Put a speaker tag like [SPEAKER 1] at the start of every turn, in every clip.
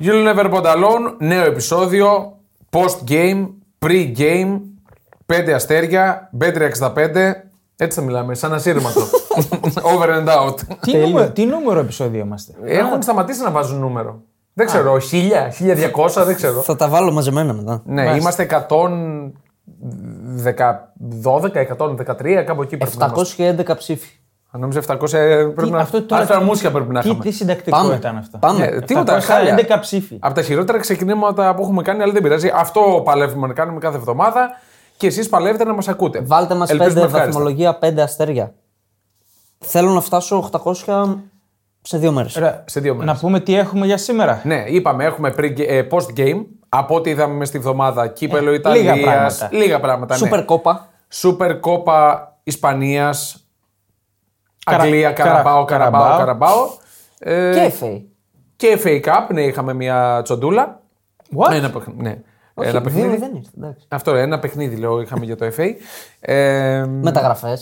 [SPEAKER 1] You'll Never Walk Alone, νέο επεισόδιο, post-game, pre-game, 5 αστέρια, bet365, έτσι θα μιλάμε, σαν ασύρματο. Over and out.
[SPEAKER 2] Τι, νούμερο, τι νούμερο επεισόδιο
[SPEAKER 1] Ε,
[SPEAKER 2] είμαστε.
[SPEAKER 1] Έχουν σταματήσει να βάζουν νούμερο. Δεν ξέρω, 1000, 1200, δεν ξέρω.
[SPEAKER 3] Θα τα βάλω μαζεμένα μετά.
[SPEAKER 1] Ναι, είμαστε 112, 113, κάπου εκεί πρέπει να είμαστε.
[SPEAKER 3] 711 ψήφοι.
[SPEAKER 1] Αν νόμιζα 700 ε, πρέπει να.
[SPEAKER 2] αυτό τώρα
[SPEAKER 1] Άρθρα
[SPEAKER 2] τι-
[SPEAKER 1] μουσια πρέπει να
[SPEAKER 2] Τι,
[SPEAKER 1] είχαμε.
[SPEAKER 2] τι συντακτικό
[SPEAKER 3] Πάμε.
[SPEAKER 2] ήταν αυτό.
[SPEAKER 3] Πάμε.
[SPEAKER 1] Ε, Τίποτα,
[SPEAKER 2] 711
[SPEAKER 1] χάλια.
[SPEAKER 2] ψήφοι.
[SPEAKER 1] Από τα χειρότερα ξεκινήματα που έχουμε κάνει, αλλά δεν πειράζει. Αυτό παλεύουμε να κάνουμε κάθε εβδομάδα και εσείς παλεύετε να μας ακούτε.
[SPEAKER 3] Βάλτε μας 5
[SPEAKER 1] Ελπίζουμε ε. ευχάριστα.
[SPEAKER 3] βαθμολογία, 5 αστέρια. Θέλω να φτάσω 800 σε δύο μέρες.
[SPEAKER 2] Ωραία,
[SPEAKER 1] σε δύο μέρες.
[SPEAKER 2] Να πούμε τι έχουμε για σήμερα.
[SPEAKER 1] Ναι, είπαμε, έχουμε pre- ε, post-game. Από ό,τι είδαμε μες στη βδομάδα, κύπελο Ιταλία.
[SPEAKER 2] λίγα πράγματα.
[SPEAKER 1] Λίγα πράγματα. ναι.
[SPEAKER 3] Σούπερ κόπα.
[SPEAKER 1] Σούπερ κόπα Ισπανίας.
[SPEAKER 2] Καρα-
[SPEAKER 1] Αγγλία,
[SPEAKER 2] Καρα-
[SPEAKER 1] Καραμπάο, Καραμπάο,
[SPEAKER 2] Καραμπάο.
[SPEAKER 1] Καραμπάο. Ε,
[SPEAKER 3] Και FA.
[SPEAKER 1] και FA Cup, ναι, είχαμε μια τσοντούλα.
[SPEAKER 2] What?
[SPEAKER 1] Ένα, παιχν- ναι. ένα
[SPEAKER 3] Όχι,
[SPEAKER 1] παιχνίδι.
[SPEAKER 3] δύο δεν ήρθε. εντάξει.
[SPEAKER 1] Αυτό, ένα παιχνίδι λέω είχαμε για το FA. Ε,
[SPEAKER 3] Μεταγραφές.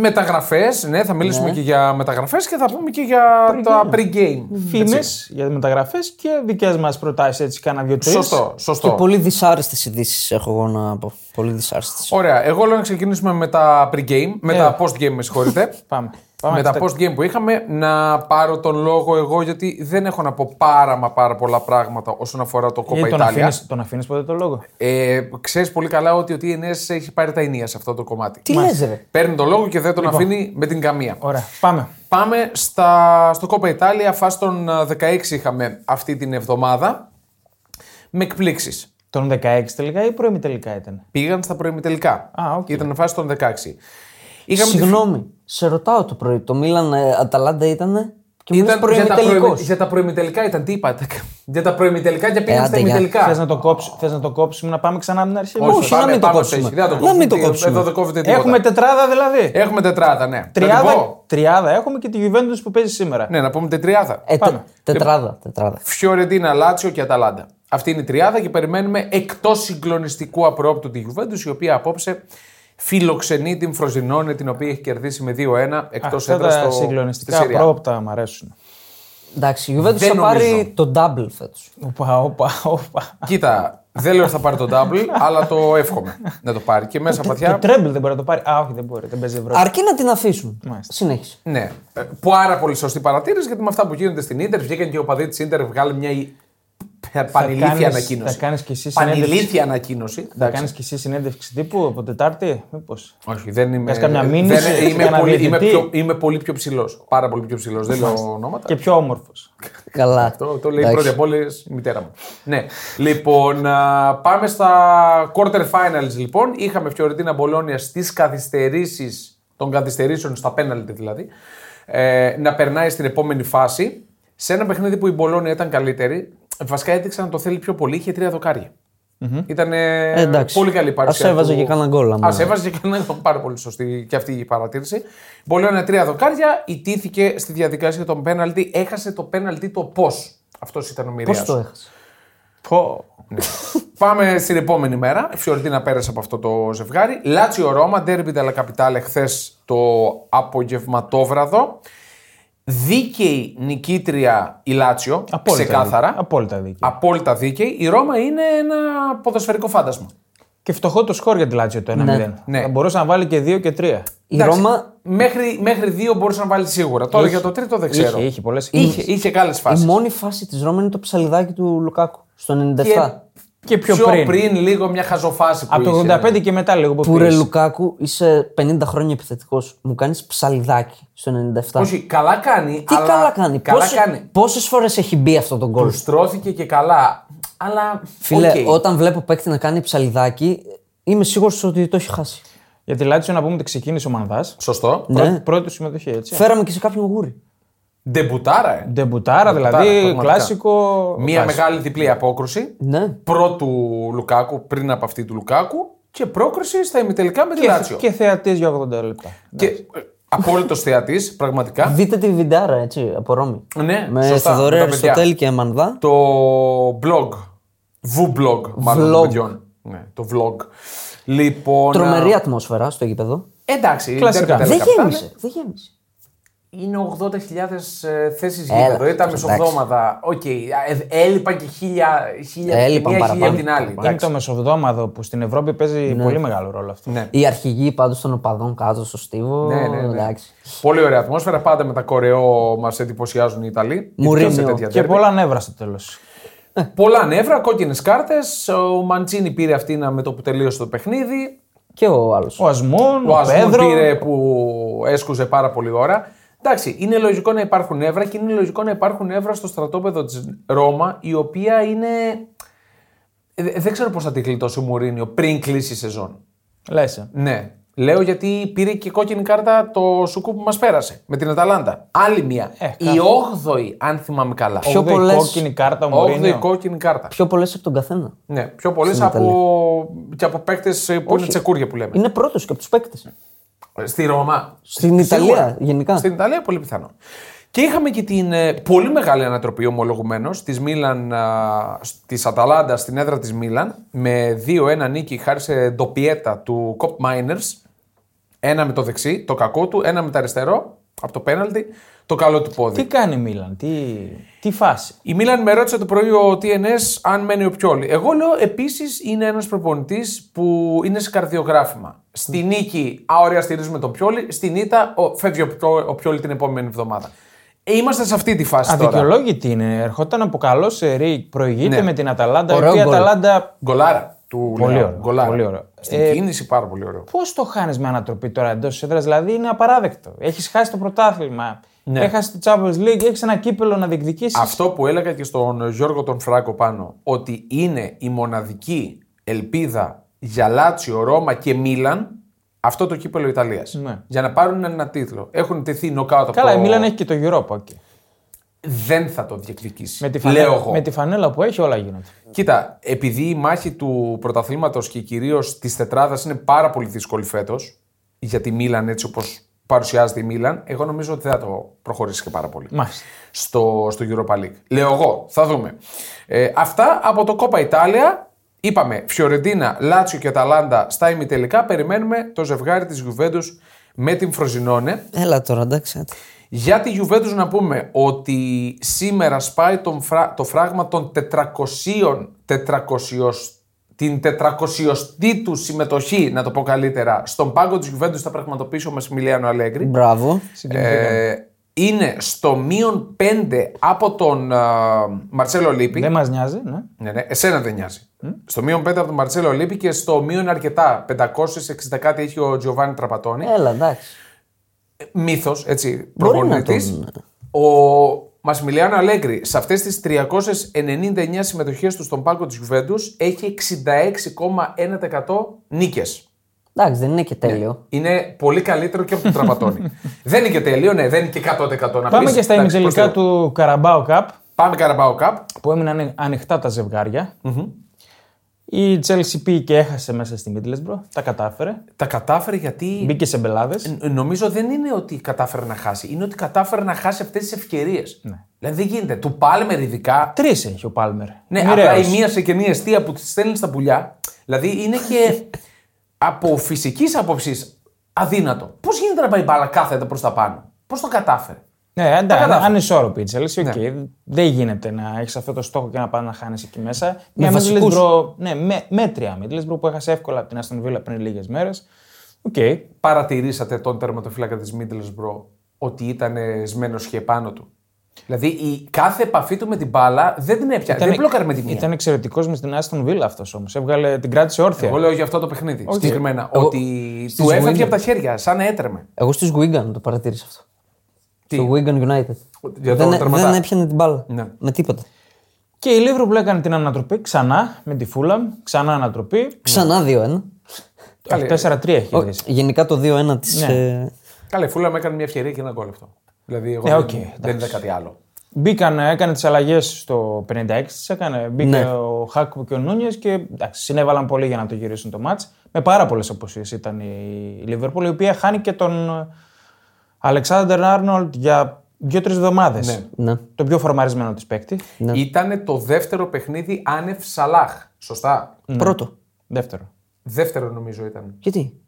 [SPEAKER 1] Μεταγραφέ, ναι, θα μιλήσουμε
[SPEAKER 3] Ναι.
[SPEAKER 1] και για μεταγραφές και θα πούμε και για τα pre-game.
[SPEAKER 2] Φήμες για μεταγραφές και δικές μας προτάσεις έτσι κάνα δύο-τρει.
[SPEAKER 1] Σωστό, σωστό.
[SPEAKER 3] Και πολύ δυσάρεστες ειδήσεις έχω εγώ να πω. Πολύ δυσάρεστες.
[SPEAKER 1] Ωραία, εγώ λέω να ξεκινήσουμε με τα pre-game, με τα post-game, με συγχωρείτε.
[SPEAKER 2] Πάμε. Ε.
[SPEAKER 1] με
[SPEAKER 2] Πάμε στα-
[SPEAKER 1] τα post-game που είχαμε, να πάρω τον λόγο εγώ, γιατί δεν έχω να πω πάρα μα πάρα πολλά πράγματα όσον αφορά το Κόπα
[SPEAKER 2] Γιατί τον
[SPEAKER 1] Ιταλία.
[SPEAKER 2] αφήνεις- τον αφήνεις ποτέ το λόγο.
[SPEAKER 1] Ε, Ξέρεις πολύ καλά ότι ο TNS έχει πάρει τα ενία σε αυτό το κομμάτι.
[SPEAKER 3] Τι λες, ρε.
[SPEAKER 1] Παίρνει τον λόγο και δεν τον
[SPEAKER 2] Λοιπόν.
[SPEAKER 1] αφήνει με την καμία.
[SPEAKER 2] Ωραία, πάμε.
[SPEAKER 1] Πάμε στα, στο Κόπα Ιταλία, φάση των ε, 16 είχαμε αυτή την εβδομάδα. Με εκπλήξεις.
[SPEAKER 2] Τον 16 τελικά ή πρωί τελικά ήταν.
[SPEAKER 1] Πήγαν στα προημιτελικά.
[SPEAKER 2] Α, οκ.
[SPEAKER 1] Ήταν φάση των 16. Είχαμε τη-
[SPEAKER 3] Συγγνώμη, σε ρωτάω το πρωί. Το Μίλαν ε, Αταλάντα ήταν. Και μου
[SPEAKER 1] Ήταν
[SPEAKER 3] ήταν
[SPEAKER 1] για, τα προημι...
[SPEAKER 3] προημιτελικός.
[SPEAKER 1] για τα προημιτελικά ήταν τι είπατε. Για τα προημιτελικά και πήγαν
[SPEAKER 3] Ε, άντε,
[SPEAKER 1] στα
[SPEAKER 3] για.
[SPEAKER 1] ημιτελικά.
[SPEAKER 2] Θες να, το κόψ- θες να το κόψουμε να πάμε ξανά από την αρχή.
[SPEAKER 3] Όχι, να
[SPEAKER 1] πάμε-
[SPEAKER 3] μην το
[SPEAKER 1] πάμε
[SPEAKER 3] κόψουμε.
[SPEAKER 1] στο ίσιο. Δεν θα
[SPEAKER 3] Να μην το
[SPEAKER 1] Τι-
[SPEAKER 3] κόψουμε.
[SPEAKER 1] Εδώ δεν κόβεται τίποτα.
[SPEAKER 2] Έχουμε
[SPEAKER 1] Έχουμε,
[SPEAKER 2] τετράδα δηλαδή.
[SPEAKER 1] τετράδα, ναι. Να την πω.
[SPEAKER 2] Τριάδα, τριάδα έχουμε και τη Juventus που παίζει σήμερα.
[SPEAKER 1] Ναι, να πούμε τετριάδα.
[SPEAKER 3] Ε,
[SPEAKER 2] Πάμε.
[SPEAKER 3] τε- τετράδα, τετράδα.
[SPEAKER 1] Φιωρεντίνα, Λάτσιο και Αταλάντα. Αυτή είναι η τριάδα και περιμένουμε εκτός συγκλονιστικού απρόπτου τη Juventus, η οποία απόψε φιλοξενεί την Φροζινόνε, την οποία έχει κερδίσει με 2-1 εκτός
[SPEAKER 2] Αυτά
[SPEAKER 1] έδρας
[SPEAKER 2] τα
[SPEAKER 1] στο στη
[SPEAKER 2] συγκλονιστικά
[SPEAKER 1] Συρία.
[SPEAKER 2] πρόπτα μου αρέσουν.
[SPEAKER 3] Εντάξει, η Juventus
[SPEAKER 1] Δεν
[SPEAKER 3] θα
[SPEAKER 1] νομίζω.
[SPEAKER 3] πάρει το double φέτος.
[SPEAKER 2] Οπα, οπα, οπα.
[SPEAKER 1] Κοίτα, δεν λέω ότι θα πάρει τον double, αλλά το εύχομαι να το πάρει. Και μέσα
[SPEAKER 2] Το
[SPEAKER 1] παθιά.
[SPEAKER 2] τρέμπλ δεν μπορεί να το πάρει. Α, όχι, δεν μπορεί, δεν παίζει Ευρώπη.
[SPEAKER 3] Αρκεί να την αφήσουν.
[SPEAKER 2] Μάλιστα.
[SPEAKER 3] Συνέχισε.
[SPEAKER 1] Ναι, Ε, πάρα πολύ σωστή παρατήρηση γιατί με αυτά που γίνονται στην ντερ, βγήκαν και ο παδί τη ντερ, βγάλει μια η-
[SPEAKER 2] κάνεις-
[SPEAKER 1] πανηλήθεια ανακοίνωση.
[SPEAKER 2] θα κάνεις κι εσύ συνέντευξη.
[SPEAKER 1] Πανηλήθεια ανακοίνωση.
[SPEAKER 2] Θα
[SPEAKER 1] εντάξει.
[SPEAKER 2] κάνεις κι εσύ συνέντευξη τύπου από Τετάρτη, μήπως.
[SPEAKER 1] Όχι, δεν είμαι.
[SPEAKER 2] Κάνεις καμιά
[SPEAKER 1] δεν-
[SPEAKER 2] μήνυση
[SPEAKER 1] είμαι,
[SPEAKER 2] για να
[SPEAKER 1] πολύ,
[SPEAKER 2] δείτε
[SPEAKER 1] είμαι,
[SPEAKER 2] τι.
[SPEAKER 1] πιο, είμαι πολύ πιο ψηλός. Πάρα πολύ πιο ψηλός. Δεν λέω ονόματα.
[SPEAKER 2] Και πιο όμορφος.
[SPEAKER 3] Καλά.
[SPEAKER 1] Το, το λέει
[SPEAKER 3] Εντάξει.
[SPEAKER 1] πρώτη απ' όλες η μητέρα μου. ναι. Λοιπόν, α, πάμε στα quarter finals λοιπόν. Είχαμε Φιωρετίνα Μπολόνια στις καθυστερήσεις των καθυστερήσεων, στα πέναλτι δηλαδή, ε, να περνάει στην επόμενη φάση. Σε ένα παιχνίδι που η Μπολόνια ήταν καλύτερη, βασικά έδειξε να το θέλει πιο πολύ, είχε τρία δοκάρια. Ήταν
[SPEAKER 3] Ε, εντάξει.
[SPEAKER 1] πολύ καλή η παρουσία.
[SPEAKER 3] Ας έβαζε και κανένα γκολ, άμα-
[SPEAKER 1] Ας έβαζε και κανένα γκολ. Πάρα πολύ σωστή και αυτή η παρατήρηση. Μπολόνια τρία δοκάρια, ιτήθηκε στη διαδικασία των πέναλτι, έχασε το πέναλτι το πώς. Αυτός ήταν ο μοιραία.
[SPEAKER 3] Πώς το έχασε.
[SPEAKER 2] Πω.
[SPEAKER 1] Πάμε στην επόμενη μέρα. Η Φιωρεντίνα πέρασε από αυτό το ζευγάρι. Λάτσιο Ρώμα, Ντέρμπι Νταλα Καπιτάλε χθες το απογευματόβραδο. Δίκαιη νικήτρια η Λάτσιο,
[SPEAKER 2] Απόλυτα.
[SPEAKER 1] ξεκάθαρα.
[SPEAKER 2] δίκαιο. Απόλυτα δίκαιο.
[SPEAKER 1] Απόλυτα δίκαιη. Η Ρώμα είναι ένα ποδοσφαιρικό φάντασμα.
[SPEAKER 2] Και φτωχό το σκορ για τη Λάτσιο το 1-0.
[SPEAKER 1] Ναι.
[SPEAKER 2] Θα μπορούσε να βάλει και 2 και 3.
[SPEAKER 3] Η
[SPEAKER 1] Εντάξει,
[SPEAKER 3] Ρώμα,
[SPEAKER 1] Μέχρι, μέχρι δύο μπορούσε να βάλει σίγουρα. Τώρα για το τρίτο δεν ξέρω.
[SPEAKER 2] Είχε, είχε πολλές.
[SPEAKER 1] Είχε, είχε καλές
[SPEAKER 3] η
[SPEAKER 1] φάσεις.
[SPEAKER 3] μόνη φάση της Ρώμα είναι το ψαλιδάκι του Λουκάκου στο 97.
[SPEAKER 2] Και πιο,
[SPEAKER 1] Πιο
[SPEAKER 2] πριν.
[SPEAKER 1] πριν λίγο μια χαζοφάση που
[SPEAKER 2] Από το
[SPEAKER 1] είχε. ναι.
[SPEAKER 2] 85 και μετά λίγο που
[SPEAKER 3] Που ρε
[SPEAKER 2] πήρες.
[SPEAKER 3] Λουκάκου είσαι 50 χρόνια επιθετικός. Μου κάνεις ψαλιδάκι στο 97.
[SPEAKER 1] Όχι, καλά κάνει.
[SPEAKER 3] Τι
[SPEAKER 1] αλλά...
[SPEAKER 3] καλά κάνει.
[SPEAKER 1] Καλά
[SPEAKER 3] Πόσες
[SPEAKER 1] κάνει.
[SPEAKER 3] πόσες φορές έχει μπει αυτό το γκολ.
[SPEAKER 1] Στρώθηκε και καλά. Αλλά.
[SPEAKER 3] Φίλε,
[SPEAKER 1] οκ.
[SPEAKER 3] όταν βλέπω παίκτη να κάνει ψαλιδάκι, είμαι σίγουρος ότι το έχει χάσει.
[SPEAKER 2] Για τη Λάτσιο να πούμε ότι ξεκίνησε ο Μανδάς.
[SPEAKER 1] Σωστό.
[SPEAKER 3] Ναι.
[SPEAKER 2] Πρώτη συμμετοχή έτσι.
[SPEAKER 3] Φέραμε και σε κάποιον γούρι.
[SPEAKER 1] Ντεμπουτάρα, ε.
[SPEAKER 2] Ντεμπουτάρα δηλαδή,
[SPEAKER 1] πραγματικά.
[SPEAKER 2] κλασικό.
[SPEAKER 1] Μια μεγάλη διπλή απόκριση.
[SPEAKER 3] Ναι.
[SPEAKER 1] Πρώτου Λουκάκου, πριν από αυτή του Λουκάκου. Και πρόκριση στα ημιτελικά με τη Λάτσιο.
[SPEAKER 2] Και θεατής για 80 λεπτά.
[SPEAKER 1] Και... Απόλυτος θεατής, πραγματικά.
[SPEAKER 3] Δείτε τη βιντάρα έτσι από Ρώμη.
[SPEAKER 1] Ναι,
[SPEAKER 3] με
[SPEAKER 1] σωστά,
[SPEAKER 3] Θοδωρή
[SPEAKER 1] με τα παιδιά.
[SPEAKER 3] Αριστοτέλη και Μανδά.
[SPEAKER 1] το blog. Vblog, μάλλον των
[SPEAKER 3] Vlog.
[SPEAKER 1] παιδιών. Ναι, το vlog. Λοιπόν.
[SPEAKER 3] Τρομερή
[SPEAKER 1] α,
[SPEAKER 3] ατμόσφαιρα στο γήπεδο.
[SPEAKER 1] Εντάξει,
[SPEAKER 2] Κλασικά.
[SPEAKER 1] derby τα
[SPEAKER 3] Δεν
[SPEAKER 1] λεκαπτά,
[SPEAKER 3] γέμισε. Δεν γέμισε.
[SPEAKER 1] Είναι ε, 80.000 θέσεις
[SPEAKER 3] Έλα,
[SPEAKER 1] γήπεδο. Ήταν
[SPEAKER 3] εντάξει.
[SPEAKER 1] μεσοβδόματα. Οκ. ε, Έλειπαν και χίλια, χίλια
[SPEAKER 3] Έλειπαν
[SPEAKER 1] μία χίλια
[SPEAKER 3] παραπάνω.
[SPEAKER 1] την άλλη.
[SPEAKER 2] Είναι
[SPEAKER 1] Εντάξει.
[SPEAKER 2] το μεσοβδόμαδο που στην Ευρώπη παίζει πολύ μεγάλο ρόλο αυτό.
[SPEAKER 1] Ναι.
[SPEAKER 3] Οι αρχηγοί πάντως των οπαδών κάτω στο στίβο.
[SPEAKER 1] Ναι, ναι, ναι.
[SPEAKER 3] Εντάξει.
[SPEAKER 1] Πολύ ωραία ατμόσφαιρα. Πάντα με τα κορεό μας εντυπωσιάζουν οι Ιταλοί.
[SPEAKER 3] Μουρίνιο.
[SPEAKER 1] Και, τέτοια
[SPEAKER 2] Και
[SPEAKER 1] ντέρμπι.
[SPEAKER 2] πολλά νεύρα στο τέλος.
[SPEAKER 1] Πολλά νεύρα, κόκκινες κάρτες. Ο Μαντσίνη πήρε αυτήν με το που τελείωσε το παιχνίδι.
[SPEAKER 3] Και ο άλλος.
[SPEAKER 2] Ο Ασμούν,
[SPEAKER 1] Ο
[SPEAKER 2] ο,
[SPEAKER 1] Ασμούν
[SPEAKER 2] Πέδρο.
[SPEAKER 1] πήρε που έσκουζε πάρα πολύ ώρα. Εντάξει, είναι λογικό να υπάρχουν νεύρα και είναι λογικό να υπάρχουν νεύρα στο στρατόπεδο της Ρώμα, η οποία είναι. Ε, Δεν ξέρω πώς θα τη γλιτώσει ο Μουρίνιο πριν κλείσει η σεζόν.
[SPEAKER 2] Λέσε.
[SPEAKER 1] Ναι. Λέω γιατί πήρε και κόκκινη κάρτα το σουκού που μας πέρασε με την Αταλάντα. Άλλη μία.
[SPEAKER 2] Ε,
[SPEAKER 1] η 8η, αν θυμάμαι καλά.
[SPEAKER 3] Πιο
[SPEAKER 2] Πιο πολλέ.
[SPEAKER 3] πολλές-
[SPEAKER 2] κόκκινη κάρτα ο
[SPEAKER 1] 8η
[SPEAKER 2] Μουρίνιο.
[SPEAKER 1] κόκκινη κάρτα.
[SPEAKER 3] Πιο πολλές από τον καθένα.
[SPEAKER 1] Ναι, πιο πολλές από, και από παίκτες που είναι τσεκούρια που λέμε.
[SPEAKER 3] Είναι πρώτος και από τους παίκτες.
[SPEAKER 1] Στη Ρώμα.
[SPEAKER 3] Στην
[SPEAKER 1] Σίγουρα.
[SPEAKER 3] Ιταλία, γενικά.
[SPEAKER 1] Στην Ιταλία, πολύ πιθανό. Και είχαμε και την ε, πολύ μεγάλη ανατροπή ομολογουμένως της Μίλαν, α, σ- της Αταλάντα στην έδρα της Μίλαν με 2-1 νίκη χάρη σε ντοπιέτα του Κοπ Miners. Ένα με το δεξί, το κακό του, ένα με το αριστερό, από το πέναλτι, το καλό του πόδι.
[SPEAKER 2] Τι κάνει η Μίλαν, τι, τι φάση.
[SPEAKER 1] Η Μίλαν με ρώτησε το πρωί ο TNS αν μένει ο Πιόλη. Εγώ λέω επίσης είναι ένας προπονητής που είναι σε καρδιογράφημα. Στη νίκη, αόρια στηρίζουμε τον Πιόλη. Στην ήττα, ο, φεύγει ο, Πιό- ο Πιόλη την επόμενη εβδομάδα. Ε, Είμαστε σε αυτή τη φάση τώρα.
[SPEAKER 2] Αδικαιολόγητη είναι. Ερχόταν από καλό σερί, προηγείται
[SPEAKER 1] Ναι.
[SPEAKER 2] με την Αταλάντα.
[SPEAKER 3] Ωραίο
[SPEAKER 2] η οποία
[SPEAKER 3] γκολ.
[SPEAKER 2] Αταλάντα.
[SPEAKER 1] Γκολάρα. Του
[SPEAKER 2] Πολύ
[SPEAKER 1] λέω,
[SPEAKER 2] ωραίο,
[SPEAKER 1] γκολάρα.
[SPEAKER 2] πολύ ωραίο.
[SPEAKER 1] Στην
[SPEAKER 2] Ε,
[SPEAKER 1] κίνηση πάρα πολύ ωραίο.
[SPEAKER 2] Πώς το χάνεις με ανατροπή τώρα εντός έδρας, δηλαδή είναι απαράδεκτο. Έχεις χάσει το πρωτάθλημα. Ναι. Έχασε το Champions League, έχεις ένα κύπελο να διεκδικήσεις.
[SPEAKER 1] Αυτό που έλεγα και στον Γιώργο τον Φράκο πάνω, ότι είναι η μοναδική ελπίδα για Λάτσιο, Ρώμα και Μίλαν αυτό το κύπελο Ιταλίας.
[SPEAKER 2] Ναι.
[SPEAKER 1] Για να πάρουν ένα τίτλο. Έχουν τεθεί νοκάουτ από
[SPEAKER 2] Καλά,
[SPEAKER 1] το...
[SPEAKER 2] η Μίλαν έχει και το Europa. Okay.
[SPEAKER 1] Δεν θα το διεκδικήσει.
[SPEAKER 2] Με, τη φανέλα,
[SPEAKER 1] Λέω εγώ.
[SPEAKER 2] με τη φανέλα που έχει, όλα γίνονται.
[SPEAKER 1] Κοίτα, επειδή η μάχη του πρωταθλήματος και κυρίως της τετράδας είναι πάρα πολύ δύσκολη φέτος για τη Μίλαν έτσι όπως παρουσιάζεται η Μίλαν, εγώ νομίζω ότι δεν θα το προχωρήσει και πάρα πολύ
[SPEAKER 2] Μάλιστα.
[SPEAKER 1] στο, στο Europa League. Λέω εγώ, θα δούμε. Ε, αυτά από το Κόπα Ιτάλια. Είπαμε Φιωρεντίνα, Λάτσιο και Αταλάντα στα ημιτελικά. Περιμένουμε το ζευγάρι της Γιουβέντου με την Φροζινόνε.
[SPEAKER 3] Έλα τώρα, εντάξει. άντε.
[SPEAKER 1] Για τη Juventus να πούμε ότι σήμερα σπάει τον φρα- το φράγμα των 400, 400 την 400η του συμμετοχή, να το πω καλύτερα, στον πάγκο της Juventus θα πραγματοποιήσει ο Μασιμιλιάνο Αλέγκρι.
[SPEAKER 3] Μπράβο.
[SPEAKER 1] Ε, είναι στο μείον 5 από τον α, Μαρτσέλο Λίπη.
[SPEAKER 2] Δεν μας νοιάζει, ναι.
[SPEAKER 1] Ναι, ναι, εσένα δεν νοιάζει. Στο μείον 5 από τον Μαρτσέλο Λίπη και στο μείον αρκετά, 560 κάτι έχει ο Τζιοβάνι Τραπατώνη
[SPEAKER 2] Ε.
[SPEAKER 3] Έλα, εντάξει.
[SPEAKER 1] μύθος, έτσι,
[SPEAKER 3] Μπορεί να
[SPEAKER 1] προπονητή. Ο Μασιμιλιάνο Αλέγκρι σε αυτές τις 399 συμμετοχές του στον πάγκο της Γιουβέντους έχει 66,1% νίκες.
[SPEAKER 3] Εντάξει, δεν είναι
[SPEAKER 1] Ναι.
[SPEAKER 3] και τέλειο.
[SPEAKER 1] Είναι πολύ καλύτερο και από τον Τραπατώνη. δεν είναι και τέλειο, ναι, δεν είναι και 100% να
[SPEAKER 2] Πάμε
[SPEAKER 1] πεις.
[SPEAKER 2] και στα
[SPEAKER 1] Εντάξει, πώς
[SPEAKER 2] ημιτελικά
[SPEAKER 1] το-
[SPEAKER 2] του Carabao Cup
[SPEAKER 1] Πάμε Καραμπάο Καπ.
[SPEAKER 2] που έμειναν ανοι- ανοιχτά τα ζευγάρια. Η Chelsea πήγε και έχασε μέσα στη Middlesbrough. Τα κατάφερε.
[SPEAKER 1] Τα κατάφερε γιατί.
[SPEAKER 2] Μπήκε σε μπελάδες.
[SPEAKER 1] Ν- Νομίζω δεν είναι ότι κατάφερε να χάσει. Είναι ότι κατάφερε να χάσει αυτές τις ευκαιρίες. Δηλαδή δεν γίνεται. Του Πάλμερ ειδικά
[SPEAKER 2] Τρεις έχει ο Πάλμερ.
[SPEAKER 1] Ναι,
[SPEAKER 2] Μοιραίος.
[SPEAKER 1] απλά η μία σε κενή αιστεία που της στέλνεις στα πουλιά. Δηλαδή είναι και από φυσικής άποψης αδύνατο. Πώς γίνεται να πάει η μπάλα κάθετα προς τα πάνω. Πώς το κατάφερε.
[SPEAKER 2] Ναι, εντάξει,
[SPEAKER 1] κατάφερε. Ναι.
[SPEAKER 2] ανισόρροπη η Chelsea. οκ. Δεν γίνεται να έχεις αυτό το στόχο και να πάνε να χάνεις εκεί μέσα. Μια
[SPEAKER 3] βασικούς.
[SPEAKER 2] Middlesbrough. Ναι, με, μέτρια Middlesbrough που έχασε εύκολα από την Aston Villa πριν λίγες μέρες. Οκ.
[SPEAKER 1] Παρατηρήσατε τον τερματοφύλακα της Μίτλεσμπρο ότι ήταν σμένος και πάνω του. Δηλαδή η κάθε επαφή του με την μπάλα δεν την έπιανε. Δεν μπλόκαρε με τη μία.
[SPEAKER 2] Ήταν εξαιρετικός μες την Aston Villa αυτός όμως. Έβγαλε την κράτησε όρθια.
[SPEAKER 1] Εγώ λέω για αυτό το παιχνίδι συγκεκριμένα.
[SPEAKER 3] Εγώ-
[SPEAKER 1] Ότι του
[SPEAKER 3] Wigan.
[SPEAKER 1] έφευγε από τα χέρια, σαν να έτρεμε.
[SPEAKER 3] Εγώ στι Wigan το παρατήρησα αυτό.
[SPEAKER 1] Τι?
[SPEAKER 3] Στο Wigan United.
[SPEAKER 1] Για τον
[SPEAKER 3] δεν,
[SPEAKER 1] τερματά.
[SPEAKER 3] δεν έπιανε την μπάλα.
[SPEAKER 1] Ναι.
[SPEAKER 3] Με τίποτα.
[SPEAKER 2] Και η Λίβρο που έκανε την ανατροπή ξανά με τη Φούλαμ. Ξανά ανατροπή.
[SPEAKER 3] Ξανά 2-1.
[SPEAKER 1] Καλή.
[SPEAKER 2] 4-3 έχει
[SPEAKER 3] Ο-
[SPEAKER 2] κερδίσει.
[SPEAKER 3] Γενικά το 2-1 της.
[SPEAKER 1] Ναι.
[SPEAKER 3] Ε,
[SPEAKER 1] Καλέ, φούλα με έκανε μια ευκαιρία και ένα γκολ αυτό. Δηλαδή εγώ
[SPEAKER 2] Ναι,
[SPEAKER 1] δεν,
[SPEAKER 2] οκ,
[SPEAKER 1] δεν είδα κάτι άλλο.
[SPEAKER 2] Μπήκαν, έκανε τις αλλαγές στο 56, τις έκανε. Μπήκε
[SPEAKER 3] Ναι.
[SPEAKER 2] ο Χάκου και ο Νούνιες και εντάξει, συνέβαλαν πολύ για να το γυρίσουν το μάτ. Με πάρα πολλές αποσίες ήταν η Λίβερπουλ, η οποία χάνει και τον Αλεξάνδρ Άρνολτ για δύο-τρει εβδομάδες.
[SPEAKER 3] ναι.
[SPEAKER 2] Το πιο φορμαρισμένο της παίκτη.
[SPEAKER 1] Ήταν το δεύτερο παιχνίδι άνευ Σαλάχ. Σωστά.
[SPEAKER 3] Πρώτο.
[SPEAKER 2] Δεύτερο.
[SPEAKER 1] Δεύτερο νομίζω ήταν.
[SPEAKER 3] Γιατί.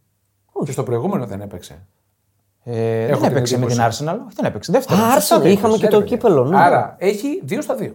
[SPEAKER 1] Και στο προηγούμενο δεν έπαιξε.
[SPEAKER 2] Ε, δεν
[SPEAKER 1] την
[SPEAKER 2] έπαιξε με την
[SPEAKER 1] εντύπωση.
[SPEAKER 2] Arsenal. Όχι, δεν έπαιξε. Δεύτερο.
[SPEAKER 3] Α, Arsenal. Είχαμε και το
[SPEAKER 1] Έπαιξε.
[SPEAKER 3] κύπελο. Ναι.
[SPEAKER 1] Άρα έχει 2 στα 2.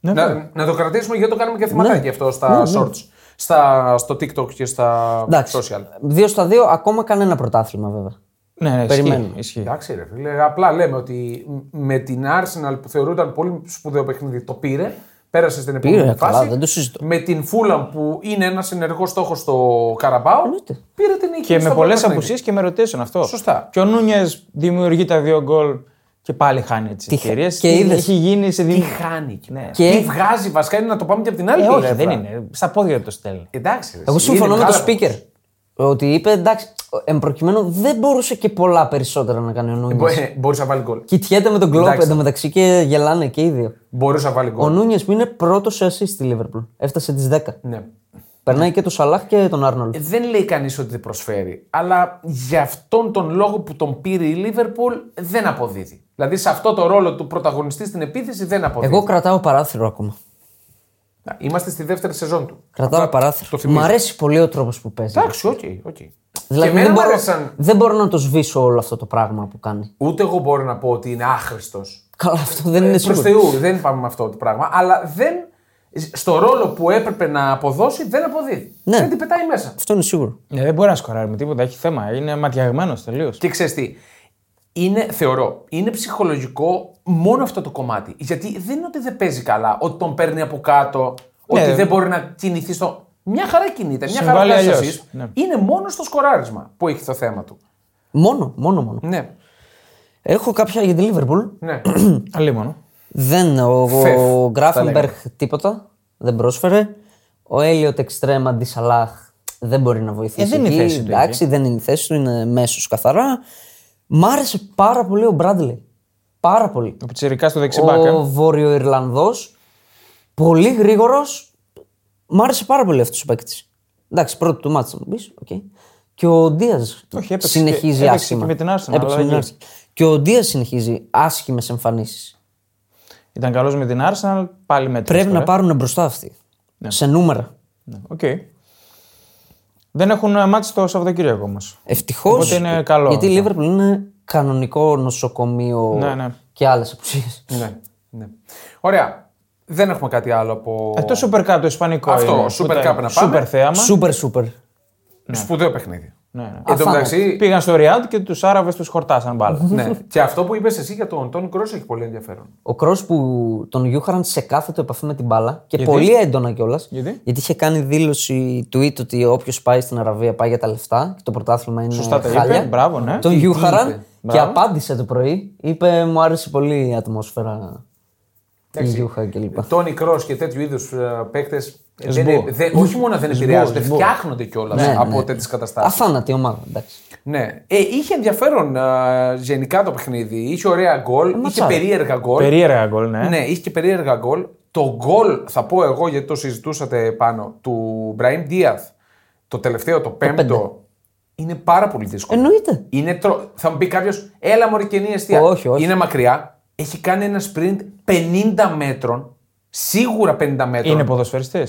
[SPEAKER 2] Ναι, βέβαια.
[SPEAKER 1] Να, να το κρατήσουμε γιατί το κάνουμε και θεματάκι
[SPEAKER 3] Ναι.
[SPEAKER 1] αυτό στα shorts. Στα, στο TikTok και στα
[SPEAKER 3] Εντάξει.
[SPEAKER 1] social.
[SPEAKER 3] Δύο στα δύο, ακόμα κανένα πρωτάθλημα βέβαια.
[SPEAKER 2] ναι, ναι, ισχύει,
[SPEAKER 3] Περιμένουμε.
[SPEAKER 2] ισχύει.
[SPEAKER 1] Εντάξει, ρε φίλε. Απλά λέμε ότι με την Arsenal που θεωρούταν πολύ σπουδαίο παιχνίδι το πήρε. Πέρασε στην επόμενη
[SPEAKER 3] Πήρε,
[SPEAKER 1] φάση.
[SPEAKER 3] καλά, δεν το συζητώ.
[SPEAKER 1] Με την Φούλαμ που είναι ένα συνεργό στόχο στο Καραμπάο.
[SPEAKER 3] Εννοείται.
[SPEAKER 1] Πήρε την νίκη.
[SPEAKER 2] Και
[SPEAKER 1] στο
[SPEAKER 2] με
[SPEAKER 1] πρώτο
[SPEAKER 2] πολλέ
[SPEAKER 1] παιχνίδι.
[SPEAKER 2] απουσίε και με rotation αυτό.
[SPEAKER 1] Σωστά.
[SPEAKER 2] Και ο Νούνιες δημιουργεί τα δύο γκολ και πάλι χάνει τι
[SPEAKER 3] Τι χα-
[SPEAKER 2] ευκαιρίες.
[SPEAKER 3] και είδες.
[SPEAKER 2] Έχει γίνει σε
[SPEAKER 1] Τι
[SPEAKER 2] δύο.
[SPEAKER 1] χάνει.
[SPEAKER 2] Ναι.
[SPEAKER 1] Και... Τι
[SPEAKER 3] Και
[SPEAKER 1] βγάζει βασικά είναι να το πάμε και από την άλλη.
[SPEAKER 2] Ε,
[SPEAKER 1] πλευρά.
[SPEAKER 2] όχι, δεν είναι. Στα πόδια του το στέλνει.
[SPEAKER 1] Εντάξει, ρε,
[SPEAKER 3] Εγώ
[SPEAKER 1] εσύ,
[SPEAKER 3] συμφωνώ
[SPEAKER 1] είναι
[SPEAKER 3] με τον
[SPEAKER 1] μεγάλα
[SPEAKER 3] speaker. Ότι είπε εντάξει, εν προκειμένου δεν μπορούσε και πολλά περισσότερα να κάνει ο Νούνιε.
[SPEAKER 1] Μπο- ε, Μπορούσε να βάλει γκολ.
[SPEAKER 3] Κοιτιέται με τον Κλόπ
[SPEAKER 1] Εντάξει.
[SPEAKER 3] εντωμεταξύ και γελάνε και οι δύο.
[SPEAKER 1] Μπορούσε να βάλει
[SPEAKER 3] Ο
[SPEAKER 1] γκολ.
[SPEAKER 3] Νούνιε είναι πρώτος σε assist στη Λίβερπουλ. Έφτασε τις 10.
[SPEAKER 1] Ναι.
[SPEAKER 3] Περνάει και τον Σαλάχ και τον Άρνολτ.
[SPEAKER 1] Δεν λέει κανείς ότι δεν προσφέρει. Αλλά για αυτόν τον λόγο που τον πήρε η Λίβερπουλ δεν αποδίδει. Δηλαδή σε αυτό το ρόλο του πρωταγωνιστή στην επίθεση δεν αποδίδει.
[SPEAKER 3] Εγώ κρατάω παράθυρο ακόμα.
[SPEAKER 1] Να, Είμαστε στη δεύτερη σεζόν του.
[SPEAKER 3] Κρατάω
[SPEAKER 1] Αυτά Το
[SPEAKER 3] παράθυρο.
[SPEAKER 1] θυμίζω.
[SPEAKER 3] Μ' αρέσει πολύ ο τρόπος που παίζει.
[SPEAKER 1] Εντάξει, οκ, οκ.
[SPEAKER 3] Δηλαδή
[SPEAKER 1] και εμένα
[SPEAKER 3] δεν
[SPEAKER 1] μου
[SPEAKER 3] μπορώ,
[SPEAKER 1] άρεσαν.
[SPEAKER 3] δεν μπορώ να το σβήσω όλο αυτό το πράγμα που κάνει.
[SPEAKER 1] Ούτε εγώ μπορώ να πω ότι είναι άχρηστος.
[SPEAKER 3] Καλά, αυτό δεν είναι
[SPEAKER 1] Προ
[SPEAKER 3] σίγουρο.
[SPEAKER 1] Ε, Θεού, δεν πάμε με αυτό το πράγμα. Αλλά δεν. Στο ρόλο που έπρεπε να αποδώσει δεν αποδίδει.
[SPEAKER 3] Ναι.
[SPEAKER 1] Δεν την πετάει μέσα.
[SPEAKER 3] Αυτό είναι σίγουρο.
[SPEAKER 2] Ναι, δεν μπορεί να σκοράρει με τίποτα. Έχει θέμα. Είναι ματιαγμένος τελείως.
[SPEAKER 1] Και ξέρεις τι, είναι, θεωρώ, είναι ψυχολογικό μόνο αυτό το κομμάτι. Γιατί δεν είναι ότι δεν παίζει καλά, ότι τον παίρνει από κάτω, ότι
[SPEAKER 2] Ναι.
[SPEAKER 1] δεν μπορεί να κινηθεί στο. Μια χαρά κινείται, μια χαρά
[SPEAKER 2] Συμβάλλει
[SPEAKER 1] βγάζει
[SPEAKER 2] αλλιώς.
[SPEAKER 1] assist.
[SPEAKER 2] Ναι.
[SPEAKER 1] Είναι μόνο στο σκοράρισμα που έχει το θέμα του.
[SPEAKER 3] Μόνο, μόνο, μόνο.
[SPEAKER 1] Ναι,
[SPEAKER 3] Έχω κάποια για τη Λίβερπουλ.
[SPEAKER 1] ναι.
[SPEAKER 2] Αλίμονο.
[SPEAKER 3] Δεν, ο,
[SPEAKER 1] Φεφ,
[SPEAKER 3] ο
[SPEAKER 1] τα
[SPEAKER 3] Γκράφενμπεργκ τίποτα δεν πρόσφερε. Ο Έλιοτ Εξτρέμα Ντισαλάχ δεν μπορεί να
[SPEAKER 2] Ε,
[SPEAKER 3] βοηθήσει.
[SPEAKER 2] δεν είναι η
[SPEAKER 3] εκεί,
[SPEAKER 2] θέση του
[SPEAKER 3] Εντάξει, δεν είναι η θέση του, είναι μέσος καθαρά. Μ' άρεσε πάρα πολύ ο Μπράντλεϊ. Πάρα πολύ.
[SPEAKER 2] Ο Πιτσυρικά στο δεξιμπάκα.
[SPEAKER 3] Ο Βόρειο Ιρλανδό. Πολύ γρήγορος. Μ' άρεσε πάρα πολύ αυτός ο παίκτης. Εντάξει, πρώτο του μάτσα μου πει. Okay. Και ο Ντίας
[SPEAKER 2] Όχι, έπαιξε
[SPEAKER 3] συνεχίζει
[SPEAKER 2] και- έπαιξε
[SPEAKER 3] άσχημα.
[SPEAKER 2] και με την Arsenal,
[SPEAKER 3] Έπαιξε
[SPEAKER 2] αλλά
[SPEAKER 3] με την
[SPEAKER 2] δεν-
[SPEAKER 3] Arsenal. Και ο Ντίας συνεχίζει άσχημες εμφανίσεις.
[SPEAKER 2] Ήταν καλός με την Arsenal, πάλι με
[SPEAKER 3] Πρέπει να πάρουν μπροστά αυτοί.
[SPEAKER 2] Ναι.
[SPEAKER 3] Σε νούμερα.
[SPEAKER 2] Οκ. Δεν έχουν μάτσει το Σαββατοκύριακο όμως.
[SPEAKER 3] Ευτυχώς.
[SPEAKER 2] Οπότε είναι καλό
[SPEAKER 3] Γιατί η
[SPEAKER 2] αυτό.
[SPEAKER 3] Λίβερπουλ είναι κανονικό νοσοκομείο
[SPEAKER 2] Ναι, ναι.
[SPEAKER 3] και άλλες απουσίες.
[SPEAKER 1] ναι, ναι. Ωραία. Δεν έχουμε κάτι άλλο από.
[SPEAKER 2] Ε, Το Super Cup το Ισπανικό.
[SPEAKER 1] Αυτό,
[SPEAKER 2] είναι.
[SPEAKER 1] Super
[SPEAKER 2] Οπότε,
[SPEAKER 1] Cup να πάμε.
[SPEAKER 2] Super θέαμα.
[SPEAKER 3] Σούπερ, σούπερ.
[SPEAKER 1] Σπουδαίο παιχνίδι.
[SPEAKER 2] Ναι, ναι.
[SPEAKER 1] Εν τω μεταξύ,
[SPEAKER 2] Πήγαν στο Ριάντ και τους Άραβες τους χορτάσαν μπάλα.
[SPEAKER 1] ναι. και αυτό που είπες εσύ για τον Τόνι Κρόσ έχει πολύ ενδιαφέρον.
[SPEAKER 3] Ο Κρό που τον Γιούχαραν σε κάθετο επαφή με την μπάλα και πολύ έντονα κιόλας.
[SPEAKER 2] Γιατί?
[SPEAKER 3] είχε κάνει δήλωση tweet ότι όποιος πάει στην Αραβία πάει για τα λεφτά και το πρωτάθλημα είναι
[SPEAKER 2] Σωστά τα είπε,
[SPEAKER 3] χάλια.
[SPEAKER 2] μπράβο, ναι.
[SPEAKER 3] Τον
[SPEAKER 2] Τι- τι
[SPEAKER 3] Γιούχαραν
[SPEAKER 2] είπε,
[SPEAKER 3] και
[SPEAKER 2] μπράβο.
[SPEAKER 3] απάντησε το πρωί. Είπε μου άρεσε πολύ η ατμόσφαιρα. Η Γιούχα κλπ.
[SPEAKER 1] Τόνι Κρός και τέτοιου ε, είδου παίκτε.
[SPEAKER 2] Σμπο.
[SPEAKER 1] όχι μόνο ε, δεν επηρεάζονται,
[SPEAKER 2] σμπο.
[SPEAKER 1] φτιάχνονται κιόλας
[SPEAKER 3] Ναι,
[SPEAKER 1] από
[SPEAKER 3] ναι.
[SPEAKER 1] τέτοιες καταστάσεις.
[SPEAKER 3] Αθάνατη ομάδα, εντάξει.
[SPEAKER 1] Ναι. Ε, είχε ενδιαφέρον α, γενικά το παιχνίδι. Είχε ωραία γκολ, είχε
[SPEAKER 3] ματσάρα.
[SPEAKER 1] περίεργα γκολ.
[SPEAKER 2] Περίεργα γκολ, ναι.
[SPEAKER 1] Ναι, είχε και περίεργα γκολ. Το γκολ, θα πω εγώ γιατί το συζητούσατε πάνω, του Μπραήμ Ντίαθ, το τελευταίο, το πέμπτο, είναι πάρα πολύ δύσκολο.
[SPEAKER 3] Εννοείται.
[SPEAKER 1] Είναι τρο... Θα μου πει κάποιος, έλα μωρή καινή αιστεία.
[SPEAKER 3] Όχι, όχι.
[SPEAKER 1] Είναι μακριά. Έχει κάνει ένα sprint 50 μέτρων. Σίγουρα 50 μέτρων.
[SPEAKER 2] Είναι ποδοσφαιριστής.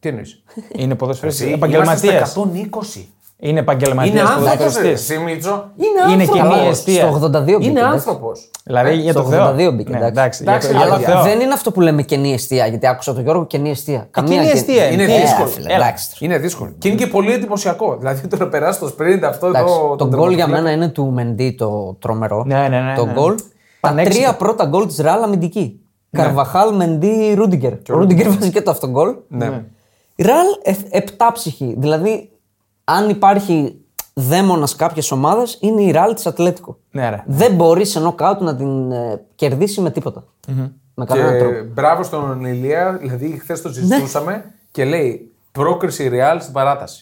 [SPEAKER 1] Τι εννοείς?
[SPEAKER 2] Είναι ποδοσφαιριστής.
[SPEAKER 1] Είμαστε
[SPEAKER 2] Επαγγελματία.
[SPEAKER 1] στα 120.
[SPEAKER 2] Είναι επαγγελματίας
[SPEAKER 1] Είναι άνθρωπος. ρε,
[SPEAKER 2] ποδοσφαιριστή.
[SPEAKER 1] Σιμίτσο.
[SPEAKER 2] Είναι
[SPEAKER 3] άνθρωπος.
[SPEAKER 2] κοινή
[SPEAKER 3] Καλά,
[SPEAKER 2] αιστεία.
[SPEAKER 3] Στο 82 μπήκε,
[SPEAKER 1] Είναι
[SPEAKER 3] εντάξει.
[SPEAKER 1] άνθρωπος.
[SPEAKER 2] Δηλαδή για
[SPEAKER 3] στο
[SPEAKER 2] το Θεό.
[SPEAKER 3] 82 μπήκε,
[SPEAKER 2] Ναι, εντάξει.
[SPEAKER 3] εντάξει.
[SPEAKER 2] για
[SPEAKER 1] Εντάξει,
[SPEAKER 2] το- για
[SPEAKER 1] αλλά
[SPEAKER 2] το Θεό.
[SPEAKER 3] Δεν είναι αυτό που λέμε καινή αιστεία, γιατί άκουσα τον Γιώργο καινή αιστεία. Καμία
[SPEAKER 2] καινή αιστεία
[SPEAKER 1] είναι,
[SPEAKER 3] Ε,
[SPEAKER 1] δύσκολο.
[SPEAKER 3] φίλε,
[SPEAKER 2] Έλα.
[SPEAKER 3] Εντάξει.
[SPEAKER 1] Είναι δύσκολο. Και είναι και πολύ εντυπωσιακό. Δηλαδή το να περάσει το sprint αυτό
[SPEAKER 3] Εντάξει,
[SPEAKER 1] εδώ.
[SPEAKER 3] το γκολ για μένα είναι του Μεντί το τρομερό.
[SPEAKER 2] Ναι, ναι, ναι,
[SPEAKER 3] Το
[SPEAKER 2] ναι.
[SPEAKER 3] γκολ. Τα
[SPEAKER 2] Πανέξυπνο. Ναι.
[SPEAKER 3] τρία πρώτα γκολ τη Ρεάλ αμυντική. Καρβαχάλ, Μεντί, Ρούντιγκερ. Ο Ρούντιγκερ βάζει και το αυτόν γκολ.
[SPEAKER 1] Ναι.
[SPEAKER 3] Η Ρεάλ εφ- επτάψυχη. Δηλαδή, αν υπάρχει δαίμονας κάποια ομάδα, είναι η Ρεάλ της Ατλέτικο.
[SPEAKER 2] Ναι, ρε.
[SPEAKER 3] Δεν μπορείς σε νοκάουτ να την ε, κερδίσεις με τίποτα. Με κανέναν τρόπο.
[SPEAKER 1] Και μπράβο στον Ηλία, δηλαδή χθες το συζητούσαμε και λέει πρόκριση Real στην παράταση.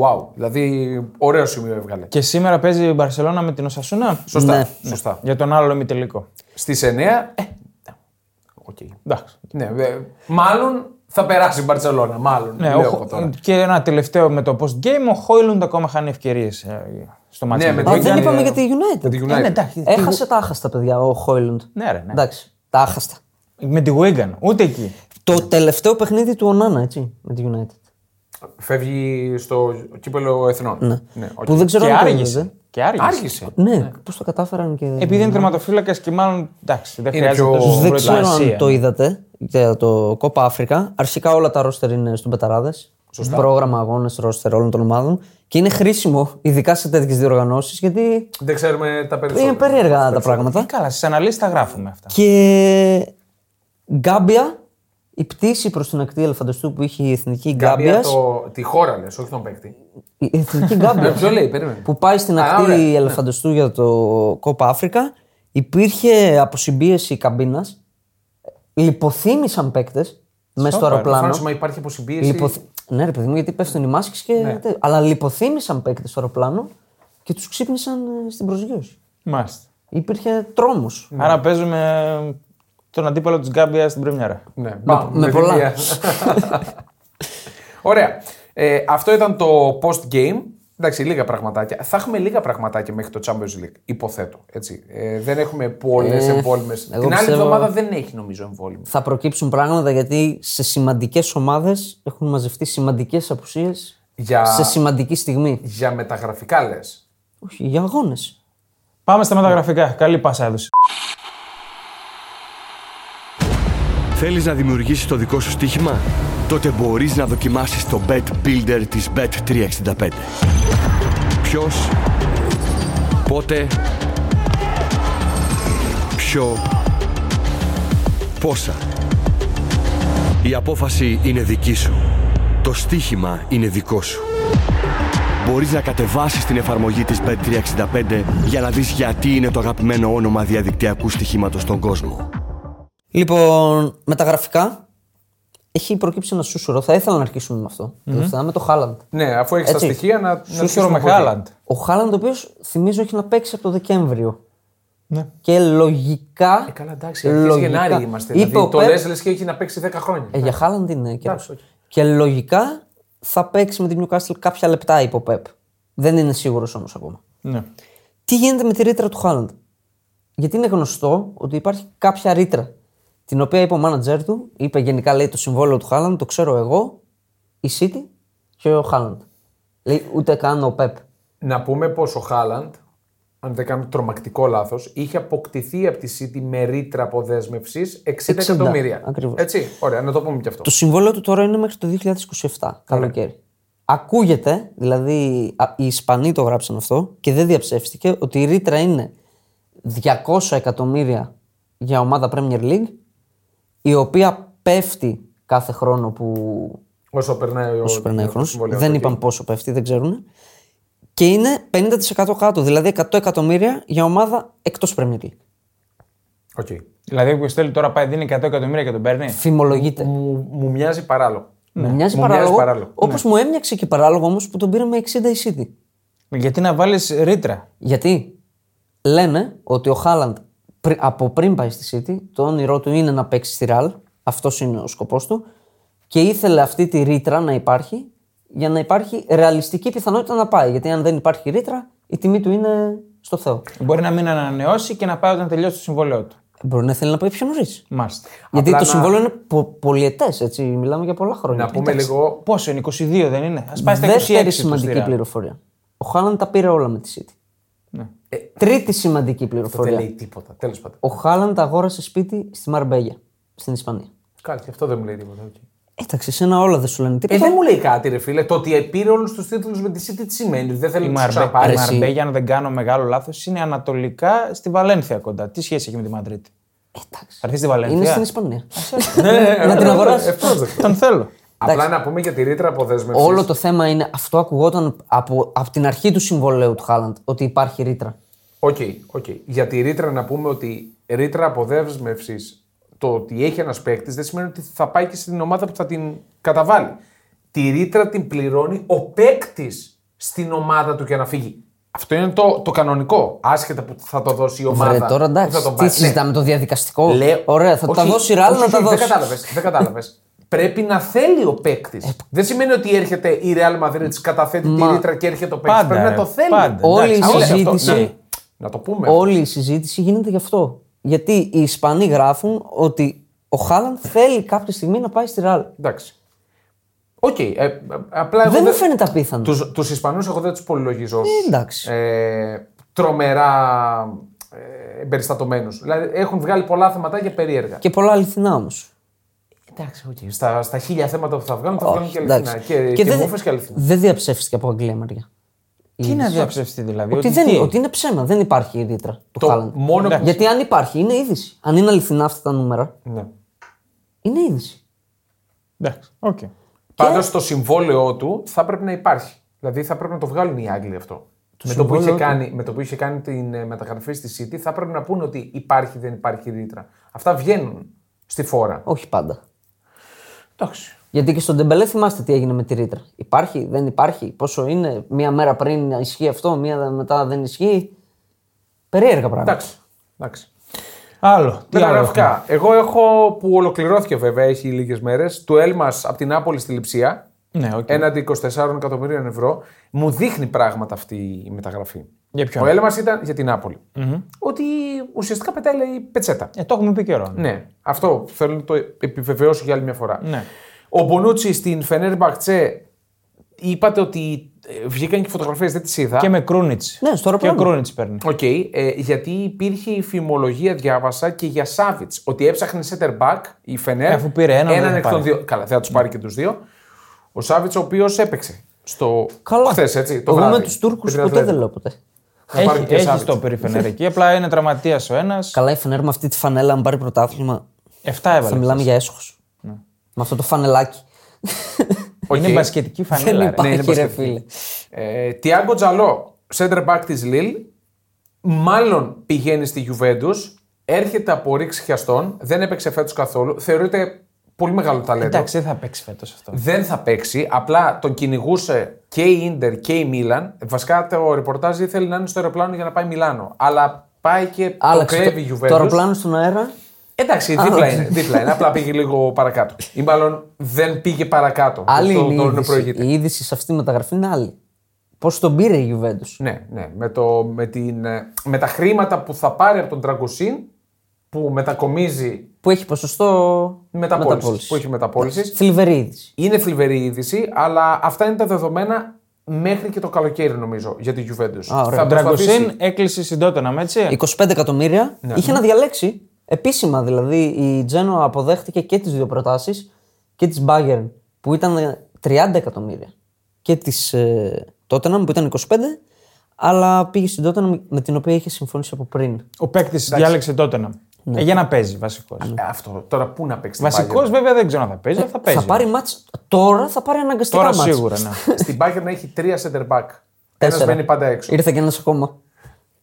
[SPEAKER 1] Wow, δηλαδή ωραίο σημείο έβγαλε.
[SPEAKER 2] Και σήμερα παίζει η Μπαρσελόνα με την Οσασούνα.
[SPEAKER 1] Σωστά.
[SPEAKER 3] Ναι.
[SPEAKER 1] Σωστά.
[SPEAKER 2] Για τον άλλο ημιτελικό.
[SPEAKER 1] Στις 9. Ε, οκ.
[SPEAKER 2] Εντάξει.
[SPEAKER 1] Ναι, ε, μάλλον θα περάσει η Μπαρσελόνα. Μάλλον.
[SPEAKER 2] Ναι,
[SPEAKER 1] λέω
[SPEAKER 2] ο
[SPEAKER 1] εγώ
[SPEAKER 2] Χο-
[SPEAKER 1] τώρα.
[SPEAKER 2] και ένα τελευταίο με το post game. Ο Χόιλουντ ακόμα χάνει ευκαιρίε στο μάτι.
[SPEAKER 1] Ναι, με
[SPEAKER 3] Α,
[SPEAKER 1] το
[SPEAKER 3] δεν
[SPEAKER 1] Ήταν,
[SPEAKER 3] είπαμε
[SPEAKER 1] ε,
[SPEAKER 3] για τη
[SPEAKER 1] Με τη
[SPEAKER 3] United.
[SPEAKER 1] United.
[SPEAKER 2] ναι, εντάξει.
[SPEAKER 3] Έχασε τα άχαστα, παιδιά, ο Χόιλουντ.
[SPEAKER 2] Ναι, ρε, ναι.
[SPEAKER 3] Εντάξει, τα άχαστα.
[SPEAKER 2] Με τη Wigan, ούτε εκεί.
[SPEAKER 3] Το τελευταίο παιχνίδι του Ονάνα, έτσι, με τη United.
[SPEAKER 1] Φεύγει στο κύπελο Εθνών. Ναι. οκ.
[SPEAKER 3] Που δεν ξέρω
[SPEAKER 1] Ναι,
[SPEAKER 2] Και
[SPEAKER 3] αν το ε.
[SPEAKER 2] άργησε.
[SPEAKER 3] είδατε.
[SPEAKER 2] Και άργησε.
[SPEAKER 1] Άργησε.
[SPEAKER 3] Ναι, πώς το κατάφεραν και.
[SPEAKER 2] Επειδή είναι τερματοφύλακα και μάλλον. Εντάξει, δεν
[SPEAKER 1] Είναι
[SPEAKER 2] χρειάζεται
[SPEAKER 1] πιο-
[SPEAKER 2] τόσο
[SPEAKER 3] Δεν ξέρω
[SPEAKER 2] προετοιμασία.
[SPEAKER 3] αν το είδατε για το Κόπα Αφρικα. Αρχικά όλα τα ρόστερ είναι στον Πεταράδες. Πρόγραμμα αγώνες ρόστερ όλων των ομάδων. Και είναι χρήσιμο, ειδικά σε τέτοιες διοργανώσεις, γιατί
[SPEAKER 1] Δεν ξέρουμε τα περισσότερα.
[SPEAKER 3] είναι περίεργα τα πράγματα.
[SPEAKER 2] Ε, Καλά, στις αναλύσεις τα γράφουμε αυτά.
[SPEAKER 3] Και Γκάμπια, η πτήση προς την ακτή Ελεφαντοστού που είχε η εθνική Γκάμπια.
[SPEAKER 1] Γκάμπιας το... Τη χώρα λες, όχι τον παίκτη.
[SPEAKER 3] Η εθνική
[SPEAKER 1] Ναι,
[SPEAKER 3] Γκάμπια.
[SPEAKER 1] ποιο λέει, περίμενε.
[SPEAKER 3] που πάει στην
[SPEAKER 1] Α, ωραία.
[SPEAKER 3] ακτή Ελεφαντοστού για το Κόπα Αφρικα, υπήρχε αποσυμπίεση καμπίνας. Λιποθύμησαν παίκτες μέσα στο αεροπλάνο.
[SPEAKER 1] Προφανώς, μα υπάρχει αποσυμπίεση.
[SPEAKER 3] Λιποθ... Ναι, ρε παιδί μου, γιατί πέφτουν οι μάσκες και.
[SPEAKER 1] Ναι.
[SPEAKER 3] τε- Αλλά λιποθύμησαν παίκτες στο αεροπλάνο και τους ξύπνησαν ε, στην προσγείωση.
[SPEAKER 2] Μάλιστα.
[SPEAKER 3] Υπήρχε τρόμος.
[SPEAKER 1] Ναι.
[SPEAKER 2] Άρα παίζουμε τον αντίπαλο της Γκάμπια στην Πρεμιέρα.
[SPEAKER 1] Ναι, μπαμ,
[SPEAKER 3] με
[SPEAKER 1] την
[SPEAKER 3] πολλά.
[SPEAKER 1] μία. Ωραία. Ε, αυτό ήταν το post game. Εντάξει, λίγα πραγματάκια. Θα έχουμε λίγα πραγματάκια μέχρι το Champions League, υποθέτω. Έτσι. Ε, δεν έχουμε πολλές
[SPEAKER 3] Ε,
[SPEAKER 1] εμβόλυμες. Την
[SPEAKER 3] εγώ
[SPEAKER 1] άλλη
[SPEAKER 3] πιστεύω-
[SPEAKER 1] εβδομάδα δεν έχει νομίζω εμβόλυμο.
[SPEAKER 3] Θα προκύψουν πράγματα γιατί σε σημαντικές ομάδες έχουν μαζευτεί σημαντικές απουσίες
[SPEAKER 1] Για,
[SPEAKER 3] σε σημαντική στιγμή.
[SPEAKER 1] για μεταγραφικά λες.
[SPEAKER 3] Όχι, για αγώνες.
[SPEAKER 2] Πάμε στα μεταγραφικά. Καλή πάσα έδωσε.
[SPEAKER 4] Θέλεις να δημιουργήσεις το δικό σου στοίχημα? Τότε μπορείς να δοκιμάσεις το Bet Builder της Bet365. Ποιος, πότε, ποιο, πόσα. Η απόφαση είναι δική σου. Το στοίχημα είναι δικό σου. Μπορείς να κατεβάσεις την εφαρμογή της Bet365 για να δεις γιατί είναι το αγαπημένο όνομα διαδικτυακού στοιχήματος στον κόσμο.
[SPEAKER 3] Λοιπόν, με τα γραφικά έχει προκύψει ένα σούσουρο. Θα ήθελα να αρχίσουμε με αυτό. τελευταία, με το Χάλαντ.
[SPEAKER 1] Ναι, αφού έχεις τα
[SPEAKER 3] Έτσι.
[SPEAKER 1] στοιχεία να. να αρχίσουμε
[SPEAKER 2] Σούσουρο με
[SPEAKER 1] από εκεί.
[SPEAKER 2] Χάλαντ.
[SPEAKER 3] Ο Χάλαντ, ο οποίος θυμίζω έχει να παίξει από το Δεκέμβριο.
[SPEAKER 2] Ναι.
[SPEAKER 3] Και λογικά.
[SPEAKER 1] Ε, καλά, εντάξει. Αρχίζει Γενάρη είμαστε. δηλαδή,
[SPEAKER 3] ο
[SPEAKER 1] το
[SPEAKER 3] Πεπ-
[SPEAKER 1] λες λες και έχει να παίξει 10 χρόνια.
[SPEAKER 3] Ε, για Χάλαντ είναι και.
[SPEAKER 1] Εντάξει, οκ.
[SPEAKER 3] Και λογικά θα παίξει με την Newcastle κάποια λεπτά, είπε ο Πεπ. Δεν είναι σίγουρος όμως ακόμα.
[SPEAKER 2] ναι.
[SPEAKER 3] Τι γίνεται με τη ρήτρα του Χάλαντ. Γιατί είναι γνωστό ότι υπάρχει κάποια ρήτρα. Την οποία είπε ο μάνατζερ του, είπε γενικά λέει το συμβόλαιο του Χάλαντ, το ξέρω εγώ, η City και ο Χάλαντ. Λέει ούτε καν ο Πεπ.
[SPEAKER 1] Να πούμε πως ο Χάλαντ, αν δεν κάνω τρομακτικό λάθος, είχε αποκτηθεί από τη City με ρήτρα αποδέσμευσης 60,
[SPEAKER 3] 60,
[SPEAKER 1] εκατομμύρια.
[SPEAKER 3] ακριβώς.
[SPEAKER 1] Έτσι. Ωραία, να το πούμε και αυτό.
[SPEAKER 3] Το συμβόλαιο του τώρα είναι μέχρι το 2027, καλοκαίρι. Ακούγεται, δηλαδή α, οι Ισπανοί το γράψαν αυτό και δεν διαψεύστηκε, ότι η ρήτρα είναι 200 εκατομμύρια για ομάδα Premier League, η οποία πέφτει κάθε χρόνο που
[SPEAKER 1] Όσο περνάει ο
[SPEAKER 3] Όσο περνάει ο
[SPEAKER 1] το
[SPEAKER 3] χρόνος.
[SPEAKER 1] συμβόλαιο.
[SPEAKER 3] Δεν
[SPEAKER 1] Οκ.
[SPEAKER 3] είπαν πόσο πέφτει, δεν ξέρουν. Και είναι 50% κάτω, δηλαδή 100 εκατομμύρια για ομάδα εκτός Premier League.
[SPEAKER 1] Οκ.
[SPEAKER 2] Δηλαδή, ο Κουστέλη τώρα πάει, δίνει 100 εκατομμύρια και τον παίρνει.
[SPEAKER 3] Φημολογείται.
[SPEAKER 1] Μου, μου μοιάζει παράλογο.
[SPEAKER 3] Μου μοιάζει
[SPEAKER 1] Μου
[SPEAKER 3] παράλογο.
[SPEAKER 1] μοιάζει παράλογο. ναι.
[SPEAKER 3] Όπω μου έμοιαξε και παράλογο όμως που τον πήρε με 60 η City.
[SPEAKER 2] Γιατί να βάλεις ρήτρα.
[SPEAKER 3] Γιατί λένε ότι ο Χάλαντ πρι- από πριν πάει στη City, το όνειρό του είναι να παίξει στη Ραλ. Αυτός είναι ο σκοπός του. Και ήθελε αυτή τη ρήτρα να υπάρχει για να υπάρχει ρεαλιστική πιθανότητα να πάει. Γιατί αν δεν υπάρχει ρήτρα, η τιμή του είναι στο Θεό.
[SPEAKER 2] Μπορεί να μην ανανεώσει και να πάει όταν τελειώσει το συμβόλαιό του.
[SPEAKER 3] Μπορεί να θέλει να πάει πιο νωρίς.
[SPEAKER 2] Μάλιστα.
[SPEAKER 3] Γιατί
[SPEAKER 1] Απλά
[SPEAKER 3] το
[SPEAKER 1] να-
[SPEAKER 3] συμβόλαιο είναι πο, πολιετές, έτσι. Μιλάμε για πολλά χρόνια.
[SPEAKER 1] Να πούμε λίγο.
[SPEAKER 2] Πόσο είναι, 22 δεν είναι. Ας πάει στα 26.
[SPEAKER 3] Δεύτερη
[SPEAKER 2] του
[SPEAKER 3] σημαντική
[SPEAKER 2] στη Real.
[SPEAKER 3] πληροφορία. Ο Χάλαντ τα πήρε όλα με τη City.
[SPEAKER 2] Ναι.
[SPEAKER 1] Ε,
[SPEAKER 3] Τρίτη σημαντική
[SPEAKER 1] Δεν
[SPEAKER 3] πληροφορία.
[SPEAKER 1] λέει τίποτα. Τέλος πάντων.
[SPEAKER 3] Ο Χάλαντ αγόρασε σπίτι στη Μαρμπέγια, στην Ισπανία.
[SPEAKER 1] Κάτι, και αυτό δεν μου λέει τίποτα. οκ.
[SPEAKER 3] Εντάξει, εσένα όλα δεν σου λένε
[SPEAKER 1] Ε,
[SPEAKER 3] τίποτα.
[SPEAKER 1] δεν μου λέει κάτι, ρε φίλε. Το ότι πήρε όλου του τίτλους με τη City τι σημαίνει. ότι Δεν θέλει
[SPEAKER 2] Η
[SPEAKER 1] να τους
[SPEAKER 2] Μαρμπέ,
[SPEAKER 1] ξαναπάρει.
[SPEAKER 2] η
[SPEAKER 3] Εσύ.
[SPEAKER 2] Μαρμπέ, για να δεν κάνω μεγάλο λάθος, είναι ανατολικά στη Βαλένθια κοντά. Τι σχέση έχει με τη Μαδρίτη.
[SPEAKER 3] Εντάξει.
[SPEAKER 2] Θα έρθει στη Βαλένθια.
[SPEAKER 3] Είναι στην Ισπανία.
[SPEAKER 1] Ναι, ναι.
[SPEAKER 3] Να την
[SPEAKER 1] ε,
[SPEAKER 3] αγοράσει.
[SPEAKER 1] ευπρόσδεκτο.
[SPEAKER 2] Τον θέλω.
[SPEAKER 1] Απλά να πούμε για τη ρήτρα αποδέσμευσης.
[SPEAKER 3] Όλο το θέμα είναι αυτό ακουγόταν από, από την αρχή του συμβολέου του Χάλαντ ότι υπάρχει ρήτρα.
[SPEAKER 1] Οκ, οκ. Για τη ρήτρα να πούμε ότι ρήτρα αποδέσμευσης το ότι έχει ένας παίκτης δεν σημαίνει ότι θα πάει και στην ομάδα που θα την καταβάλει. Τη ρήτρα την πληρώνει ο παίκτης στην ομάδα του για να φύγει. Αυτό είναι το, το κανονικό. Άσχετα που θα το δώσει η ομάδα.
[SPEAKER 3] Βρε, τώρα
[SPEAKER 1] που θα
[SPEAKER 3] εντάξει,
[SPEAKER 1] τον
[SPEAKER 3] τι
[SPEAKER 1] πάρει.
[SPEAKER 3] συζητάμε, το διαδικαστικό.
[SPEAKER 1] Ναι. Λέω-
[SPEAKER 3] Ωραία, θα
[SPEAKER 1] όχι,
[SPEAKER 3] τα δώσει η Ραλ
[SPEAKER 1] όχι,
[SPEAKER 3] να
[SPEAKER 1] όχι,
[SPEAKER 3] τα
[SPEAKER 1] Δεν
[SPEAKER 3] δώσει.
[SPEAKER 1] κατάλαβες. Δεν κατάλαβες. Πρέπει να θέλει ο παίκτης.
[SPEAKER 3] Ε,
[SPEAKER 1] δεν σημαίνει ότι έρχεται η Real Madrid, της καταθέτει τη ρήτρα και έρχεται ο παίκτης.
[SPEAKER 2] Πάντα,
[SPEAKER 1] Πρέπει να
[SPEAKER 2] ρε,
[SPEAKER 1] το
[SPEAKER 3] ε,
[SPEAKER 1] θέλει.
[SPEAKER 2] πάντα.
[SPEAKER 3] Όλη η
[SPEAKER 2] Εντάξει,
[SPEAKER 1] Α, όχι, αυτό,
[SPEAKER 3] συζήτηση.
[SPEAKER 1] ναι. Να το πούμε.
[SPEAKER 3] Όλη η συζήτηση γίνεται γι' αυτό. Γιατί οι Ισπανοί γράφουν ότι ο Χάλαντ θέλει κάποια στιγμή να πάει στη Ραλ.
[SPEAKER 1] Εντάξει. Οκ. ε, ε, απλά εγώ
[SPEAKER 3] Δεν μου φαίνεται απίθανο.
[SPEAKER 1] Τους, τους Ισπανούς εγώ δεν τους πολυλογίζω. ως,
[SPEAKER 3] Ε, εντάξει.
[SPEAKER 1] Ε, τρομερά ε, περιστατωμένους. Δηλαδή έχουν βγάλει πολλά θεματάκια περίεργα.
[SPEAKER 3] Και πολλά αληθινά όμως.
[SPEAKER 1] Εντάξει, οκ. Στα, στα χίλια θέματα που θα βγάλουν, θα βγάλουν και αληθινά.
[SPEAKER 3] Εντάξει.
[SPEAKER 1] Και, και,
[SPEAKER 3] δεν,
[SPEAKER 1] μούφες και αληθινά.
[SPEAKER 3] δεν διαψεύστηκε από Αγγλία μεριά.
[SPEAKER 2] Τι να διαψευστεί δηλαδή.
[SPEAKER 3] Ότι, δεν, ότι είναι ψέμα, δεν υπάρχει η ρήτρα του
[SPEAKER 1] Το
[SPEAKER 3] Χάλαντ.
[SPEAKER 1] μόνο που-
[SPEAKER 3] Γιατί αν υπάρχει, είναι είδηση. Αν είναι αληθινά αυτά τα νούμερα,
[SPEAKER 1] Ναι.
[SPEAKER 3] είναι είδηση.
[SPEAKER 2] Εντάξει, οκ.
[SPEAKER 1] Πάντως το συμβόλαιό του θα πρέπει να υπάρχει. Δηλαδή θα πρέπει να το βγάλουν οι Άγγλοι αυτό. με, το που είχε
[SPEAKER 2] συμβόλαιό του.
[SPEAKER 1] κάνει, με το που είχε κάνει την ε, μεταγραφή στη City θα πρέπει να πούνε ότι υπάρχει δεν υπάρχει ρήτρα. Αυτά βγαίνουν στη φόρα.
[SPEAKER 3] Όχι πάντα.
[SPEAKER 1] Εντάξει.
[SPEAKER 3] Γιατί και στον Τεμπελέ θυμάστε τι έγινε με τη ρήτρα. Υπάρχει, δεν υπάρχει, πόσο είναι, μία μέρα πριν ισχύει αυτό, μία μετά δεν ισχύει. Περίεργα πράγματα.
[SPEAKER 1] Εντάξει. Εντάξει.
[SPEAKER 2] Άλλο. Τι άλλο. έχουμε.
[SPEAKER 1] Μεταγραφικά. Εγώ έχω που ολοκληρώθηκε βέβαια, έχει λίγες μέρες, του Έλμας από την Άπολη στη Λιψία.
[SPEAKER 2] Ναι,
[SPEAKER 3] Ε,
[SPEAKER 2] οκ.
[SPEAKER 1] Έναντι 24 εκατομμυρίων ευρώ. Μου δείχνει πράγματα αυτή η μεταγραφή.
[SPEAKER 2] Για ποιον?
[SPEAKER 3] ε,
[SPEAKER 1] Ο Έλμας ήταν για την απολη Ότι ουσιαστικά πετάει λέει, πετσέτα.
[SPEAKER 2] Ε, το έχουμε πει καιρό.
[SPEAKER 1] Ναι, αυτό θέλω να το επιβεβαιώσω για άλλη μια φορά.
[SPEAKER 2] Ναι.
[SPEAKER 1] Ο Μπονούτσι στην Φενέρ Μπαχτσέ είπατε ότι ε, βγήκαν και φωτογραφίες, δεν τις είδα.
[SPEAKER 2] Και με Κρούνιτς.
[SPEAKER 3] Ναι, στο
[SPEAKER 2] Και
[SPEAKER 3] αεροπλάνο.
[SPEAKER 2] Κρούνιτς παίρνει.
[SPEAKER 1] Οκ, ε, γιατί υπήρχε η φημολογία, διάβασα και για Σάβιτ. Ότι έψαχνε center back η Φενέρ.
[SPEAKER 2] Ε, αφού πήρε έναν, δεν θα
[SPEAKER 1] εκ
[SPEAKER 2] πάρει.
[SPEAKER 1] των δύο. Καλά, δεν θα τους πάρει και τους δύο. Ο Σάβιτ, ο οποίος έπαιξε. Στο...
[SPEAKER 3] Καλά.
[SPEAKER 1] χθες, έτσι. Το
[SPEAKER 3] Εγώ
[SPEAKER 1] βράδυ,
[SPEAKER 3] με τους Τούρκους
[SPEAKER 1] με την
[SPEAKER 3] ποτέ
[SPEAKER 1] Ατλέτικο.
[SPEAKER 3] δεν λέω ποτέ.
[SPEAKER 1] Θα πάρει
[SPEAKER 2] Έχει,
[SPEAKER 1] και
[SPEAKER 2] έχει
[SPEAKER 1] Σάβιτς.
[SPEAKER 2] στο περιφερειακό εκεί. Απλά είναι τραυματίας ο ένας.
[SPEAKER 3] Καλά, η Φενέρ με αυτή τη φανέλα, αν πάρει πρωτάθλημα,
[SPEAKER 2] Εφτά
[SPEAKER 3] θα
[SPEAKER 2] έβαλε.
[SPEAKER 3] μιλάμε για έσχος.
[SPEAKER 1] Ναι.
[SPEAKER 3] Με αυτό το φανελάκι.
[SPEAKER 1] Οκ.
[SPEAKER 2] Είναι μπασκετική
[SPEAKER 3] δεν
[SPEAKER 2] φανέλα. ρε.
[SPEAKER 1] είναι
[SPEAKER 3] υπάρχει, ρε
[SPEAKER 1] μπασκετική.
[SPEAKER 3] φίλε.
[SPEAKER 1] Ε, Τιάγκο Τζαλό, center back τη Λίλ, μάλλον πηγαίνει στη Juventus, έρχεται από ρήξη χιαστών, δεν έπαιξε φέτος καθόλου. Θεωρείται πολύ μεγάλο ταλέντο.
[SPEAKER 2] Εντάξει, δεν θα παίξει φέτος αυτό.
[SPEAKER 1] Δεν θα παίξει, απλά τον κυνηγούσε και η Ίντερ και η Μίλαν. Βασικά το ρεπορτάζ ήθελε να είναι στο αεροπλάνο για να πάει Μιλάνο. Αλλά πάει και
[SPEAKER 3] Άλλαξε
[SPEAKER 1] το
[SPEAKER 3] το,
[SPEAKER 1] κλέβει η
[SPEAKER 3] το
[SPEAKER 1] Juventus.
[SPEAKER 3] αεροπλάνο στον αέρα.
[SPEAKER 1] Εντάξει, δίπλα είναι, δίπλα είναι. Απλά πήγε λίγο παρακάτω. Ή μάλλον δεν πήγε παρακάτω.
[SPEAKER 3] Άλλη
[SPEAKER 1] Το-
[SPEAKER 3] είναι
[SPEAKER 1] το-
[SPEAKER 3] η
[SPEAKER 1] το
[SPEAKER 3] είδηση.
[SPEAKER 1] προηγείται.
[SPEAKER 3] Η είδηση σε αυτή τη μεταγραφή είναι άλλη. Πώς τον πήρε η Juventus.
[SPEAKER 1] Ναι, ναι. Με, το, με, την, ε, με τα χρήματα που θα πάρει από τον Τραγκοσίν που μετακομίζει
[SPEAKER 3] Που έχει ποσοστό
[SPEAKER 1] μεταπόληση. Που έχει μεταπόληση.
[SPEAKER 3] Θλιβερή είδηση.
[SPEAKER 1] Είναι θλιβερή η είδηση, αλλά αυτά είναι τα δεδομένα μέχρι και το καλοκαίρι νομίζω για τη Juventus.
[SPEAKER 3] Α, ωραία.
[SPEAKER 1] θα
[SPEAKER 2] Ο
[SPEAKER 1] προσπαθήσει.
[SPEAKER 2] Ντραγκοσίν έκλεισε συντότανα, έτσι.
[SPEAKER 3] 25 Ε, εκατομμύρια
[SPEAKER 2] Ναι.
[SPEAKER 3] είχε να διαλέξει επίσημα. Δηλαδή η Τζένοα αποδέχτηκε και τις δύο προτάσεις και της Bayern που ήταν ε, 30 εκατομμύρια και της ε, Tottenham που ήταν 25. Αλλά πήγε στην Tottenham με την οποία είχε συμφωνήσει από πριν.
[SPEAKER 2] Ο παίκτης διάλεξε τότε
[SPEAKER 3] Ναι.
[SPEAKER 2] να. Για να παίζει βασικός.
[SPEAKER 1] Ε, Αυτό. Τώρα πού να παίξει. την
[SPEAKER 2] Βασικός
[SPEAKER 1] Bayern.
[SPEAKER 2] βέβαια δεν ξέρω αν θα παίζει, αλλά θα παίζει.
[SPEAKER 3] Ε, Θα πάρει μάτς, τώρα θα πάρει αναγκαστικά
[SPEAKER 2] Τώρα
[SPEAKER 3] μάτς.
[SPEAKER 2] σίγουρα, ναι.
[SPEAKER 1] Στην Bayern έχει τρία center back. Ένα
[SPEAKER 3] Τέσσερα.
[SPEAKER 1] μένει πάντα έξω.
[SPEAKER 3] Ήρθε και ένας ακόμα.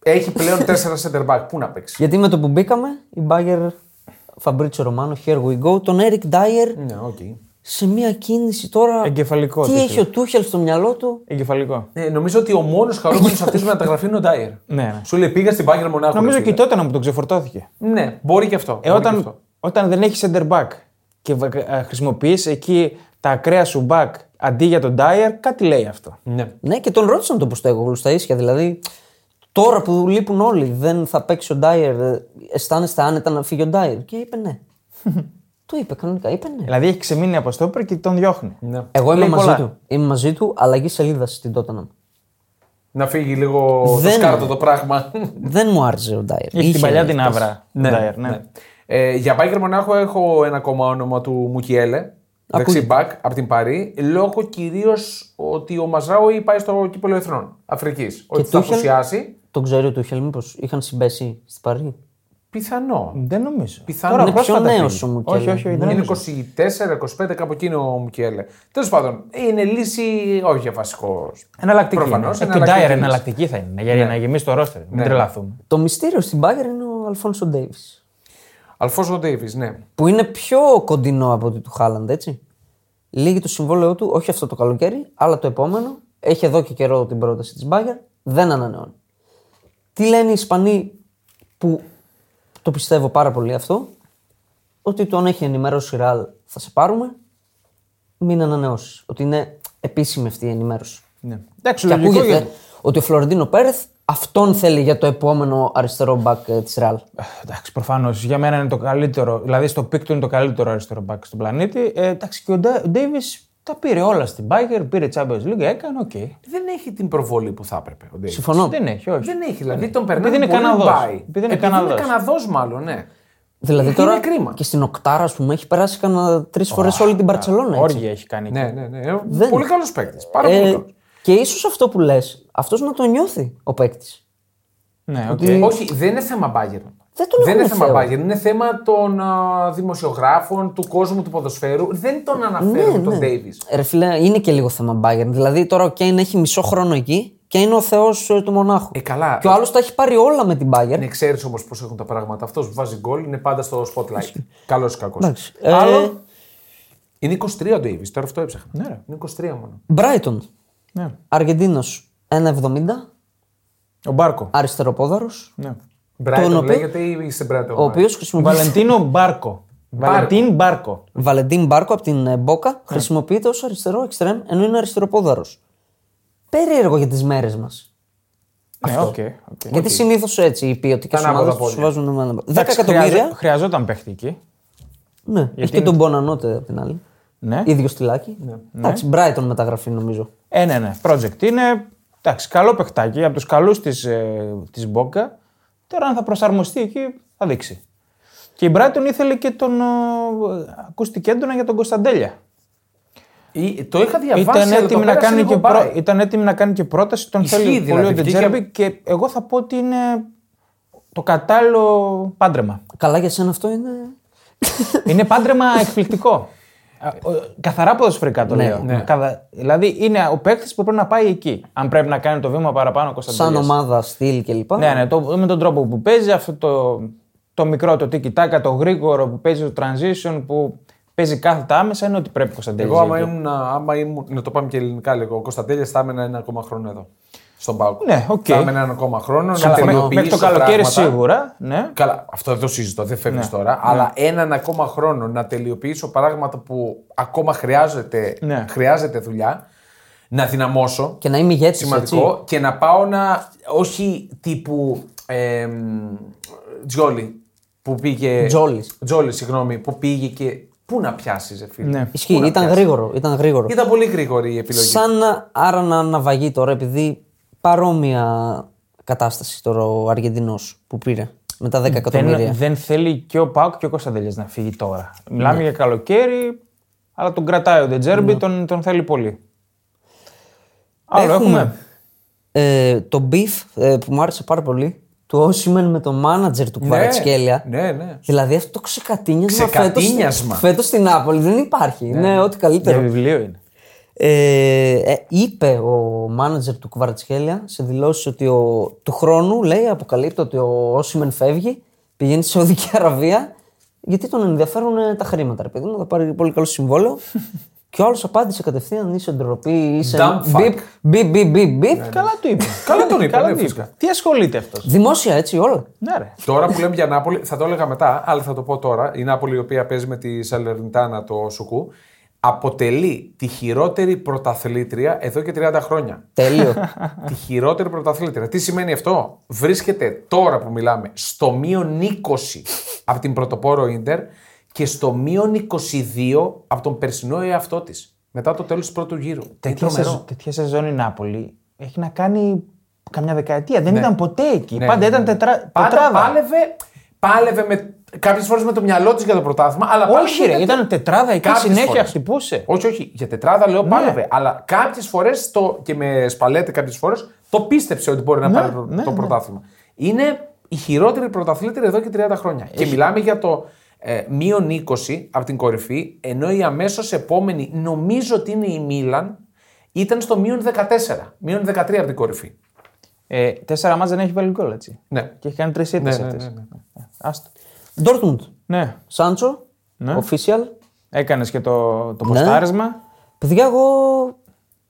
[SPEAKER 1] Έχει πλέον τέσσερα center back. Πού να παίξει.
[SPEAKER 3] Γιατί με το που μπήκαμε, η Bayer Φαμπρίτσο Ρωμάνο, here we go, τον Eric Dyer
[SPEAKER 1] Ναι, οκ.
[SPEAKER 3] σε μια κίνηση τώρα.
[SPEAKER 2] Εγκεφαλικό
[SPEAKER 3] Τι
[SPEAKER 2] τέτοιο.
[SPEAKER 3] έχει ο Τούχελ στο μυαλό του.
[SPEAKER 2] Εγκεφαλικό.
[SPEAKER 1] Ε, νομίζω ότι ο μόνος χαρούμενος αυτή τη μεταγραφή είναι ο Ντάιερ.
[SPEAKER 2] Ναι, ναι.
[SPEAKER 1] Σου λέει πήγα στην Bayern Μονάχου.
[SPEAKER 2] Νομίζω
[SPEAKER 1] ρε
[SPEAKER 2] και
[SPEAKER 1] φίλε.
[SPEAKER 2] τότε να μου τον ξεφορτώθηκε.
[SPEAKER 1] Ναι, μπορεί και αυτό.
[SPEAKER 2] Ε,
[SPEAKER 1] μπορεί και αυτό.
[SPEAKER 2] όταν, όταν δεν έχει center back και χρησιμοποιείς εκεί τα ακραία σου back αντί για τον Dyer, κάτι λέει αυτό.
[SPEAKER 1] Ναι.
[SPEAKER 3] Ναι, και τον ρώτησαν το Ποστέκογλου στα ίσια. Δηλαδή, τώρα που λείπουν όλοι, δεν θα παίξει ο Ντάιερ. ε, Αισθάνεστε άνετα να φύγει ο Ντάιερ. Και είπε ναι. το είπε κανονικά, είπε ναι.
[SPEAKER 2] Δηλαδή έχει ξεμείνει από στόπερ και τον διώχνει.
[SPEAKER 1] ναι.
[SPEAKER 3] Εγώ είμαι
[SPEAKER 2] λέει
[SPEAKER 3] μαζί
[SPEAKER 2] πολλά.
[SPEAKER 3] του. Είμαι μαζί του, αλλαγή σελίδας στην Τόταναμ.
[SPEAKER 1] Να φύγει λίγο το
[SPEAKER 3] Δεν-
[SPEAKER 1] σκάρτο το πράγμα.
[SPEAKER 3] δεν μου άρεσε ο Ντάιερ.
[SPEAKER 2] Έχει την παλιά την
[SPEAKER 3] αυτές.
[SPEAKER 2] άβρα. Ναι, Dyer, ναι.
[SPEAKER 1] Ε, για Bayern Μονάχο έχω ένα ακόμα όνομα του Μουκιέλε. Δεξί μπακ από την Παρή. Λόγω κυρίως ότι ο Μαζράουι πάει στο κύπελο Εθνών Αφρικής. Ότι θα
[SPEAKER 3] Tuchel?
[SPEAKER 1] απουσιάσει.
[SPEAKER 3] Τον ξέρει ο Τούχελ, μήπως είχαν συμπέσει στην Παρή.
[SPEAKER 1] Πιθανό.
[SPEAKER 2] Δεν νομίζω.
[SPEAKER 1] Πιθανό.
[SPEAKER 2] Τώρα
[SPEAKER 1] Είναι
[SPEAKER 3] πιο
[SPEAKER 2] πρόσφατα
[SPEAKER 3] νέος
[SPEAKER 2] φύγει.
[SPEAKER 3] ο Μουκέλε.
[SPEAKER 2] Όχι, όχι, δεν
[SPEAKER 1] Είναι
[SPEAKER 2] νομίζω.
[SPEAKER 1] 24-25 κάπου εκείνο ο Μουκιέλε. Τέλος πάντων, είναι λύση όχι για βασικός.
[SPEAKER 2] Εναλλακτική.
[SPEAKER 1] Προφανώς,
[SPEAKER 2] ναι. Ε, Και ο
[SPEAKER 1] εναλλακτική
[SPEAKER 2] Dyer
[SPEAKER 1] λύση.
[SPEAKER 2] εναλλακτική θα είναι. Ναι. Για να γεμίσει το ρόστερ. Μην τρελαθούμε.
[SPEAKER 3] Το μυστήριο στην Bayern είναι ο Αλφόνσο Ντέιβις.
[SPEAKER 1] Αλφόσο Ντέιβις, ναι.
[SPEAKER 3] που είναι πιο κοντινό από ότι του Χάλαντ, έτσι. Λύγει το συμβόλαιό του, όχι αυτό το καλοκαίρι, αλλά το επόμενο. Έχει εδώ και καιρό την πρόταση της Μπάγκερ, δεν ανανεώνει. Τι λένε οι Ισπανοί που το πιστεύω πάρα πολύ αυτό, ότι τον έχει ενημερώσει η Ραλ, θα σε πάρουμε, μην ανανεώσεις. Ότι είναι επίσημη αυτή η ενημέρωση.
[SPEAKER 2] Ναι. Εντάξει,
[SPEAKER 3] Και
[SPEAKER 2] λογικό.
[SPEAKER 3] ακούγεται
[SPEAKER 2] γιατί-
[SPEAKER 3] ότι ο Φλωρεντίνο Πέρεθ αυτόν θέλει για το επόμενο αριστερό μπακ της Ραλ.
[SPEAKER 2] Ε, Εντάξει, προφανώς. Για μένα είναι το καλύτερο. Δηλαδή, στο πικ του είναι το καλύτερο αριστερό μπακ στον πλανήτη. Ε, εντάξει, και ο Ντέιβις Τα πήρε όλα στην Bayern, πήρε Champions League, έκανε, οκ.
[SPEAKER 1] Δεν έχει την προβολή που θα έπρεπε. Ο Davis.
[SPEAKER 3] Συμφωνώ.
[SPEAKER 2] Δεν έχει, όχι.
[SPEAKER 1] Δεν έχει, δηλαδή τον περνάει.
[SPEAKER 2] είναι
[SPEAKER 1] πολύ,
[SPEAKER 2] Καναδός.
[SPEAKER 1] πάει.
[SPEAKER 2] Επειδή είναι Καναδός.
[SPEAKER 1] Καναδός, μάλλον, ναι.
[SPEAKER 3] Δηλαδή
[SPEAKER 1] Είναι
[SPEAKER 3] τώρα
[SPEAKER 1] κρίμα.
[SPEAKER 3] και στην Οκτάρα, ας πούμε, έχει περάσει κανένα τρει φορές όλη την Παρσελόνα.
[SPEAKER 2] Όργια έχει κάνει. εκεί.
[SPEAKER 1] Ναι, ναι, ναι. Πολύ καλός παίκτης. Πάρα πολύ
[SPEAKER 3] Ε,
[SPEAKER 1] καλός.
[SPEAKER 3] και ίσως αυτό που λες, αυτός να το νιώθει ο παίκτης.
[SPEAKER 2] ναι οκ.
[SPEAKER 3] Ότι-
[SPEAKER 1] Ε, Όχι, δεν είναι θέμα Bayern.
[SPEAKER 3] ε, Δεν τον
[SPEAKER 1] είναι
[SPEAKER 3] έχουμε
[SPEAKER 1] θέμα
[SPEAKER 3] θέμα.
[SPEAKER 1] Bayern, είναι θέμα των α, δημοσιογράφων, του κόσμου του ποδοσφαίρου. Δεν τον αναφέρουν
[SPEAKER 3] Ναι,
[SPEAKER 1] τον Davis.
[SPEAKER 3] Ρε φίλε, είναι και λίγο θέμα Bayern. Δηλαδή τώρα ο Κέιν έχει μισό χρόνο εκεί και είναι ο Θεός του Μονάχου.
[SPEAKER 1] Ε, καλά.
[SPEAKER 3] Και ο άλλος τα έχει πάρει όλα με την Bayern.
[SPEAKER 1] Ναι, ξέρεις όμως πώς έχουν τα πράγματα. Αυτός που βάζει γκολ είναι πάντα στο spotlight. Καλός ή κακός.
[SPEAKER 3] Εντάξει. Ε,
[SPEAKER 1] Άλλο. Είναι 23 ο Davis, τώρα αυτό έψαχνα.
[SPEAKER 2] Ναι, ρε.
[SPEAKER 1] Είναι 23 μόνο.
[SPEAKER 3] Brighton.
[SPEAKER 2] Ναι.
[SPEAKER 3] Αργεντίνος 1,70.
[SPEAKER 2] Ο Μπάρκο.
[SPEAKER 3] Αριστεροπόδαρος.
[SPEAKER 2] Ναι.
[SPEAKER 1] Brighton
[SPEAKER 3] οποίο-
[SPEAKER 1] λέγεται ή στην Brighton. ναι.
[SPEAKER 3] Ο οποίο
[SPEAKER 2] Ο
[SPEAKER 3] χρησιμοποιεί.
[SPEAKER 2] Βαλεντίνο Μπάρκο. Βαλεντίν Μπάρκο.
[SPEAKER 3] Βαλεντίν Μπάρκο από την ε,
[SPEAKER 1] Ναι.
[SPEAKER 3] Μπόκα χρησιμοποιείται ως αριστερό εξτρεμ ενώ είναι αριστεροπόδαρος. Περίεργο για τις μέρες μας.
[SPEAKER 2] Ναι, οκ. οκ.
[SPEAKER 3] Γιατί συνήθως έτσι οι ποιοτικές
[SPEAKER 1] Τα ανάποδα
[SPEAKER 3] ομάδε τους
[SPEAKER 1] πόδια.
[SPEAKER 3] βάζουν με ένα. 10
[SPEAKER 2] Εντάξει, χρειαζό-
[SPEAKER 3] εκατομμύρια.
[SPEAKER 2] Χρειαζόταν παίχτη εκεί.
[SPEAKER 3] Ναι, έχει και τον Μπονανότε απ' την άλλη.
[SPEAKER 2] Ναι.
[SPEAKER 3] ίδιο στυλάκι. Εντάξει, Brighton μεταγραφή νομίζω.
[SPEAKER 2] Ε, ναι, ναι. Project είναι. Εντάξει, καλό παιχτάκι από τους καλούς της ε, της Μπόκα. Τώρα, αν θα προσαρμοστεί εκεί, θα δείξει. Και η Brighton ήθελε και τον. ε, ακούστηκε έντονα για τον Κωνσταντέλια.
[SPEAKER 1] Ή- Το είχα διαβάσει.
[SPEAKER 2] Ήταν
[SPEAKER 1] αλλά το
[SPEAKER 2] έτοιμη, να
[SPEAKER 1] πέρασε
[SPEAKER 2] κάνει
[SPEAKER 1] λίγο
[SPEAKER 2] και
[SPEAKER 1] μπάι.
[SPEAKER 2] πρό- ήταν έτοιμη να κάνει και πρόταση, τον
[SPEAKER 1] Ισχύει
[SPEAKER 2] θέλει
[SPEAKER 1] δηλαδή,
[SPEAKER 2] πολύ ο
[SPEAKER 1] βγήκε-
[SPEAKER 2] Ντετζέρμπι και εγώ θα πω ότι είναι το κατάλληλο πάντρεμα.
[SPEAKER 3] Καλά για σένα αυτό είναι.
[SPEAKER 2] είναι πάντρεμα εκπληκτικό. Α, ο- Καθαρά ποδοσφαιρικά
[SPEAKER 1] Ναι,
[SPEAKER 2] το λέω. Καθα- Δηλαδή είναι ο παίκτης που πρέπει να πάει εκεί. Αν πρέπει να κάνει το βήμα παραπάνω ο
[SPEAKER 3] Σαν
[SPEAKER 2] Κωνσταντέλια.
[SPEAKER 3] ομάδα, στυλ κλπ.
[SPEAKER 2] Ναι, ναι, το, με τον τρόπο που παίζει, αυτό το, το μικρό, το τίκι τάκα, το γρήγορο που παίζει, το transition που παίζει κάθετα άμεσα είναι ότι πρέπει ο Κωνσταντέλια.
[SPEAKER 1] Εγώ, άμα ήμουν, άμα ήμουν- να το πάμε και ελληνικά λίγο, ο Κωνσταντέλιας θα έμενα ένα ακόμα χρόνο εδώ. Στον Πάουκ.
[SPEAKER 2] Ναι, οκ.
[SPEAKER 1] Θα έμενα ένα ακόμα χρόνο. να
[SPEAKER 2] Μέχρι
[SPEAKER 1] τελειοποιήσω
[SPEAKER 2] το καλοκαίρι
[SPEAKER 1] πράγματα.
[SPEAKER 2] σίγουρα. Ναι.
[SPEAKER 1] Καλά, αυτό δεν το συζητώ, δεν φεύγεις τώρα. Αλλά έναν ακόμα χρόνο να τελειοποιήσω πράγματα που ακόμα χρειάζεται,
[SPEAKER 2] Ναι.
[SPEAKER 1] χρειάζεται δουλειά, να δυναμώσω.
[SPEAKER 3] Και να είμαι ηγέτης.
[SPEAKER 1] σημαντικό. Και να πάω να. Όχι τύπου. Ε, Τζόλι που πήγε.
[SPEAKER 3] Τζόλι.
[SPEAKER 1] Τζόλι, συγγνώμη, που πήγε και. Πού να πιάσεις, φίλε.
[SPEAKER 2] Ναι.
[SPEAKER 3] Ισχύει,
[SPEAKER 1] Πού να
[SPEAKER 3] ήταν
[SPEAKER 1] πιάσεις.
[SPEAKER 3] γρήγορο. Ήταν γρήγορο.
[SPEAKER 1] Ήταν πολύ γρήγορη η επιλογή.
[SPEAKER 3] Σαν να, άρα να αναβαγεί τώρα, επειδή παρόμοια κατάσταση τώρα ο Αργεντινός που πήρε με τα 10 εκατομμύρια.
[SPEAKER 2] Δεν, δεν θέλει και ο Πάουκ και ο Κωνσταντέλιας να φύγει τώρα. Μιλάμε για καλοκαίρι, αλλά τον κρατάει ο Ντετζέρμπι, τον, τον θέλει πολύ. Άλλο έχουμε.
[SPEAKER 3] Ε, το beef ε, που μου άρεσε πάρα πολύ, του Όσιμεν με το μάνατζερ του Κουβαρατσχέλια.
[SPEAKER 1] Ναι, ναι.
[SPEAKER 3] Δηλαδή αυτό το ξεκατίνιασμα,
[SPEAKER 1] Ξεκατίνιασμα.
[SPEAKER 3] φέτος, φέτος στην Νάπολη δεν υπάρχει. Είναι ό,τι καλύτερο.
[SPEAKER 2] Ναι. Για βιβλίο είναι.
[SPEAKER 3] Ε, ε, είπε ο μάνατζερ του Κουβαρατσχέλια σε δηλώσεις ότι ο, του χρόνου λέει, αποκαλύπτω ότι ο Όσιμεν φεύγει, πηγαίνει σε Σαουδική Αραβία, γιατί τον ενδιαφέρουν ε, τα χρήματα. Ρε παιδί μου, θα πάρει πολύ καλό συμβόλαιο. και ο άλλος απάντησε κατευθείαν: Είσαι ντροπή, είσαι.
[SPEAKER 1] Dumb fuck.
[SPEAKER 3] Μπιπ, μπιπ, μπιπ, μπιπ, μπιπ.
[SPEAKER 2] Καλά του είπε.
[SPEAKER 1] Καλά τον είπε,
[SPEAKER 2] Καλά
[SPEAKER 1] ναι,
[SPEAKER 2] του είπε.
[SPEAKER 1] φυσικά.
[SPEAKER 2] Τι ασχολείται αυτός.
[SPEAKER 3] Δημόσια έτσι όλα.
[SPEAKER 2] Ναι, ρε.
[SPEAKER 1] Τώρα που λέμε για Νάπολη, θα το έλεγα μετά, αλλά θα το πω τώρα. Η Νάπολη, η οποία παίζει με τη Σαλερνιτάνα το Σουκού, αποτελεί τη χειρότερη πρωταθλήτρια εδώ και 30 χρόνια.
[SPEAKER 3] Τέλειο.
[SPEAKER 1] τη χειρότερη πρωταθλήτρια. Τι σημαίνει αυτό, Βρίσκεται τώρα που μιλάμε στο μείον 20 από την πρωτοπόρο Ιντερ και στο μείον 22 από τον περσινό εαυτό της. Μετά το τέλος του πρώτου γύρου. Είναι
[SPEAKER 2] Τέτοια,
[SPEAKER 1] τρομερό.
[SPEAKER 2] σεζο- τέτοια σεζόν η Νάπολη έχει να κάνει καμιά δεκαετία. Δεν ήταν ποτέ εκεί.
[SPEAKER 1] Ναι,
[SPEAKER 2] Πάντα
[SPEAKER 1] ναι,
[SPEAKER 2] ήταν
[SPEAKER 1] ναι.
[SPEAKER 2] τετρά...
[SPEAKER 1] Πάντα
[SPEAKER 2] τετράδα.
[SPEAKER 1] πάλευε, πάλευε με, κάποιες φορές με το μυαλό της για το πρωτάθλημα, αλλά
[SPEAKER 2] Όχι,
[SPEAKER 1] πάλευε
[SPEAKER 2] ρε,
[SPEAKER 1] για-
[SPEAKER 2] ήταν τετράδα εκεί.
[SPEAKER 1] Κάποιες
[SPEAKER 2] Συνέχεια
[SPEAKER 1] φορές.
[SPEAKER 2] χτυπούσε.
[SPEAKER 1] Όχι, όχι, για τετράδα
[SPEAKER 2] Ναι.
[SPEAKER 1] λέω πάλευε, αλλά κάποιες φορές το, και με σπαλέτε κάποιες φορές το πίστεψε ότι μπορεί να
[SPEAKER 2] Ναι,
[SPEAKER 1] πάρει το, το πρωτάθλημα. Είναι η χειρότερη πρωταθλήτρια εδώ και 30 χρόνια. Και μιλάμε για το ε, μείον 20 από την κορυφή, ενώ η αμέσως επόμενη νομίζω ότι είναι η Μίλαν, ήταν στο μείον 14, μείον 13 από την κορυφή.
[SPEAKER 2] Ε, τέσσερα μάτς δεν έχει βάλει γκολ, έτσι.
[SPEAKER 1] Ναι.
[SPEAKER 2] Και έχει κάνει τρεις ήττε
[SPEAKER 1] Ναι, ναι,
[SPEAKER 2] αυτές.
[SPEAKER 1] ναι, ναι,
[SPEAKER 2] Άστο.
[SPEAKER 3] Ντόρκμουντ.
[SPEAKER 2] Ναι.
[SPEAKER 3] Σάντσο. Official.
[SPEAKER 2] Έκανες και το,
[SPEAKER 3] Ναι.
[SPEAKER 2] το ποστάρισμα.
[SPEAKER 3] Παιδιά, εγώ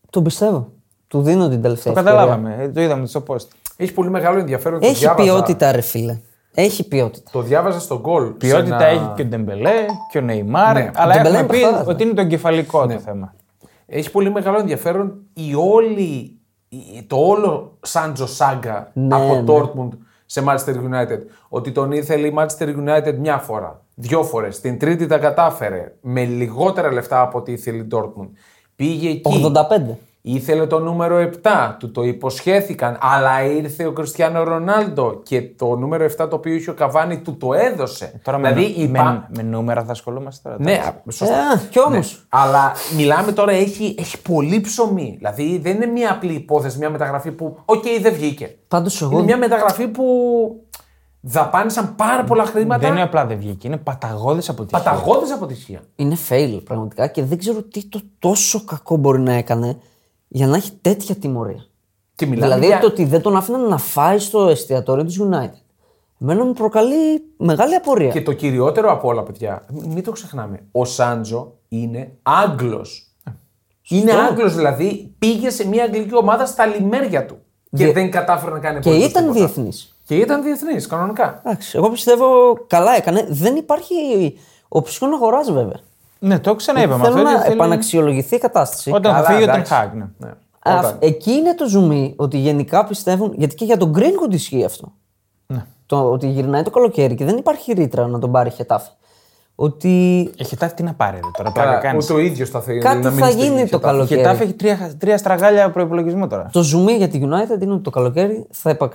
[SPEAKER 3] τον πιστεύω. Του δίνω την τελευταία.
[SPEAKER 2] Το καταλάβαμε. Ε, Το είδαμε στο post.
[SPEAKER 1] Έχει πολύ μεγάλο ενδιαφέρον. το
[SPEAKER 3] Έχει
[SPEAKER 1] διάβαζα-
[SPEAKER 3] ποιότητα, ρε φίλε. Έχει ποιότητα.
[SPEAKER 1] Το διάβαζα στο γκολ.
[SPEAKER 2] Ποιότητα
[SPEAKER 1] σε ένα-
[SPEAKER 2] έχει και ο Ντεμπελέ και ο Νεϊμάρ.
[SPEAKER 1] Ναι.
[SPEAKER 2] Αλλά
[SPEAKER 3] Ο Ντεμπελέ
[SPEAKER 2] έχουμε πει
[SPEAKER 3] είναι ναι. παχτάρα.
[SPEAKER 2] ότι είναι το εγκεφαλικό το θέμα.
[SPEAKER 1] Έχει πολύ μεγάλο ενδιαφέρον η όλη, η- το όλο Σάντζο Σάγκα από ναι. Dortmund σε Manchester United. Ότι τον ήθελε η Manchester United μια φορά, δυο φορές. Την τρίτη τα κατάφερε με λιγότερα λεφτά από ό,τι ήθελε η Dortmund. Πήγε εκεί.
[SPEAKER 3] 85.
[SPEAKER 1] Ήθελε το νούμερο 7, του το υποσχέθηκαν, αλλά ήρθε ο Κριστιανό Ρονάλντο και το νούμερο 7 το οποίο είχε ο Καβάνη του το έδωσε.
[SPEAKER 2] Τώρα
[SPEAKER 1] δηλαδή
[SPEAKER 2] με,
[SPEAKER 1] υπά-
[SPEAKER 2] με, με νούμερα θα ασχολούμαστε τώρα.
[SPEAKER 1] Ναι, α, σωστά.
[SPEAKER 3] Ε, κι όμως.
[SPEAKER 1] Αλλά μιλάμε τώρα, έχει, έχει πολύ ψωμί. Δηλαδή δεν είναι μια απλή υπόθεση, μια μεταγραφή που. Οκ, δεν βγήκε.
[SPEAKER 3] Πάντως εγώ.
[SPEAKER 1] Είναι μια μεταγραφή που δαπάνησαν πάρα πολλά χρήματα.
[SPEAKER 2] Δεν είναι απλά δεν βγήκε, είναι παταγώδη αποτυχία.
[SPEAKER 1] Παταγώδη αποτυχία.
[SPEAKER 3] Είναι fail πραγματικά και δεν ξέρω τι το τόσο κακό μπορεί να έκανε για να έχει τέτοια τιμωρία.
[SPEAKER 1] Και μιλάμε
[SPEAKER 3] Δηλαδή
[SPEAKER 1] για-
[SPEAKER 3] το ότι δεν τον άφηναν να φάει στο εστιατόριο του United. Εμένα μου προκαλεί μεγάλη απορία.
[SPEAKER 1] Και το κυριότερο από όλα, παιδιά, μην το ξεχνάμε. Ο Σάντζο είναι Άγγλος.
[SPEAKER 3] Ε,
[SPEAKER 1] Είναι Άγγλος, δηλαδή πήγε σε μια αγγλική ομάδα στα λιμέρια του. Και
[SPEAKER 3] Διε-
[SPEAKER 1] δεν κατάφερε να κάνει
[SPEAKER 3] Και
[SPEAKER 1] απολύτως
[SPEAKER 3] ήταν
[SPEAKER 1] τίποτα.
[SPEAKER 3] διεθνής.
[SPEAKER 1] Και ήταν διεθνής, κανονικά.
[SPEAKER 3] Εντάξει, εγώ πιστεύω καλά έκανε. Δεν υπάρχει οψιόν αγοράς βέβαια.
[SPEAKER 2] Ναι, το ξαναείπαμε.
[SPEAKER 3] Θέλω
[SPEAKER 2] αυτό,
[SPEAKER 3] να
[SPEAKER 2] ότι θέλει-
[SPEAKER 3] επαναξιολογηθεί η κατάσταση.
[SPEAKER 2] Όταν θα
[SPEAKER 1] Καλά,
[SPEAKER 2] φύγει ο
[SPEAKER 1] εντάξει.
[SPEAKER 2] Τενχάκ. Ναι.
[SPEAKER 1] Ναι.
[SPEAKER 3] Α,
[SPEAKER 1] Όταν-
[SPEAKER 3] εκεί είναι το ζουμί ότι γενικά πιστεύουν. Γιατί και για τον Greenwood ισχύει αυτό. Το ότι γυρνάει το καλοκαίρι και δεν υπάρχει ρήτρα να τον πάρει η Χετάφη. Ότι
[SPEAKER 2] Έχει τάφη τι να πάρει εδώ τώρα. Πρέπει να
[SPEAKER 1] Καλά,
[SPEAKER 2] κάνεις.
[SPEAKER 1] Ούτε ο ίδιος θα θέλει
[SPEAKER 3] Κάτι
[SPEAKER 1] Ε, να
[SPEAKER 3] θα
[SPEAKER 1] μείνει στην
[SPEAKER 3] γίνει
[SPEAKER 1] Χετάφη.
[SPEAKER 3] το καλοκαίρι.
[SPEAKER 2] Η Χετάφη έχει τρία, τρία στραγάλια προπολογισμού τώρα.
[SPEAKER 3] το ζουμί για τη United είναι ότι το καλοκαίρι θα επα...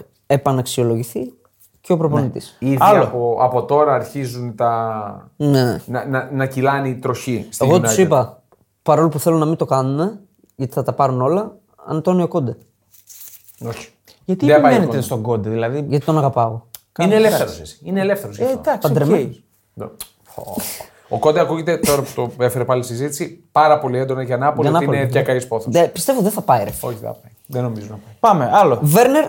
[SPEAKER 3] επαναξιολογηθεί και ο προπονητή.
[SPEAKER 1] Ήδη
[SPEAKER 2] Άλλο.
[SPEAKER 1] από, από τώρα αρχίζουν τα...
[SPEAKER 3] Ναι.
[SPEAKER 1] να, να, να κυλάνε η τροχή. στη
[SPEAKER 3] Εγώ
[SPEAKER 1] United.
[SPEAKER 3] τους είπα, παρόλο που θέλω να μην το κάνουν, γιατί θα τα πάρουν όλα, Αντώνιο Κόντε.
[SPEAKER 1] Όχι.
[SPEAKER 2] Γιατί
[SPEAKER 1] Δεν πάει
[SPEAKER 2] επιμένετε
[SPEAKER 1] ακόμα.
[SPEAKER 2] στον κόντε, δηλαδή.
[SPEAKER 3] Γιατί τον αγαπάω.
[SPEAKER 1] Είναι ελεύθερο. Είναι ελεύθερος.
[SPEAKER 2] Ε, εντάξει,
[SPEAKER 3] Παντρεμένο.
[SPEAKER 2] οκ.
[SPEAKER 1] Ναι. Ο Κόντε ακούγεται, τώρα που το έφερε πάλι στη συζήτηση, πάρα πολύ έντονα για Νάπολη,
[SPEAKER 3] Για
[SPEAKER 1] ότι είναι
[SPEAKER 3] Νάπολη.
[SPEAKER 1] διακαής πόθος.
[SPEAKER 3] Δε, πιστεύω δεν θα πάει ρε.
[SPEAKER 1] Όχι, δεν θα πάει. Δεν νομίζω να πάει.
[SPEAKER 2] Πάμε, άλλο.
[SPEAKER 3] Βέρνερ,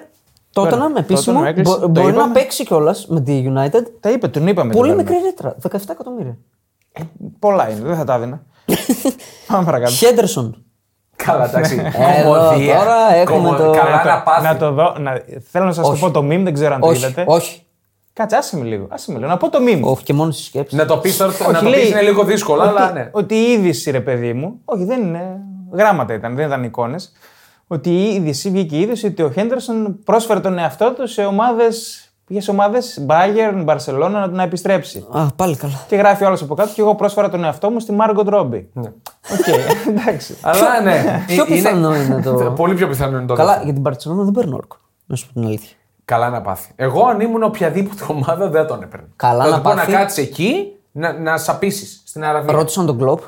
[SPEAKER 3] τότε να είμαι
[SPEAKER 2] Tottenham
[SPEAKER 3] επίσημο.
[SPEAKER 2] έκλεισε,
[SPEAKER 3] μπο-
[SPEAKER 2] το
[SPEAKER 3] μπορεί να
[SPEAKER 2] είπαμε. Ε,
[SPEAKER 3] παίξει κιόλας με τη United.
[SPEAKER 2] Τα είπε, τον είπαμε. δηλαδή.
[SPEAKER 3] Πολύ
[SPEAKER 2] τον
[SPEAKER 3] μικρή
[SPEAKER 2] Werner.
[SPEAKER 3] ρήτρα. 17 εκατομμύρια.
[SPEAKER 2] Πολλά είναι, δεν θα τα δίνα. Πάμε παρακάτω.
[SPEAKER 3] Χέντερσον.
[SPEAKER 1] Καλά, εντάξει.
[SPEAKER 3] Εδώ
[SPEAKER 1] Κομμωδία.
[SPEAKER 3] τώρα έχουμε
[SPEAKER 1] Κομμω-
[SPEAKER 3] το-
[SPEAKER 1] Καλά
[SPEAKER 2] Το-
[SPEAKER 1] να πάθει.
[SPEAKER 2] να το δω. Να... Θέλω να σας το
[SPEAKER 3] Όχι.
[SPEAKER 2] πω το meme, δεν ξέρω αν το
[SPEAKER 3] Όχι,
[SPEAKER 2] είδατε.
[SPEAKER 3] όχι.
[SPEAKER 2] Κάτσε, άσε με λίγο. Άσε με λίγο. Να πω το meme.
[SPEAKER 3] Όχι, και μόνος στη σκέψης.
[SPEAKER 1] Να το πεις τώρα,
[SPEAKER 2] Όχι,
[SPEAKER 1] να το
[SPEAKER 2] λέει
[SPEAKER 1] πεις είναι λίγο δύσκολο,
[SPEAKER 2] ότι,
[SPEAKER 1] αλλά ναι.
[SPEAKER 2] Ότι η είδηση, ρε παιδί μου. Όχι, δεν είναι. Γράμματα ήταν, δεν ήταν εικόνες. Ότι η είδηση, βγήκε η είδηση ότι ο Χέντερσον πρόσφερε τον εαυτό του σε ομάδες. Ποιες ομάδες, Bayern, Barcelona, να, να επιστρέψει.
[SPEAKER 3] Α, πάλι καλά.
[SPEAKER 2] Και γράφει ο άλλο από κάτω και εγώ πρόσφερα τον εαυτό μου στη Μάργκο Τρόμπι.
[SPEAKER 1] Ναι.
[SPEAKER 2] Οκ, εντάξει.
[SPEAKER 1] Αλλά ναι.
[SPEAKER 3] Πιο
[SPEAKER 1] ε,
[SPEAKER 3] πιθανό είναι το-
[SPEAKER 1] Πολύ πιο πιθανό είναι το.
[SPEAKER 3] Καλά,
[SPEAKER 1] δεύτερο.
[SPEAKER 3] για την Παρσελόνα δεν παίρνω όρκο. Να σου πω την αλήθεια.
[SPEAKER 1] Καλά να πάθει. Εγώ αν ήμουν οποιαδήποτε ομάδα δεν τον έπαιρνα.
[SPEAKER 3] Καλά
[SPEAKER 1] θα
[SPEAKER 3] να
[SPEAKER 1] του πω
[SPEAKER 3] πάθει.
[SPEAKER 1] να κάτσεις εκεί να, να σαπίσεις στην Αραβία.
[SPEAKER 3] Ρώτησαν τον κλοπ.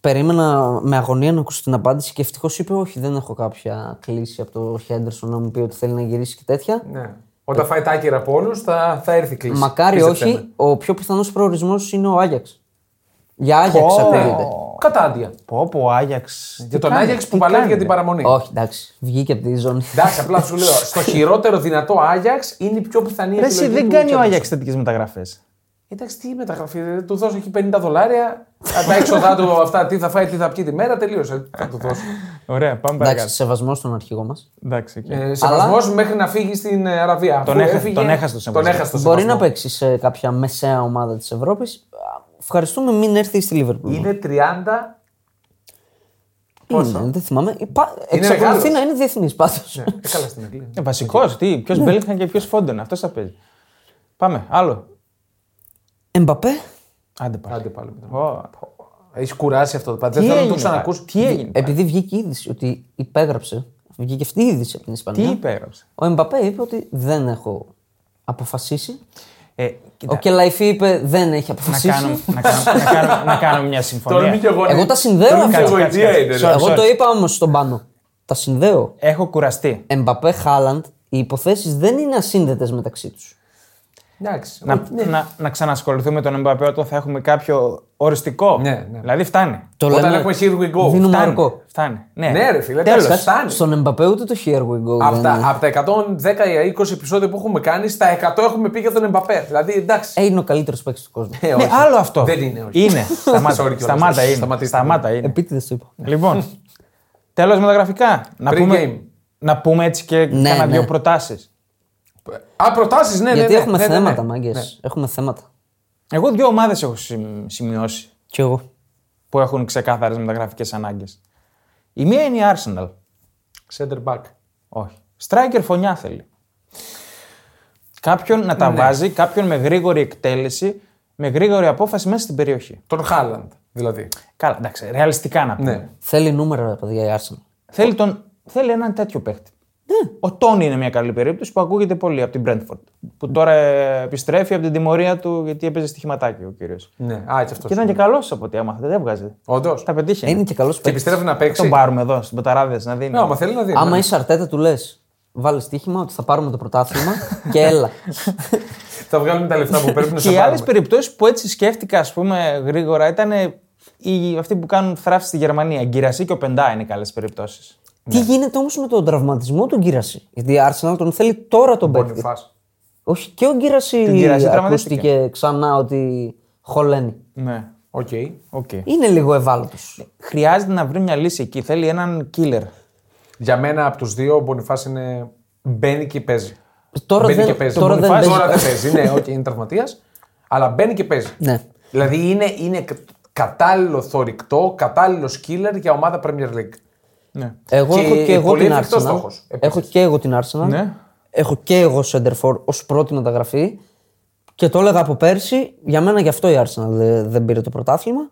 [SPEAKER 3] Περίμενα με αγωνία να ακούσω την απάντηση και ευτυχώς είπε: Όχι, δεν έχω κάποια κλίση από το Χέντερσον να μου πει ότι θέλει να γυρίσει και τέτοια.
[SPEAKER 1] Ναι. Όταν φάει τάκερα από όλους θα, θα έρθει η κλίση.
[SPEAKER 3] Μακάρι
[SPEAKER 1] Πίστεψέ με.
[SPEAKER 3] όχι, ο πιο πιθανός προορισμός είναι ο Άγιαξ. Για Άγιαξ
[SPEAKER 2] Πω.
[SPEAKER 3] ακούγεται.
[SPEAKER 1] Κατάντια.
[SPEAKER 2] Πω πω, Άγιαξ.
[SPEAKER 1] Για τον Άγιαξ που παλεύει για την παραμονή.
[SPEAKER 3] Όχι, εντάξει, βγήκε από τη ζώνη.
[SPEAKER 1] Εντάξει, απλά σου λέω. Στο χειρότερο δυνατό Άγιαξ είναι η πιο πιθανή
[SPEAKER 2] Ρε,
[SPEAKER 1] επιλογή.
[SPEAKER 2] εσύ, δεν
[SPEAKER 1] του
[SPEAKER 2] κάνει ο
[SPEAKER 1] Chelsea.
[SPEAKER 2] Άγιαξ τέτοιες μεταγραφές.
[SPEAKER 1] Εντάξει, τι μεταγραφή. ρε, Του δώσω εκεί 50 δολάρια. τα έξοδα του αυτά, τι θα φάει, τι θα πιει τη μέρα, τελείωσε. Θα του δώσω.
[SPEAKER 2] Ωραία, πάμε
[SPEAKER 3] εντάξει,
[SPEAKER 2] παρακάτω.
[SPEAKER 3] σεβασμός στον αρχηγό μας.
[SPEAKER 2] Εντάξει, οκ.
[SPEAKER 1] Ε, σεβασμός μέχρι να φύγει στην ε, Αραβία.
[SPEAKER 2] Τον
[SPEAKER 1] Αφού
[SPEAKER 2] έχα-
[SPEAKER 1] έφυγε,
[SPEAKER 2] τον έχασε το
[SPEAKER 1] Τον
[SPEAKER 2] σεβασμό.
[SPEAKER 1] έχασε το
[SPEAKER 3] Μπορεί
[SPEAKER 1] σεβασμό.
[SPEAKER 3] να παίξει σε κάποια μεσαία ομάδα της Ευρώπης. Ευχαριστούμε, μην έρθει στη Λίβερπουλ.
[SPEAKER 1] Είναι 30. πόσο?
[SPEAKER 3] Είναι, δεν θυμάμαι. Υπά... Εξακολουθεί
[SPEAKER 1] μεγάλος.
[SPEAKER 3] να είναι διεθνής πάντως.
[SPEAKER 1] Ναι, ε, καλά στην Αγγλία.
[SPEAKER 2] Ε, Βασικός, τι, ποιος
[SPEAKER 3] Ναι.
[SPEAKER 2] Μπέλιγχαμ και ποιος Φόντεν, αυτός θα παίζει. Πάμε, άλλο.
[SPEAKER 3] Εμπαπέ,
[SPEAKER 2] Άντε πάλι.
[SPEAKER 1] Άντε πάλι. με τον-
[SPEAKER 2] Ω,
[SPEAKER 1] Έχεις κουράσει αυτό το πράγμα.
[SPEAKER 2] Τι
[SPEAKER 1] Δεν θέλω να το
[SPEAKER 2] έγινε,
[SPEAKER 1] ξανακούσω.
[SPEAKER 2] πάλι, Τι έγινε. πάλι,
[SPEAKER 3] επειδή βγήκε η είδηση ότι υπέγραψε, βγήκε αυτή η είδηση από την
[SPEAKER 2] Τι
[SPEAKER 3] Ισπανία.
[SPEAKER 2] υπέγραψε.
[SPEAKER 3] Ο Εμπαπέ είπε ότι δεν έχω αποφασίσει.
[SPEAKER 2] Ε,
[SPEAKER 3] Ο
[SPEAKER 2] κοίτα,
[SPEAKER 3] Κελαϊφή είπε δεν έχει
[SPEAKER 2] να,
[SPEAKER 3] αποφασίσει.
[SPEAKER 2] κάνω, να, κάνω, να, κάνω, να κάνω μια συμφωνία.
[SPEAKER 1] εγώ.
[SPEAKER 3] Εγώ τα συνδέω
[SPEAKER 1] Τολμήσω
[SPEAKER 3] αυτά.
[SPEAKER 1] εγώ,
[SPEAKER 2] Κάτσε,
[SPEAKER 1] ιδέα
[SPEAKER 2] κάτσε.
[SPEAKER 1] είναι, ρε.
[SPEAKER 2] Sorry,
[SPEAKER 3] Εγώ
[SPEAKER 2] sorry.
[SPEAKER 3] το είπα όμως στον πάνω. Τα συνδέω.
[SPEAKER 2] Έχω κουραστεί.
[SPEAKER 3] Εμπαπέ, Χάλαντ, οι υποθέσεις δεν είναι ασύνδετες μεταξύ τους.
[SPEAKER 1] Εντάξει.
[SPEAKER 2] Να, να, να ξανασχοληθούμε με τον Εμπαπέ όταν θα έχουμε κάποιο οριστικό.
[SPEAKER 1] Ναι, ναι.
[SPEAKER 2] Δηλαδή φτάνει.
[SPEAKER 3] Το
[SPEAKER 1] Όταν
[SPEAKER 3] λέμε-
[SPEAKER 1] έχουμε here we go.
[SPEAKER 3] Δίνουμε
[SPEAKER 2] Φτάνει.
[SPEAKER 3] όρκο.
[SPEAKER 2] φτάνει. Ναι.
[SPEAKER 1] Ναι, ρε φίλε,
[SPEAKER 2] Τέλος.
[SPEAKER 1] εντάξει, φτάνει.
[SPEAKER 3] Στον Εμπαπέ ούτε το here we go.
[SPEAKER 1] Από
[SPEAKER 3] δεν είναι.
[SPEAKER 1] τα, απ' τα 110 ή 20 επεισόδια που έχουμε κάνει, στα 100 έχουμε πει για τον Εμπαπέ. Δηλαδή εντάξει.
[SPEAKER 3] Ε, είναι ο καλύτερος παίκτης του κόσμου.
[SPEAKER 1] Ε,
[SPEAKER 2] Ναι,
[SPEAKER 1] όχι.
[SPEAKER 2] άλλο αυτό.
[SPEAKER 1] Δεν είναι, όχι.
[SPEAKER 2] Είναι. Σταμάτα,
[SPEAKER 1] Sorry κιόλας.
[SPEAKER 2] σταμάτα είναι.
[SPEAKER 1] Σταματήστε.
[SPEAKER 2] Σταμάτα είναι.
[SPEAKER 3] Επίτηδες το είπα.
[SPEAKER 1] Ναι,
[SPEAKER 2] Λοιπόν, τέλος με τα γραφικά. Να
[SPEAKER 1] Pre-game.
[SPEAKER 2] πούμε, να πούμε έτσι και
[SPEAKER 3] Ναι,
[SPEAKER 2] κάνα
[SPEAKER 3] ναι.
[SPEAKER 2] δύο προτάσεις.
[SPEAKER 1] Α, προτάσεις, ναι, ναι.
[SPEAKER 3] Γιατί
[SPEAKER 1] ναι,
[SPEAKER 3] έχουμε
[SPEAKER 1] ναι, ναι, ναι.
[SPEAKER 3] θέματα, μάγκε. Έχουμε θέματα.
[SPEAKER 2] Εγώ δύο ομάδες έχω συμ- σημειώσει
[SPEAKER 3] Κι εγώ.
[SPEAKER 2] που έχουν ξεκάθαρες μεταγραφικές ανάγκες. Η μία είναι η Arsenal.
[SPEAKER 1] Center back.
[SPEAKER 2] Όχι. Στράικερ φωνιά
[SPEAKER 1] Ναι.
[SPEAKER 2] θέλει. Κάποιον να τα βάζει, κάποιον με γρήγορη εκτέλεση. με γρήγορη απόφαση μέσα στην περιοχή.
[SPEAKER 1] Τον Χάλαντ, δηλαδή.
[SPEAKER 2] Καλά, εντάξει, ρεαλιστικά να πούμε.
[SPEAKER 1] Ναι.
[SPEAKER 3] Θέλει νούμερα, ρε παιδιά, η Arsenal.
[SPEAKER 2] Θέλει, τον, θέλει έναν τέτοιο παίχτη. Ο Τόνι είναι μια καλή περίπτωση που ακούγεται πολύ από την Brentford. Που τώρα ε, επιστρέφει από την τιμωρία του γιατί έπαιζε στοιχηματάκι ο κύριος.
[SPEAKER 1] Ναι, α, έτσι αυτός.
[SPEAKER 2] Και ήταν και καλός από ό,τι άμαθα, δεν έβγαζε.
[SPEAKER 1] Όντως.
[SPEAKER 2] Τα πετύχε.
[SPEAKER 3] Είναι και καλός
[SPEAKER 1] Και
[SPEAKER 3] παίκτη.
[SPEAKER 1] επιστρέφει να
[SPEAKER 2] Τον
[SPEAKER 1] παίξει.
[SPEAKER 2] πάρουμε εδώ, στον Πεταράδε, να δίνει.
[SPEAKER 1] Ναι, άμα θέλει να δει.
[SPEAKER 3] Άμα
[SPEAKER 1] ναι.
[SPEAKER 3] είσαι αρτέτα, του λες. Βάλει στοίχημα ότι θα πάρουμε το πρωτάθλημα και έλα.
[SPEAKER 1] Ναι. Θα βγάλουμε τα λεφτά που πρέπει να
[SPEAKER 2] Και
[SPEAKER 1] σε
[SPEAKER 2] οι άλλες
[SPEAKER 1] πάρουμε.
[SPEAKER 2] περιπτώσεις που έτσι σκέφτηκα, ας πούμε, γρήγορα ήταν οι, αυτοί που κάνουν θράφη στη Γερμανία. Γκυρασί και ο Πεντά είναι καλές περιπτώσεις.
[SPEAKER 3] Τι γίνεται όμως με τον τραυματισμό του Γκύραση. Γιατί η Arsenal τον θέλει τώρα τον παίκτη.
[SPEAKER 1] Μπονιφάς.
[SPEAKER 3] Όχι, και ο
[SPEAKER 2] Την
[SPEAKER 3] Γκύραση
[SPEAKER 2] Γκύραση τραυματίστηκε.
[SPEAKER 3] ακούστηκε ξανά ότι χωλένει.
[SPEAKER 2] Ναι.
[SPEAKER 1] Οκ.
[SPEAKER 2] Οκ.
[SPEAKER 1] Ε.
[SPEAKER 3] Είναι λίγο ευάλωτος.
[SPEAKER 2] Χρειάζεται να βρει μια λύση εκεί. Θέλει έναν killer.
[SPEAKER 1] Για μένα από τους δύο ο Μπονιφάς είναι. Μπαίνει και παίζει.
[SPEAKER 3] Τώρα
[SPEAKER 1] μπαίνει
[SPEAKER 3] δεν,
[SPEAKER 1] και παίζει.
[SPEAKER 3] τώρα
[SPEAKER 1] Ο
[SPEAKER 3] δεν
[SPEAKER 1] Μπονιφάς
[SPEAKER 3] παίζει.
[SPEAKER 1] τώρα δεν παίζει. Ναι, όχι, είναι τραυματίας. Αλλά μπαίνει και παίζει.
[SPEAKER 3] Ναι.
[SPEAKER 1] Δηλαδή είναι, είναι κατάλληλο θορυκτό, κατάλληλος killer για ομάδα Premier League.
[SPEAKER 2] Ναι.
[SPEAKER 3] Εγώ
[SPEAKER 1] Και
[SPEAKER 3] έχω και εγώ
[SPEAKER 1] πολύ
[SPEAKER 3] την
[SPEAKER 1] εφικτός
[SPEAKER 3] Arsenal.
[SPEAKER 1] στόχος, επίσης.
[SPEAKER 3] Έχω και εγώ την Arsenal.
[SPEAKER 2] Ναι.
[SPEAKER 3] Έχω και εγώ Σέντερφορ ως πρώτη μεταγραφή. Και το έλεγα από πέρσι. Για μένα γι' αυτό η Arsenal δεν, δεν πήρε το πρωτάθλημα.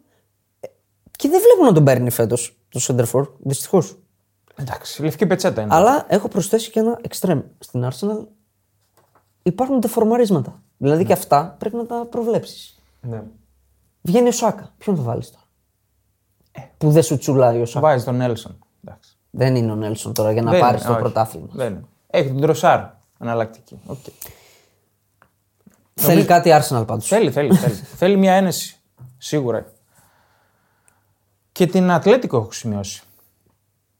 [SPEAKER 3] Ε, Και δεν βλέπω να τον παίρνει φέτος το Σέντερφορ. Δυστυχώ.
[SPEAKER 2] Ναι. Εντάξει, λευκή πετσέτα είναι.
[SPEAKER 3] Αλλά έχω προσθέσει και ένα εξτρέμ στην Arsenal. Υπάρχουν τεφορμαρίσματα.
[SPEAKER 2] Ναι.
[SPEAKER 3] Δηλαδή και αυτά πρέπει να τα προβλέψεις.
[SPEAKER 1] Ναι.
[SPEAKER 3] Βγαίνει ο Σάκα. Ποιον θα βάλεις τώρα.
[SPEAKER 2] Ε.
[SPEAKER 3] Που δεν σου τσουλάει ο Σάκα.
[SPEAKER 2] Βάζει τον Νέλσον. Εντάξει.
[SPEAKER 3] Δεν είναι ο Νέλσον τώρα για να
[SPEAKER 2] Δεν
[SPEAKER 3] πάρει
[SPEAKER 2] είναι,
[SPEAKER 3] το
[SPEAKER 2] όχι.
[SPEAKER 3] πρωτάθλημα.
[SPEAKER 2] Δεν είναι. Έχει τον Τροσάρ εναλλακτική. Οκ.
[SPEAKER 3] Θέλει κάτι η Arsenal πάντως.
[SPEAKER 2] Θέλει, θέλει, θέλει. θέλει μια ένεση. Σίγουρα. Και την Ατλέτικο έχω σημειώσει.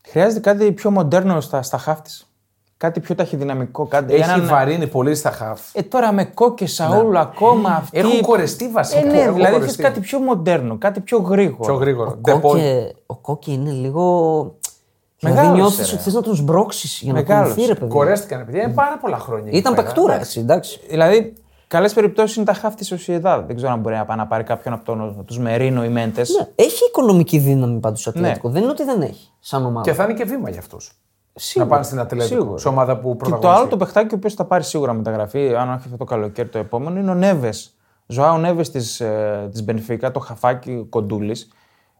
[SPEAKER 2] Χρειάζεται κάτι πιο μοντέρνο στα, στα χάφ της. Κάτι πιο ταχυδυναμικό. Κάτι,
[SPEAKER 1] Έχει
[SPEAKER 2] έναν-
[SPEAKER 1] βαρύνει πολύ στα χαφ.
[SPEAKER 2] Ε, τώρα με κόκκι και Σαούλ ακόμα αυτοί.
[SPEAKER 1] Έχουν κορεστεί βασικά.
[SPEAKER 2] Ε, ναι,
[SPEAKER 1] Έχουν
[SPEAKER 2] δηλαδή θες
[SPEAKER 1] κορεστεί.
[SPEAKER 2] κάτι πιο μοντέρνο, κάτι πιο γρήγορο.
[SPEAKER 1] Πιο γρήγορο.
[SPEAKER 3] Ο
[SPEAKER 1] Ντε Πολ.
[SPEAKER 3] Κόκε, ο Κόκε είναι λίγο.
[SPEAKER 2] Μεγάλος,
[SPEAKER 3] Δηλαδή νιώθει
[SPEAKER 2] ρε.
[SPEAKER 3] ότι θες να τον σμπρώξει για να
[SPEAKER 2] Μεγάλος.
[SPEAKER 3] κουνηθεί, ρε παιδί.
[SPEAKER 1] Κορέστηκαν παιδιά, είναι πάρα πολλά χρόνια. εκεί
[SPEAKER 3] Ήταν
[SPEAKER 1] πέρα.
[SPEAKER 3] πακτούρα, έτσι, εντάξει.
[SPEAKER 2] Δηλαδή, καλές περιπτώσεις είναι τα χάφ της Σοσιεδάδ. Δεν ξέρω αν μπορεί να πάει να πάρει κάποιον από τους Μερίνο ή Μέντες.
[SPEAKER 3] Ναι, έχει οικονομική δύναμη πάντως
[SPEAKER 2] Ναι.
[SPEAKER 3] η Ατλέτικο. Δεν είναι ότι δεν έχει σαν ομάδα.
[SPEAKER 1] Και θα είναι και βήμα για αυτούς. Να
[SPEAKER 2] Σίγουρα,
[SPEAKER 1] πάνε στην Ατλέτικο.
[SPEAKER 2] σίγουρα.
[SPEAKER 1] Σε ομάδα που
[SPEAKER 2] Και το άλλο
[SPEAKER 1] πρωταγωνιστεί.
[SPEAKER 2] το παιχτάκι, ο οποίος θα πάρει σίγουρα μεταγραφή, αν όχι αυτό το καλοκαίρι το επόμενο, είναι ο Νέβες. Ζωάο Νέβες της ε, της Μπενφίκα, το χαφάκι κοντούλης.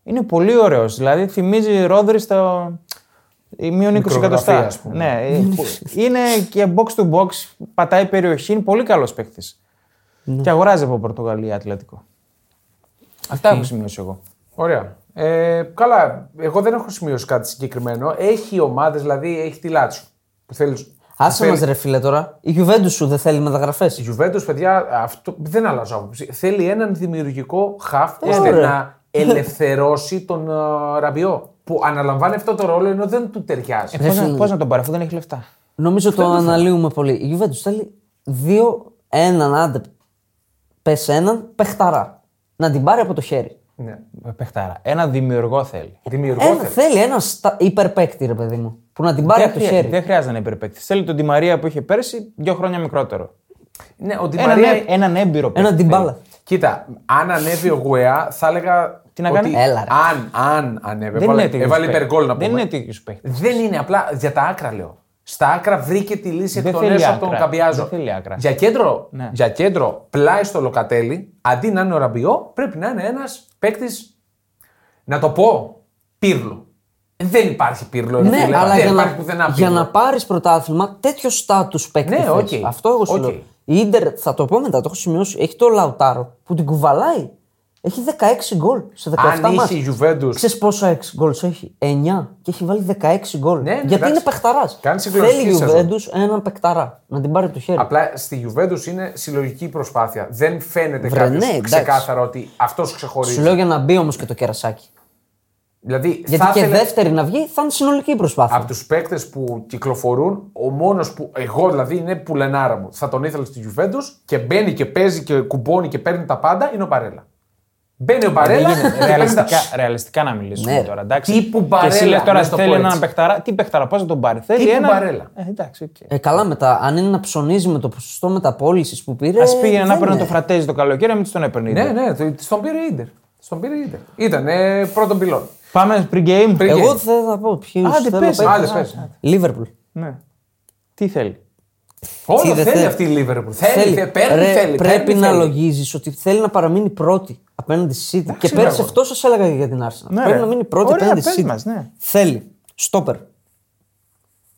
[SPEAKER 2] Είναι πολύ ωραίος. Δηλαδή θυμίζει ρόδρυ στο. η Μείον 20
[SPEAKER 1] Μικρογραφία,
[SPEAKER 2] εκατοστά.
[SPEAKER 1] ας πούμε.
[SPEAKER 2] Ναι, ε, που- είναι και box to box, πατάει περιοχή, είναι πολύ καλός παίχτη. Και αγοράζει από Πορτογαλία Ατλέτικο. Αυτά έχω σημειώσει εγώ.
[SPEAKER 1] Ωραία. Ε, καλά, εγώ δεν έχω σημειώσει κάτι συγκεκριμένο. Έχει ομάδες, δηλαδή έχει τη Λάτσο. Που θέλεις.
[SPEAKER 3] Άσε μας, ρε φίλε τώρα. Η Γιουβέντους σου δεν θέλει μεταγραφές.
[SPEAKER 1] Η Juventus, παιδιά, αυτό δεν αλλάζω άποψη. Θέλει έναν δημιουργικό χαφ ώστε
[SPEAKER 3] ωραία.
[SPEAKER 1] να ελευθερώσει τον ε, Ραμπιό. Που αναλαμβάνει αυτό το ρόλο ενώ δεν του ταιριάζει.
[SPEAKER 2] Πώ να, πώς να τον πάρει, αφού δεν έχει λεφτά.
[SPEAKER 3] Νομίζω το αναλύουμε πολύ. Η Γιουβέντου θέλει δύο, έναν άντε. Πες έναν παιχταρά. Να την πάρει από το χέρι.
[SPEAKER 1] ναι.
[SPEAKER 2] Ε, Παιχτάρα. Ένα δημιουργό θέλει.
[SPEAKER 1] Δημιουργό
[SPEAKER 3] Ένα,
[SPEAKER 1] θέλει.
[SPEAKER 3] θέλει ένα στα... υπερπαίκτη, ρε παιδί μου. Που να την πάρει από το
[SPEAKER 2] χρεια-
[SPEAKER 3] χέρι.
[SPEAKER 2] δεν χρειάζεται να υπερπαίκτη. Θέλει τον Τιμαρία που είχε πέρσι, δύο χρόνια μικρότερο.
[SPEAKER 1] Ναι, ο Ντι
[SPEAKER 2] Έναν,
[SPEAKER 1] Μαρία-
[SPEAKER 2] έ- έναν έμπειρο παίκτη.
[SPEAKER 3] Ένα την μπάλα.
[SPEAKER 1] Κοίτα, αν ανέβει ο Γουεά, θα έλεγα.
[SPEAKER 2] Τι να κάνει?
[SPEAKER 1] ότι
[SPEAKER 3] Έλα, ρε.
[SPEAKER 1] Αν, αν ανέβει.
[SPEAKER 2] Δεν
[SPEAKER 1] έβαλε,
[SPEAKER 2] είναι τέτοιος.
[SPEAKER 1] έβαλε ε, υπεργκόλ να πούμε.
[SPEAKER 2] Δεν είναι τέτοιος παίκτη.
[SPEAKER 1] Δεν είναι, απλά για τα άκρα λέω. Στα άκρα βρήκε τη λύση εκ
[SPEAKER 2] Δεν
[SPEAKER 1] των
[SPEAKER 2] θέλει
[SPEAKER 1] έσω από
[SPEAKER 2] άκρα.
[SPEAKER 1] τον Καμπιάζο.
[SPEAKER 2] Δεν θέλει άκρα.
[SPEAKER 1] Για κέντρο,
[SPEAKER 2] Ναι.
[SPEAKER 1] για κέντρο, πλάι στο Λοκατέλη, αντί να είναι ο Ραμπιό, πρέπει να είναι ένας παίκτης. Να το πω, πύρλο. Δεν υπάρχει πύρλο. ρε
[SPEAKER 3] Ναι,
[SPEAKER 1] φίλε,
[SPEAKER 3] αλλά
[SPEAKER 1] δεν
[SPEAKER 3] για
[SPEAKER 1] υπάρχει
[SPEAKER 3] να,
[SPEAKER 1] πουθενά
[SPEAKER 3] για
[SPEAKER 1] Pirlo.
[SPEAKER 3] να πάρεις πρωτάθλημα, τέτοιο στάτου παίκτη.
[SPEAKER 1] Ναι,
[SPEAKER 3] θες.
[SPEAKER 1] οκ.
[SPEAKER 3] Αυτό εγώ σου
[SPEAKER 1] Οκ.
[SPEAKER 3] λέω. Η Ιντερ, θα το πω μετά, το έχω σημειώσει, έχει το Λαουτάρο που την κουβαλάει. Έχει 16 γκολ σε 17
[SPEAKER 1] Αν
[SPEAKER 3] μάτς.
[SPEAKER 1] είχε η Juventus
[SPEAKER 3] Ξέρεις πόσα 6 γκολ σου έχει, 9 και έχει βάλει 16 γκολ.
[SPEAKER 1] Ναι, ναι,
[SPEAKER 3] Γιατί
[SPEAKER 1] εντάξει.
[SPEAKER 3] είναι παιχταράς.
[SPEAKER 1] Κάνει
[SPEAKER 3] Θέλει
[SPEAKER 1] συγκλονιστική
[SPEAKER 3] η
[SPEAKER 1] σεζόν.
[SPEAKER 3] Juventus έναν παιχταρά να την πάρει από το χέρι.
[SPEAKER 1] Απλά στη Juventus είναι συλλογική προσπάθεια. Δεν φαίνεται
[SPEAKER 3] Βρε,
[SPEAKER 1] κάποιος
[SPEAKER 3] ναι, εντάξει.
[SPEAKER 1] ξεκάθαρα ότι αυτός ξεχωρίζει.
[SPEAKER 3] Σου λέω για να μπει όμως και το κερασάκι.
[SPEAKER 1] Δηλαδή,
[SPEAKER 3] Γιατί
[SPEAKER 1] θα
[SPEAKER 3] και
[SPEAKER 1] ήθελε-
[SPEAKER 3] δεύτερη να βγει θα είναι συνολική προσπάθεια.
[SPEAKER 1] από τους παίκτες που κυκλοφορούν, ο μόνος που. Εγώ δηλαδή είναι πουλενάρα μου. Θα τον ήθελα στη Juventus και μπαίνει και παίζει και κουμπώνει και παίρνει τα πάντα είναι ο Παρέλα. Μπαίνει ο Μπαρέλα.
[SPEAKER 2] Δεν
[SPEAKER 1] και
[SPEAKER 2] γίνεται.
[SPEAKER 1] παίρνει τα-
[SPEAKER 2] ρεαλιστικά, ρεαλιστικά να μιλήσουμε
[SPEAKER 3] Ναι.
[SPEAKER 2] τώρα. Εντάξει.
[SPEAKER 1] Τύπου
[SPEAKER 2] Και εσύ λες
[SPEAKER 1] Μπαρέλα,
[SPEAKER 2] τώρα
[SPEAKER 1] να στο
[SPEAKER 2] θέλει
[SPEAKER 1] πω
[SPEAKER 2] έναν
[SPEAKER 1] έτσι.
[SPEAKER 2] παιχταρά. Τι παιχταρά, πώς να τον πάρει. Θέλει
[SPEAKER 1] Τύπου
[SPEAKER 2] έναν.
[SPEAKER 1] Μπαρέλα.
[SPEAKER 2] Ε, εντάξει, οκ.
[SPEAKER 3] Ε, καλά μετά, αν είναι να ψωνίζει με το ποσοστό μεταπόλησης που πήρε.
[SPEAKER 2] Ας πήγαινε να
[SPEAKER 3] δεν
[SPEAKER 2] παίρνει
[SPEAKER 3] είναι.
[SPEAKER 2] το φρατέζι το καλοκαίρι, μην τον έπαιρνε.
[SPEAKER 1] Ναι, ναι, το- στον πήρε η Ιντερ. Στον πήρε η Ιντερ. Ήταν ε, πρώτον πυλόν.
[SPEAKER 2] Πάμε pre-game.
[SPEAKER 1] Pre-
[SPEAKER 3] Εγώ
[SPEAKER 1] Γέννη.
[SPEAKER 3] δεν θα πω ποιους.
[SPEAKER 2] Άντε, πες,
[SPEAKER 1] άντε, πες.
[SPEAKER 3] Λίβερπουλ.
[SPEAKER 2] Ναι. Τι Ε, θέλει.
[SPEAKER 1] Όλο
[SPEAKER 3] δεν
[SPEAKER 1] θέλει αυτή η Λίβερπουλ. Θέλει, θέλει, παίρνει,
[SPEAKER 3] Ρε,
[SPEAKER 1] θέλει,
[SPEAKER 3] πρέπει
[SPEAKER 1] παίρνει,
[SPEAKER 3] να
[SPEAKER 1] θέλει.
[SPEAKER 3] λογίζεις ότι θέλει να παραμείνει πρώτη απέναντι στη City. Και
[SPEAKER 1] ρε,
[SPEAKER 3] πέρσι
[SPEAKER 1] αγόρι.
[SPEAKER 3] αυτό σας έλεγα για την Arsenal.
[SPEAKER 2] Ναι,
[SPEAKER 3] πρέπει
[SPEAKER 2] ρε.
[SPEAKER 3] να μείνει πρώτη
[SPEAKER 2] Ωραία,
[SPEAKER 3] απέναντι στη
[SPEAKER 2] πες
[SPEAKER 3] City.
[SPEAKER 2] μας, ναι.
[SPEAKER 3] Θέλει. Στόπερ. Ε,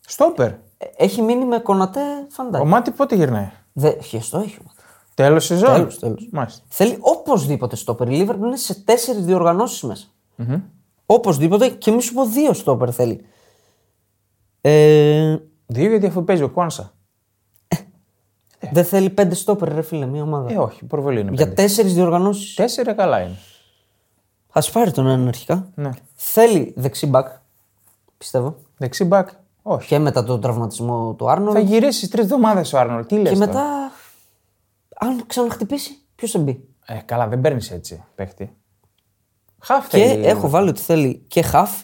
[SPEAKER 2] Στόπερ.
[SPEAKER 3] Έχει μείνει με κονατέ φαντάκι.
[SPEAKER 2] Ο Μάτι πότε γυρνάει.
[SPEAKER 3] Δε... Χεστό έχει ο Μάτι.
[SPEAKER 2] Τέλος σεζόν.
[SPEAKER 3] Τέλος, τέλος.
[SPEAKER 2] Μάλιστα.
[SPEAKER 3] Θέλει οπωσδήποτε στόπερ. Η Liverpool είναι σε τέσσερις διοργανώσεις μέσα. Οπωσδήποτε και μη σου πω δύο στόπερ θέλει. Ε,
[SPEAKER 2] Δύο γιατί αφού παίζει ο Κόνσα.
[SPEAKER 3] δεν θέλει πέντε στόπερ, ρε φίλε, μια ομάδα.
[SPEAKER 2] Ε, όχι, προβολή είναι.
[SPEAKER 3] Για
[SPEAKER 2] πέντε.
[SPEAKER 3] τέσσερις διοργανώσεις.
[SPEAKER 2] Τέσσερα καλά είναι.
[SPEAKER 3] Ας πάρει τον έναν αρχικά.
[SPEAKER 2] Ναι.
[SPEAKER 3] Θέλει δεξί μπακ, πιστεύω.
[SPEAKER 2] Δεξί μπακ. Όχι.
[SPEAKER 3] Και μετά τον τραυματισμό του Άρνολ.
[SPEAKER 2] Θα γυρίσεις τρεις εβδομάδες ο Άρνολ. Τι λε.
[SPEAKER 3] Και μετά, αν ξαναχτυπήσει, ποιος θα μπει.
[SPEAKER 2] Ε, καλά, δεν παίρνεις έτσι παίχτη. Χαφ
[SPEAKER 3] Και
[SPEAKER 2] θέλει.
[SPEAKER 3] έχω βάλει ότι θέλει και χαφ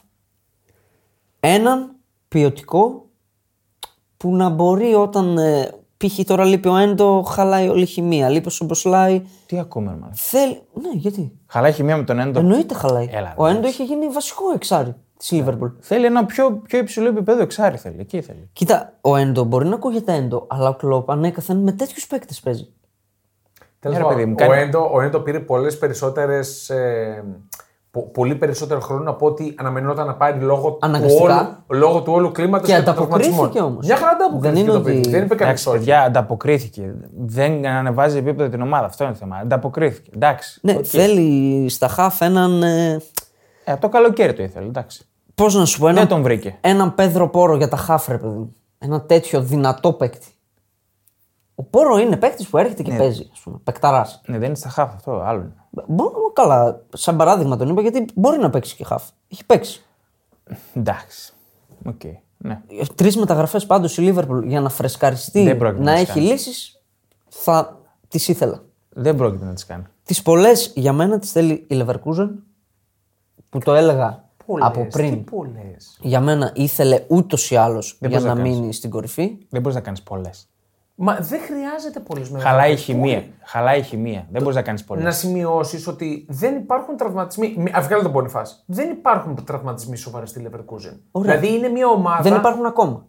[SPEAKER 3] έναν ποιοτικό που να μπορεί όταν ε, π.χ. τώρα λείπει ο Έντο, χαλάει όλη η χημεία. Λείπει ο Σομποσλάι.
[SPEAKER 2] Τι ακούμε, μάλλον.
[SPEAKER 3] Θέλει. Ναι, γιατί.
[SPEAKER 2] Χαλάει χημία με τον Έντο.
[SPEAKER 3] Εννοείται χαλάει.
[SPEAKER 2] Έλα, ναι. ρε,
[SPEAKER 3] ο Έντο είχε γίνει βασικό εξάρι της Λίβερπουλ.
[SPEAKER 2] Θέλει ένα πιο, πιο υψηλό επίπεδο εξάρι θέλει. Εκεί θέλει.
[SPEAKER 3] Κοίτα, ο Έντο μπορεί να ακούγεται Έντο, αλλά ο Κλοπ ανέκαθεν με τέτοιους παίκτες παίζει.
[SPEAKER 1] Τέλος
[SPEAKER 3] Ναι,
[SPEAKER 2] Ρε,
[SPEAKER 1] πάντων,
[SPEAKER 2] παιδί μου,
[SPEAKER 1] ο,
[SPEAKER 2] κάνει-
[SPEAKER 1] Έντο, ο Έντο πήρε πολλές περισσότερες. Ε, πο- πολύ περισσότερο χρόνο από ό,τι αναμενόταν να πάρει λόγω, του
[SPEAKER 3] Αναγκαστικά.
[SPEAKER 1] όλου, λόγω του όλου κλίματος
[SPEAKER 3] Και
[SPEAKER 1] των
[SPEAKER 3] ανταποκρίθηκε
[SPEAKER 1] τραυματισμών.
[SPEAKER 3] όμως.
[SPEAKER 1] Μια χαρά ανταποκρίθηκε
[SPEAKER 3] Δεν είναι
[SPEAKER 1] το παιδί.
[SPEAKER 3] ότι-
[SPEAKER 1] Δεν είπε κανένα
[SPEAKER 2] Εντάξει, παιδιά, ανταποκρίθηκε. Δεν ανεβάζει επίπεδο την ομάδα. Αυτό είναι το θέμα. Ανταποκρίθηκε. Εντάξει.
[SPEAKER 3] Ναι,
[SPEAKER 2] Οκ.
[SPEAKER 3] θέλει στα χαφ έναν. Ε,
[SPEAKER 2] Ε, από το καλοκαίρι το ήθελε. Εντάξει.
[SPEAKER 3] Πώς να σου πω, έναν,
[SPEAKER 2] Δεν Ναι, τον βρήκε.
[SPEAKER 3] έναν Πέδρο Πόρο για τα χαφ, ρε παιδί μου. Ένα τέτοιο δυνατό παίκτη. Ο Πόρο είναι παίκτης που έρχεται και παίζει, ας πούμε. Πεκταρά.
[SPEAKER 2] Ναι, δεν είναι στα χαφ αυτό. Άλλο είναι.
[SPEAKER 3] Καλά, σαν παράδειγμα τον είπα γιατί μπορεί να παίξει και χαφ. Έχει παίξει.
[SPEAKER 2] Εντάξει. Οκ. Ναι.
[SPEAKER 3] Τρεις μεταγραφές πάντως η Λίβερπουλ για να φρεσκαριστεί,
[SPEAKER 2] Δεν πρόκειται
[SPEAKER 3] να
[SPEAKER 2] να τις
[SPEAKER 3] έχει
[SPEAKER 2] κάνει.
[SPEAKER 3] λύσεις, θα τις ήθελα.
[SPEAKER 2] Δεν πρόκειται να τις κάνει.
[SPEAKER 3] Τις πολλές για μένα τις θέλει η Leverkusen που το έλεγα από πριν.
[SPEAKER 1] Πολλέ.
[SPEAKER 3] Για μένα ήθελε ούτως ή άλλως για
[SPEAKER 2] μπορείς
[SPEAKER 3] να
[SPEAKER 2] να κάνεις.
[SPEAKER 3] μείνει στην κορυφή.
[SPEAKER 2] Δεν μπορείς να κάνεις πολλές.
[SPEAKER 1] Μα δεν χρειάζεται πολλές
[SPEAKER 3] Ε,
[SPEAKER 1] μεγάλε.
[SPEAKER 2] Χαλάει η χημεία. Χαλάει η χημεία. Δεν μπορείς να κάνεις πολλές.
[SPEAKER 1] Να σημειώσεις ότι δεν υπάρχουν τραυματισμοί. Μη- Ας, βγάλε τον Πόνιφα. Δεν υπάρχουν τραυματισμοί σοβαροί στη Leverkusen.
[SPEAKER 3] Ωραία.
[SPEAKER 1] Δηλαδή είναι μια ομάδα.
[SPEAKER 3] Δεν υπάρχουν ακόμα.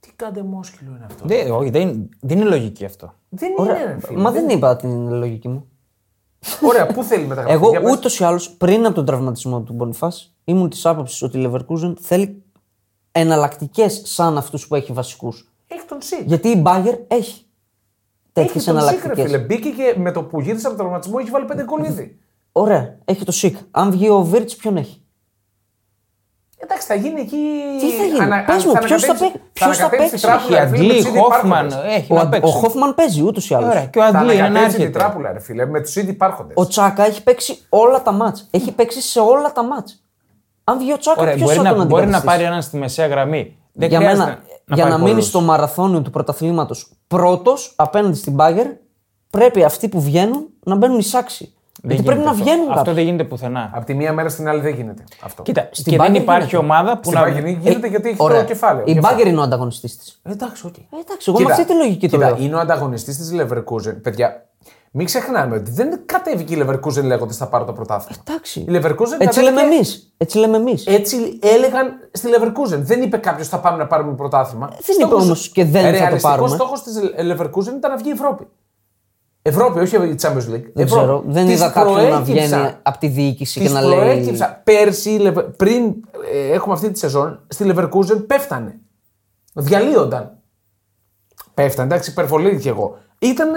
[SPEAKER 1] Τι κάντε μόσκυλο είναι αυτό.
[SPEAKER 2] Δεν, όχι, δεν, δεν είναι λογική αυτό.
[SPEAKER 1] Δεν
[SPEAKER 3] Ωραία.
[SPEAKER 1] είναι. Ναι, ρε φίλε.
[SPEAKER 3] Μα δεν είπα την λογική μου.
[SPEAKER 1] Ωραία, πού θέλει μεταγραφή.
[SPEAKER 3] Εγώ
[SPEAKER 1] Για πες.
[SPEAKER 3] ούτως ή άλλως πριν από τον τραυματισμό του Μπονιφά ήμουν της άποψης ότι η Leverkusen θέλει εναλλακτικές σαν αυτούς που έχει βασικούς.
[SPEAKER 1] Έχει τον Σικ.
[SPEAKER 3] Γιατί η Bayer έχει
[SPEAKER 1] Έχει
[SPEAKER 3] τέτοιες
[SPEAKER 1] τον Σικ, ρε φίλε.
[SPEAKER 3] εναλλακτικέ.
[SPEAKER 1] Μπήκε και με το που γύρισε από τον τραυματισμό έχει βάλει πέντε γκολ ήδη.
[SPEAKER 3] Ωραία, έχει το ΣΥΚ. Αν βγει ο Βίρτ, ποιον έχει.
[SPEAKER 1] Εντάξει, θα γίνει εκεί.
[SPEAKER 3] Τι θα γίνει,
[SPEAKER 1] ανα-
[SPEAKER 3] πες
[SPEAKER 1] αν-
[SPEAKER 3] μου,
[SPEAKER 1] θα
[SPEAKER 3] ποιος θα
[SPEAKER 1] ανακατέψει-
[SPEAKER 3] παί- ποιος θα
[SPEAKER 1] ανακατέψει
[SPEAKER 3] παίξει.
[SPEAKER 1] την τράπουλα,
[SPEAKER 2] Έχει
[SPEAKER 1] ρε φίλε, με
[SPEAKER 2] Αντλή,
[SPEAKER 1] τους ήδη
[SPEAKER 2] Χόφμαν.
[SPEAKER 1] υπάρχοντες.
[SPEAKER 2] Έχει
[SPEAKER 3] Ο,
[SPEAKER 2] να
[SPEAKER 3] Αν- ο
[SPEAKER 2] παίξει.
[SPEAKER 3] Χόφμαν παίζει ούτως ή άλλως.
[SPEAKER 2] Ωραία, και ο
[SPEAKER 1] Θα
[SPEAKER 2] Αντλή είναι να
[SPEAKER 1] ανακατέψει την
[SPEAKER 2] έρχεται.
[SPEAKER 1] τράπουλα, ρε φίλε, με τους ήδη υπάρχοντες.
[SPEAKER 3] Ο Τσάκα έχει παίξει όλα τα μάτ. Έχει παίξει σε όλα τα μάτ. Αν βγει ο Τσάκα,
[SPEAKER 2] Ωραία,
[SPEAKER 3] ποιος
[SPEAKER 2] μπορεί
[SPEAKER 3] θα
[SPEAKER 2] να,
[SPEAKER 3] τον
[SPEAKER 2] μπορεί να
[SPEAKER 3] αντικαταστήσει?
[SPEAKER 2] πάρει έναν στη μεσαία γραμμή. Δεν
[SPEAKER 3] για
[SPEAKER 2] χρειάζεται
[SPEAKER 3] μένα, για
[SPEAKER 2] πάρει
[SPEAKER 3] να μείνει
[SPEAKER 2] πολλούς.
[SPEAKER 3] στο μαραθώνιο του πρωταθλήματος πρώτος απέναντι στην Μπάγκερ, πρέπει αυτοί που βγαίνουν να μπαίνουν εισάξι.
[SPEAKER 2] Δεν
[SPEAKER 3] Γιατί πρέπει
[SPEAKER 2] γίνεται
[SPEAKER 3] να
[SPEAKER 2] αυτό.
[SPEAKER 3] βγαίνουν
[SPEAKER 2] Αυτό
[SPEAKER 3] κάποιοι.
[SPEAKER 2] δεν γίνεται πουθενά.
[SPEAKER 1] Από τη μία μέρα στην άλλη δεν γίνεται αυτό.
[SPEAKER 2] Κοίτα,
[SPEAKER 3] Στην
[SPEAKER 2] και δεν
[SPEAKER 3] Bayern
[SPEAKER 2] υπάρχει
[SPEAKER 3] γίνεται.
[SPEAKER 2] ομάδα που
[SPEAKER 1] Στην
[SPEAKER 2] να.
[SPEAKER 1] Bayern γίνεται γιατί έχει
[SPEAKER 3] Ε, Ωραία.
[SPEAKER 1] το κεφάλαιο.
[SPEAKER 3] Η
[SPEAKER 1] Κεφάλαιο.
[SPEAKER 3] Μπάγκερ είναι ο ανταγωνιστής της.
[SPEAKER 1] Εντάξει, οκ.
[SPEAKER 3] Εντάξει, εγώ με αυτή τη λογική το
[SPEAKER 1] κοίτα,
[SPEAKER 3] λέω.
[SPEAKER 1] Είναι ο ανταγωνιστής της Leverkusen. Παιδιά, μην ξεχνάμε ότι δεν κατέβηκε η Leverkusen λέγοντας θα πάρω το πρωτάθλημα.
[SPEAKER 3] Εντάξει.
[SPEAKER 1] Η Leverkusen
[SPEAKER 3] Ε, Έτσι
[SPEAKER 1] κατέβηκε-
[SPEAKER 3] λέμε εμείς. Έτσι λέμε εμείς.
[SPEAKER 2] Ε,
[SPEAKER 1] Έτσι έλεγαν στη Leverkusen. Δεν είπε κάποιος θα πάμε να πάρουμε πρωτάθλημα. Ε,
[SPEAKER 3] δεν είπε όμως και δεν θα το πάρουμε.
[SPEAKER 1] στόχος της Leverkusen ήταν να βγει η Ευρώπη. Ευρώπη, όχι η Champions League.
[SPEAKER 3] δεν
[SPEAKER 2] λοιπόν,
[SPEAKER 3] ξέρω. Δεν είδα κάποιον να βγαίνει από τη διοίκηση και
[SPEAKER 1] Τη
[SPEAKER 3] να λέει.
[SPEAKER 1] προέκυψα. Πέρσι, η Λεβε- πριν ε, έχουμε αυτή τη σεζόν, στη Leverkusen πέφτανε. Διαλύονταν. Πέφτανε, εντάξει, υπερβολή κι εγώ. Ήταν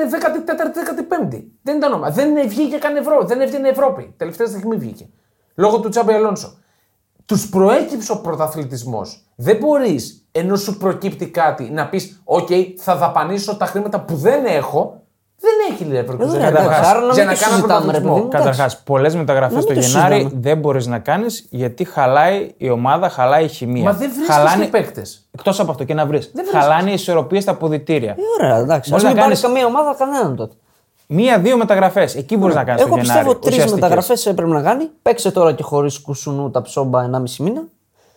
[SPEAKER 1] 14η-15η. Δεν ήταν όνομα. Δεν βγήκε καν Ευρώ. Δεν έβγαινε Ευρώπη. Τελευταία στιγμή βγήκε. Λόγω του Τσάμπι Αλόνσο. Τους προέκυψε ο πρωταθλητισμός. Δεν μπορείς ενώ σου προκύπτει κάτι να πεις: Οκ, θα δαπανίσω τα χρήματα που δεν έχω. Δεν έχει η Leverkusen.
[SPEAKER 3] Ωραία,
[SPEAKER 1] να
[SPEAKER 2] εντάξει,
[SPEAKER 1] δαπανίσει
[SPEAKER 3] άρα να
[SPEAKER 1] για
[SPEAKER 3] μην το
[SPEAKER 1] κάνω
[SPEAKER 3] συζητάμε, ρε
[SPEAKER 1] πρωταθλητισμό.
[SPEAKER 3] παιδί μου.
[SPEAKER 2] Καταρχάς, πολλές μεταγραφές
[SPEAKER 3] μην
[SPEAKER 2] το
[SPEAKER 3] το
[SPEAKER 2] Γενάρη
[SPEAKER 3] συζητάμε.
[SPEAKER 2] δεν μπορείς να κάνεις γιατί χαλάει η ομάδα, χαλάει η χημεία.
[SPEAKER 1] Μα δεν βρίσκεις
[SPEAKER 2] Χαλάνε-
[SPEAKER 1] και παίκτες.
[SPEAKER 2] Εκτός από αυτό και να βρεις. Χαλάνε οι ισορροπίες στα αποδητήρια.
[SPEAKER 3] Ε, Ωραία, εντάξει. Α
[SPEAKER 2] Μπορεί
[SPEAKER 3] μην
[SPEAKER 2] να
[SPEAKER 3] πάρεις
[SPEAKER 2] κάνεις-
[SPEAKER 3] καμία ομάδα κανέναν τότε.
[SPEAKER 2] Μία-δύο μεταγραφές. Εκεί μπορείς να κάνεις.
[SPEAKER 3] Ε. Εγώ πιστεύω τρεις μεταγραφές έπρεπε να κάνει. Παίξε τώρα και χωρίς κουσουνού τα ψόμπα 1,5 μήνα.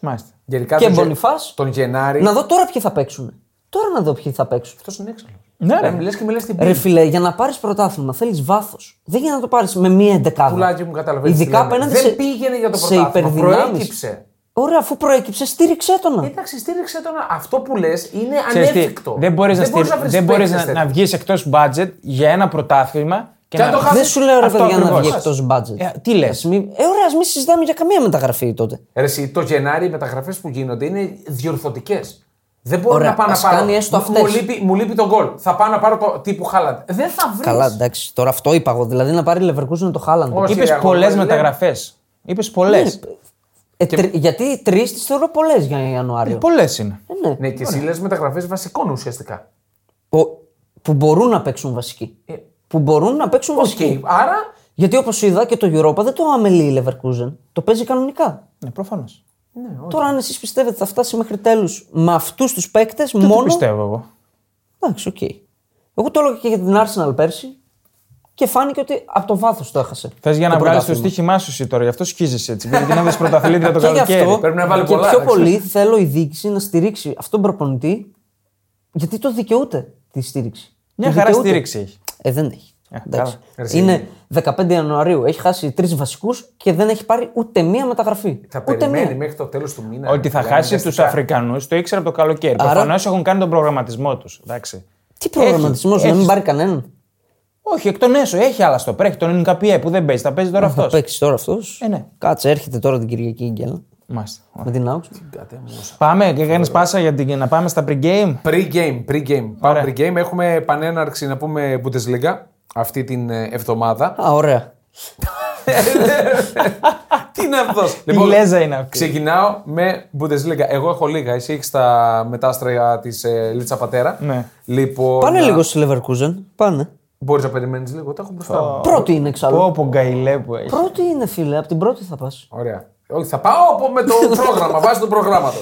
[SPEAKER 2] Μάλιστα.
[SPEAKER 1] Γενικά
[SPEAKER 3] Και
[SPEAKER 1] τον Γε-
[SPEAKER 3] Μπονιφάς.
[SPEAKER 1] Τον Γενάρη.
[SPEAKER 3] Να δω τώρα ποιοι θα παίξουν. Τώρα να δω ποιοι θα παίξουν.
[SPEAKER 1] Αυτός είναι έξαλλος.
[SPEAKER 2] Ναι, ρε.
[SPEAKER 1] ρε. Μιλέ και μιλέ την
[SPEAKER 3] Ρε
[SPEAKER 1] πίτα.
[SPEAKER 3] φιλέ, για να πάρεις πρωτάθλημα θέλεις βάθος. Δεν γίνεται να το πάρεις με μία εντεκάδα.
[SPEAKER 1] Πουλάκι μου, καταλαβαίνεις τι
[SPEAKER 3] Ειδικά
[SPEAKER 1] λέμε.
[SPEAKER 3] απέναντι
[SPEAKER 1] Δεν
[SPEAKER 3] σε.
[SPEAKER 1] πήγαινε για το
[SPEAKER 3] σε
[SPEAKER 1] πρωτάθλημα,
[SPEAKER 3] υπερδυνάμεις.
[SPEAKER 1] προέκυψε.
[SPEAKER 3] Ωραία, αφού προέκυψε, στήριξε τον. να.
[SPEAKER 1] Εντάξει, στήριξε τον. Αυτό που λες είναι
[SPEAKER 2] Ξέρεις τι,
[SPEAKER 1] ανέφικτο.
[SPEAKER 2] δεν μπορείς να,
[SPEAKER 1] μπορείς
[SPEAKER 2] στηρι-
[SPEAKER 1] βρεις
[SPEAKER 2] δεν μπορείς
[SPEAKER 1] παίκτες
[SPEAKER 2] να,
[SPEAKER 1] τέτοιους.
[SPEAKER 2] να βγεις εκτός budget για ένα πρωτάθλημα και,
[SPEAKER 1] Και
[SPEAKER 2] να
[SPEAKER 1] αν το χα-
[SPEAKER 3] Δεν σου λέω ρε
[SPEAKER 2] Αυτό
[SPEAKER 3] παιδιά να
[SPEAKER 2] ακριβώς.
[SPEAKER 3] βγεις εκτός budget.
[SPEAKER 2] Ε, τι λες.
[SPEAKER 3] Ας μην- Ε, ωραία, ας μην συζητάμε για καμία μεταγραφή τότε.
[SPEAKER 1] Ρε, εσύ, το Γενάρη οι μεταγραφές που γίνονται είναι διορθωτικές. Δεν μπορώ
[SPEAKER 3] Ωραία,
[SPEAKER 1] να πάω να
[SPEAKER 3] ας
[SPEAKER 1] πάρω.
[SPEAKER 3] κάνει έστω
[SPEAKER 1] Μου-
[SPEAKER 3] αυτές.
[SPEAKER 1] Μου, λείπει, μου λείπει το γκολ. Θα πάω να πάρω το τύπου Χάλαντ. Δεν θα βρεις.
[SPEAKER 3] Καλά, εντάξει, τώρα αυτό είπα εγώ. Δηλαδή να πάρει Leverkusen το Χάλαντ.
[SPEAKER 1] Όχι,
[SPEAKER 2] Είπες
[SPEAKER 1] εγώ
[SPEAKER 2] πολλέ
[SPEAKER 1] λέω-
[SPEAKER 2] μεταγραφές. Είπες πολλές.
[SPEAKER 3] Ε, τρι- Γιατί τρεις τις θεωρώ πολλές για Ιανουάριο.
[SPEAKER 2] Πολλές είναι.
[SPEAKER 3] Ε, ναι.
[SPEAKER 1] Ναι, και εσύ λες μεταγραφές βασικών ουσιαστικά.
[SPEAKER 3] Που, που μπορούν να παίξουν βασικοί. Ε, Που μπορούν να παίξουν
[SPEAKER 1] Και,
[SPEAKER 3] βασικοί.
[SPEAKER 1] άρα.
[SPEAKER 3] Γιατί όπως είδα και το Europa δεν το αμελεί η Leverkusen. Το παίζει κανονικά.
[SPEAKER 2] Ναι, προφανώς. Ε,
[SPEAKER 3] Τώρα, αν εσείς πιστεύετε θα φτάσει μέχρι τέλους με αυτούς τους παίκτες
[SPEAKER 2] Δεν το
[SPEAKER 3] μόνο.
[SPEAKER 2] πιστεύω εγώ.
[SPEAKER 3] Εντάξει, οκ. Εγώ το έλεγα και για την Arsenal πέρσι και φάνηκε ότι από το βάθος το έχασε.
[SPEAKER 2] Θες για να βγάλεις το
[SPEAKER 3] πρωτάθλημα.
[SPEAKER 2] στοίχημά σου εσύ τώρα, γι' αυτό σκίζεσαι έτσι. Επειδή την έδωσες πρωταθλήτρια το
[SPEAKER 3] Και γι' αυτό
[SPEAKER 2] καλοκαίρι.
[SPEAKER 1] Πρέπει να βάλει
[SPEAKER 3] και
[SPEAKER 1] πολλά,
[SPEAKER 3] πιο
[SPEAKER 1] εντάξει.
[SPEAKER 3] πολύ θέλω η διοίκηση να στηρίξει αυτόν τον προπονητή γιατί το δικαιούται τη στήριξη.
[SPEAKER 2] Μια
[SPEAKER 3] Το
[SPEAKER 2] χαρά
[SPEAKER 3] δικαιούται.
[SPEAKER 2] στήριξη έχει.
[SPEAKER 3] Ε, δεν έχει.
[SPEAKER 2] Ε,
[SPEAKER 3] Εντάξει.
[SPEAKER 2] καλά.
[SPEAKER 1] Εσύ.
[SPEAKER 3] Είναι 15 Ιανουαρίου. Έχει χάσει τρεις βασικούς και δεν έχει πάρει ούτε μία μεταγραφή.
[SPEAKER 1] Θα
[SPEAKER 3] ούτε
[SPEAKER 1] περιμένει
[SPEAKER 3] μία.
[SPEAKER 1] μέχρι το τέλος του μήνα.
[SPEAKER 2] Ότι θα
[SPEAKER 1] Δηλαδή,
[SPEAKER 2] χάσει του
[SPEAKER 1] αναγκαστικά.
[SPEAKER 2] Αφρικανούς το ήξερα από το καλοκαίρι.
[SPEAKER 3] Άρα-
[SPEAKER 2] Προφανώς έχουν κάνει τον προγραμματισμό τους.
[SPEAKER 3] Τι προγραμματισμός, να μην πάρει κανέναν.
[SPEAKER 2] Όχι, εκ των έσω έχει άλλα στο πρέχει. Τον Ινκαπιέ που δεν παίζει, τα παίζει τώρα
[SPEAKER 3] Θα
[SPEAKER 2] αυτός.
[SPEAKER 3] παίξει τώρα αυτός.
[SPEAKER 2] Ε, ναι.
[SPEAKER 3] Κάτσε, έρχεται τώρα την Κυριακή η Γκέλα
[SPEAKER 2] Μάλιστα.
[SPEAKER 3] με την Άουξ.
[SPEAKER 2] Πάμε και κάνεις πάσα για την- να πάμε στα pre-game.
[SPEAKER 1] Pre-game, pre-game.
[SPEAKER 2] Ωραία.
[SPEAKER 1] Πάμε pre-game. Έχουμε πανέναρξη να πούμε Bundesliga αυτή την ε, εβδομάδα.
[SPEAKER 3] Α, ωραία.
[SPEAKER 1] Τι είναι αυτός.
[SPEAKER 2] λέζα είναι αυτή.
[SPEAKER 1] Ξεκινάω με Bundesliga. Εγώ έχω λίγα. Εσύ έχεις τα μετάστρια της ε, Λίτσα Πατέρα.
[SPEAKER 2] Ναι.
[SPEAKER 1] Λοιπόν,
[SPEAKER 3] Πάνε λίγο στη Leverkusen. Πάνε.
[SPEAKER 1] Μπορείς να περιμένεις λίγο. Τα έχω μπροστά μου.
[SPEAKER 3] Πρώτη είναι εξάλλου.
[SPEAKER 2] Πω πω γκαιλέ που έχεις.
[SPEAKER 3] Πρώτη είναι, φίλε. Από την πρώτη θα πας.
[SPEAKER 1] Ωραία. Όχι, θα πάω από με το πρόγραμμα, βάσει του προγράμματος.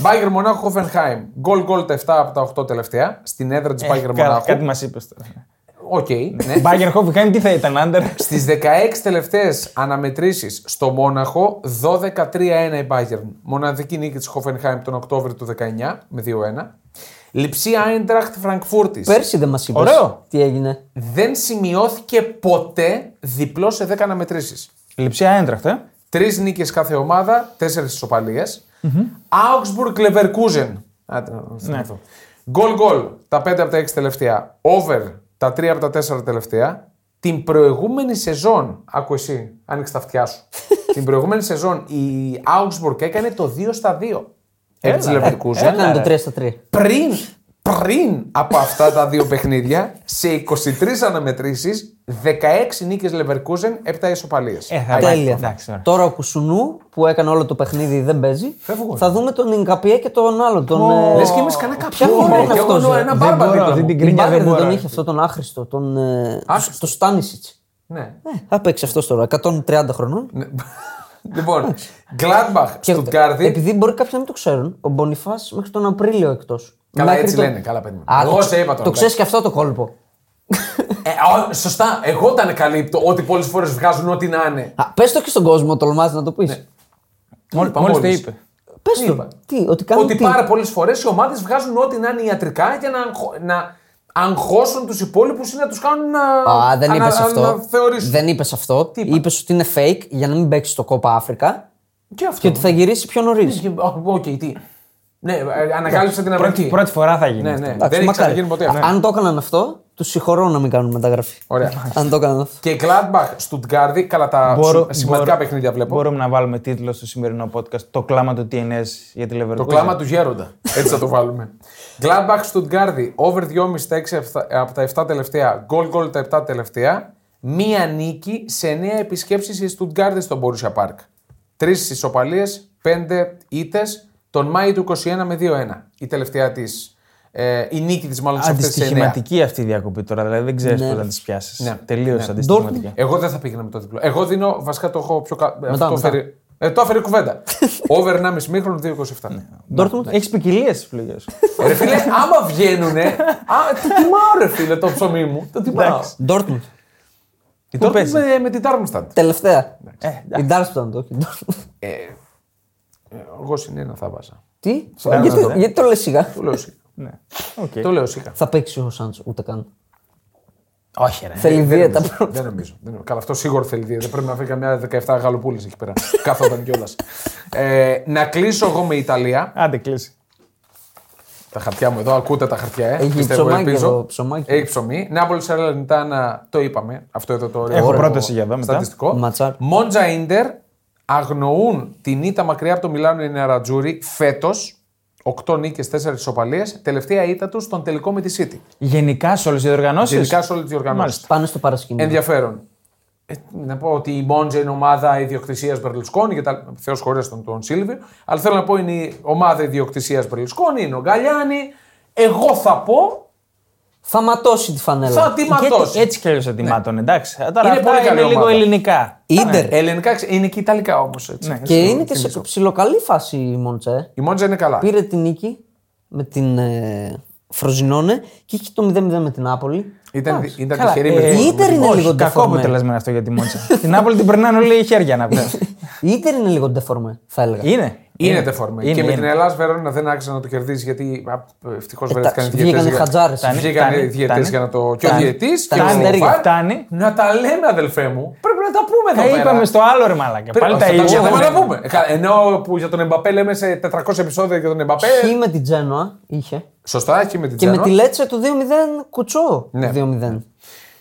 [SPEAKER 1] Μπάγκερ Μονάχου Χόφενχάιμ. Γκολ γκολ τα 7 από τα 8 τελευταία. Στην έδρα της Μπάγκερ
[SPEAKER 2] Κα-
[SPEAKER 1] Μονάχου.
[SPEAKER 2] Ε, Κάτι μας είπες τώρα.
[SPEAKER 1] Οκ, ναι.
[SPEAKER 2] Μπάγκερ Χόφιχάιμ τι θα ήταν, άντερ.
[SPEAKER 1] Στις 16 τελευταίες αναμετρήσεις στο Μόναχο, 12-3-1 η Bayern. Μοναδική νίκη της Hoffenheim τον Οκτώβριο του 19 με 2-1. Λιψή Άιντραχτ Φραγκφούρτης.
[SPEAKER 3] Πέρσι δεν μας είπες.
[SPEAKER 2] Ωραίο.
[SPEAKER 3] Τι έγινε.
[SPEAKER 1] Δεν σημειώθηκε ποτέ διπλός σε 10 αναμετρήσει.
[SPEAKER 2] Λιψία Έντραχτ, ε.
[SPEAKER 1] Τρεις νίκες κάθε ομάδα, τέσσερις ισοπαλίες. Augsburg Leverkusen. Άντε,
[SPEAKER 2] Ναι.
[SPEAKER 1] να θυμηθώ. Γκολ γκολ τα 5 από τα 6 τελευταία. Over τα 3 από τα 4 τελευταία. Την προηγούμενη σεζόν, άκου εσύ, άνοιξε τα αυτιά σου. Την προηγούμενη σεζόν η Augsburg έκανε το 2 στα 2. Επί της
[SPEAKER 2] Έλα, ε,
[SPEAKER 1] Leverkusen.
[SPEAKER 2] έλα.
[SPEAKER 3] Έκανε το 3 στα 3.
[SPEAKER 1] Πριν, πριν από αυτά τα δύο παιχνίδια, σε 23 αναμετρήσεις, 16 νίκες Leverkusen, 7 ισοπαλίες.
[SPEAKER 2] Ε, θα
[SPEAKER 1] Άι,
[SPEAKER 3] Τέλεια.
[SPEAKER 2] εντάξει, ωραία.
[SPEAKER 3] Τώρα ο Κουσουνού που έκανε όλο το παιχνίδι δεν παίζει.
[SPEAKER 1] Φεύγω.
[SPEAKER 3] Θα δούμε τον Ινκαπιέ και τον άλλο. Τον, ε,
[SPEAKER 1] Λες και εμείς κανένα
[SPEAKER 3] Ποια
[SPEAKER 1] κάποιο.
[SPEAKER 3] χώρα είναι
[SPEAKER 1] Εγώ
[SPEAKER 3] αυτός,
[SPEAKER 1] εννοώ
[SPEAKER 3] ρε.
[SPEAKER 1] ένα
[SPEAKER 2] Δεν
[SPEAKER 1] μπάρμπα
[SPEAKER 2] μπορώ,
[SPEAKER 1] δίπλα
[SPEAKER 2] αυτή
[SPEAKER 1] μου.
[SPEAKER 2] την
[SPEAKER 3] Την
[SPEAKER 2] γκρίνια
[SPEAKER 3] Bayern
[SPEAKER 2] δεν
[SPEAKER 3] δεν
[SPEAKER 2] μπορώ.
[SPEAKER 3] τον
[SPEAKER 2] ρε.
[SPEAKER 3] είχε αυτό τον άχρηστο, τον, ε,
[SPEAKER 1] Άχρηστος.
[SPEAKER 3] το Στάνισιτ.
[SPEAKER 1] Ναι.
[SPEAKER 3] Ε, θα παίξει αυτός τώρα, 130 χρονών.
[SPEAKER 1] Ναι. λοιπόν, Gladbach,
[SPEAKER 3] Και
[SPEAKER 1] Στουτγκάρδη.
[SPEAKER 3] επειδή μπορεί κάποιοι να μην το ξέρουν, ο Μπονιφά μέχρι τον Απρίλιο εκτός.
[SPEAKER 1] Καλά, έτσι λένε. Καλά, παιδιά. Εγώ σε είπα τώρα,
[SPEAKER 3] Το ξέρεις
[SPEAKER 1] εντάξει.
[SPEAKER 3] και αυτό το κόλπο.
[SPEAKER 1] Ε, α, σωστά, εγώ τα ανακαλύπτω ότι πολλές φορές βγάζουν ό,τι να είναι.
[SPEAKER 3] Πες το και στον κόσμο, τολμάς να το πεις.
[SPEAKER 2] Μόλι
[SPEAKER 1] είπα,
[SPEAKER 2] το
[SPEAKER 1] μόλις.
[SPEAKER 2] είπε.
[SPEAKER 3] Πες
[SPEAKER 1] Ναι. Τι
[SPEAKER 3] το.
[SPEAKER 1] είπα.
[SPEAKER 3] Τι, ότι κάνουν
[SPEAKER 1] ότι
[SPEAKER 3] τι.
[SPEAKER 1] πάρα πολλές φορές οι ομάδες βγάζουν ό,τι να είναι ιατρικά για να, αγχω- να αγχώσουν τους υπόλοιπους ή να τους κάνουν να.
[SPEAKER 3] Α, δεν είπε
[SPEAKER 1] ανα-
[SPEAKER 3] αυτό.
[SPEAKER 1] αναθεωρήσουν.
[SPEAKER 3] Δεν είπες αυτό.
[SPEAKER 1] είπα?
[SPEAKER 3] Είπες ότι είναι fake για να μην παίξεις το κόπα Αφρικα
[SPEAKER 1] Και αυτό. Ναι,
[SPEAKER 3] και ότι θα γυρίσει πιο νωρίς.
[SPEAKER 1] Και- α, Οκ, τι. Ναι, ε, ανακάλυψα την
[SPEAKER 2] Πρώτη,
[SPEAKER 1] Αμερική.
[SPEAKER 2] πρώτη φορά θα γίνει.
[SPEAKER 1] Ναι,
[SPEAKER 2] αυτό.
[SPEAKER 1] ναι. Δεν έχει ξαναγίνει ποτέ. ναι. αυτό.
[SPEAKER 3] Αν το έκαναν αυτό, τους συγχωρώ να μην κάνουν μεταγραφή.
[SPEAKER 1] Ωραία.
[SPEAKER 3] Αν το έκαναν αυτό.
[SPEAKER 1] Και Gladbach, Στουτγκάρδη, καλά τα
[SPEAKER 2] Μπορώ-
[SPEAKER 1] συ- σημαντικά
[SPEAKER 2] μπορώ-
[SPEAKER 1] παιχνίδια βλέπω.
[SPEAKER 2] Μπορούμε να βάλουμε τίτλο στο σημερινό podcast Το κλάμα του TNS για τη Leverkusen.
[SPEAKER 1] Το κλάμα του γέροντα. Έτσι θα το βάλουμε. Gladbach Stuttgart, over 2,5 στα 6 από τα 7 τελευταία. Goal goal τα 7 τελευταία. Μία νίκη σε 9 επισκέψεις η Stuttgart στο Borussia Park. Τρεις ισοπαλίες, 5 ήτες. Τον Μάιο του 21 με 2-1. Η τελευταία της, ε, η νίκη της μάλλον σε αυτές τις 9.
[SPEAKER 2] Αντιστοιχηματική αυτή η διακοπή τώρα, δηλαδή δεν ξέρεις πώ να τις πιάσεις.
[SPEAKER 1] Ναι.
[SPEAKER 2] Τελείως αντιστοιχηματική.
[SPEAKER 1] Εγώ δεν θα πήγαινα με το διπλό. Εγώ δίνω, βασικά το έχω πιο κα... αυτό το
[SPEAKER 3] μετά.
[SPEAKER 1] έφερε- Ε, το έφερε η κουβέντα. Over 1,5 μήχρονο 2,27.
[SPEAKER 3] Ναι,
[SPEAKER 2] Ντόρκμουντ,
[SPEAKER 1] Ναι.
[SPEAKER 2] έχεις ποικιλίες στι φλογέ.
[SPEAKER 1] Ρε φίλε, άμα βγαίνουνε. Α, το τιμάω, ρε φίλε, το ψωμί μου. Το τιμάω.
[SPEAKER 2] Εντάξει.
[SPEAKER 3] Ντόρτμουντ.
[SPEAKER 1] Η
[SPEAKER 2] Πού
[SPEAKER 1] Dortmund
[SPEAKER 2] παίζει?
[SPEAKER 1] με, με την Darmstadt.
[SPEAKER 3] Τελευταία.
[SPEAKER 2] Ε,
[SPEAKER 3] Η Ντάρσπτον το όχι. η Dortmund.
[SPEAKER 1] Εγώ συνένα θα βάζα.
[SPEAKER 3] Τι,
[SPEAKER 2] Ντάρμσταντ,
[SPEAKER 3] γιατί,
[SPEAKER 2] ε.
[SPEAKER 3] γιατί το λες σιγά.
[SPEAKER 1] Το λέω σίγα.
[SPEAKER 2] ναι. Οκ.
[SPEAKER 1] Το λέω σίγα.
[SPEAKER 3] Θα παίξει ο Σάντσο, ούτε καν.
[SPEAKER 2] Όχι, ρε.
[SPEAKER 3] Θέλει δίαιτα
[SPEAKER 1] νομίζω.
[SPEAKER 3] πρώτα.
[SPEAKER 1] Δεν νομίζω. Δεν νομίζω. Καλά, αυτό σίγουρα θέλει δίαιτα. Πρέπει να φέρει καμιά 17 γαλοπούλες εκεί πέρα. Καθόταν κιόλας. Ε, να κλείσω εγώ με Ιταλία.
[SPEAKER 2] Άντε, κλείσει.
[SPEAKER 1] Τα χαρτιά μου εδώ, ακούτε τα χαρτιά. Ε.
[SPEAKER 3] Έχει
[SPEAKER 1] Πιστεύω,
[SPEAKER 3] ψωμάκι
[SPEAKER 1] ελπίζω.
[SPEAKER 3] εδώ, ψωμάκι.
[SPEAKER 1] Έχει ψωμί. Νάπολης Σαρλανιτάνα, το είπαμε. Αυτό εδώ το ωραίο
[SPEAKER 2] Έχω
[SPEAKER 1] ωραίο
[SPEAKER 2] πρόταση για εδώ μετά.
[SPEAKER 1] Στατιστικό.
[SPEAKER 3] Ματσάρ.
[SPEAKER 1] Μόντζα ντερ αγνοούν την ήττα μακριά από το Μιλάνο η Νεαρατζούρη φέτο. 8 νίκε, 4 ισοπαλίες. Τελευταία ήττα τους στον τελικό με τη City.
[SPEAKER 2] Γενικά σε όλες τις διοργανώσεις.
[SPEAKER 1] Γενικά σε όλες τις διοργανώσεις.
[SPEAKER 2] Μάλιστα.
[SPEAKER 3] Πάνω στο
[SPEAKER 2] Ναι.
[SPEAKER 3] παρασκήνιο.
[SPEAKER 1] Ενδιαφέρον. Ε, να πω ότι η Μόντζα είναι ομάδα ιδιοκτησίας Μπερλουσκόνη και τα. Θεός χωρίς τον, τον Σίλβιο. Αλλά θέλω να πω είναι η ομάδα ιδιοκτησίας Μπερλουσκόνη, είναι ο Γκαλιάνη. Εγώ θα πω.
[SPEAKER 3] Θα ματώσει τη φανέλα.
[SPEAKER 1] Θα τη ματώσει.
[SPEAKER 2] Έτσι κι αλλιώς αντιμάτων, εντάξει. Ε, Τώρα
[SPEAKER 1] Ναι. Είναι
[SPEAKER 2] αυτά
[SPEAKER 1] πολύ καλή
[SPEAKER 2] είναι λίγο
[SPEAKER 1] ομάδα.
[SPEAKER 2] ελληνικά.
[SPEAKER 3] Ίντερ.
[SPEAKER 1] Ελληνικά ξε- είναι και ιταλικά όμως.
[SPEAKER 2] Ναι.
[SPEAKER 3] Και είναι και σε ψιλοκαλή φάση η Μοντζέ.
[SPEAKER 1] Η Μόντζα είναι καλά.
[SPEAKER 2] Ναι.
[SPEAKER 3] Πήρε την νίκη με την ε, Φροζινόνε και είχε το 0-0 με την Νάπολη.
[SPEAKER 1] Ήταν,
[SPEAKER 3] Εντάξει.
[SPEAKER 1] ήταν
[SPEAKER 2] Καλά,
[SPEAKER 1] τυχερή
[SPEAKER 2] ε,
[SPEAKER 1] με
[SPEAKER 3] Η
[SPEAKER 1] την-
[SPEAKER 3] Ίντερ είναι
[SPEAKER 2] Όχι,
[SPEAKER 3] λίγο
[SPEAKER 2] κακό
[SPEAKER 3] ντεφορμέ.
[SPEAKER 2] αποτέλεσμα είναι αυτό για τη Μόντσα. την Άπολη την περνάνε όλοι οι χέρια να πούμε.
[SPEAKER 3] Η Ίντερ είναι λίγο ντεφορμέ, θα έλεγα.
[SPEAKER 2] είναι.
[SPEAKER 1] Είναι τεφορμέ. Και
[SPEAKER 2] είναι, Ε,
[SPEAKER 1] με την
[SPEAKER 2] είναι.
[SPEAKER 1] Ελλάδα Βερόνα δεν άξιζε να το κερδίσει γιατί ευτυχώ βρέθηκαν οι
[SPEAKER 3] Εντάξει,
[SPEAKER 1] διαιτητέ.
[SPEAKER 3] βγήκαν οι χατζάρες.
[SPEAKER 2] Φτάνει,
[SPEAKER 1] Βγήκαν οι
[SPEAKER 2] φτάνει,
[SPEAKER 1] διαιτητέ
[SPEAKER 2] φτάνει.
[SPEAKER 1] για να το. Και ο
[SPEAKER 3] Φτάνει.
[SPEAKER 1] διαιτής.
[SPEAKER 3] Φτάνει,
[SPEAKER 2] Φτάνει, φτάνει.
[SPEAKER 1] Να τα λέμε, αδελφέ μου. Πρέπει να τα πούμε εδώ
[SPEAKER 2] Τα
[SPEAKER 1] πέρα.
[SPEAKER 2] είπαμε στο άλλο ρε μαλάκα.
[SPEAKER 1] Πρέπει
[SPEAKER 2] Πάλι τα
[SPEAKER 1] αυτά
[SPEAKER 2] ίδια.
[SPEAKER 1] δεν μπορούμε να πούμε. Ε, κα- Ενώ που για τον Εμπαπέ λέμε σε 400 επεισόδια για τον Εμπαπέ.
[SPEAKER 3] Χ με την Τζένοα είχε.
[SPEAKER 1] Σωστά, έχει με την
[SPEAKER 3] Και με
[SPEAKER 1] Τζένοα.
[SPEAKER 3] τη Λέτσε του 2-0 κουτσό.
[SPEAKER 1] Ναι.
[SPEAKER 3] 2-0.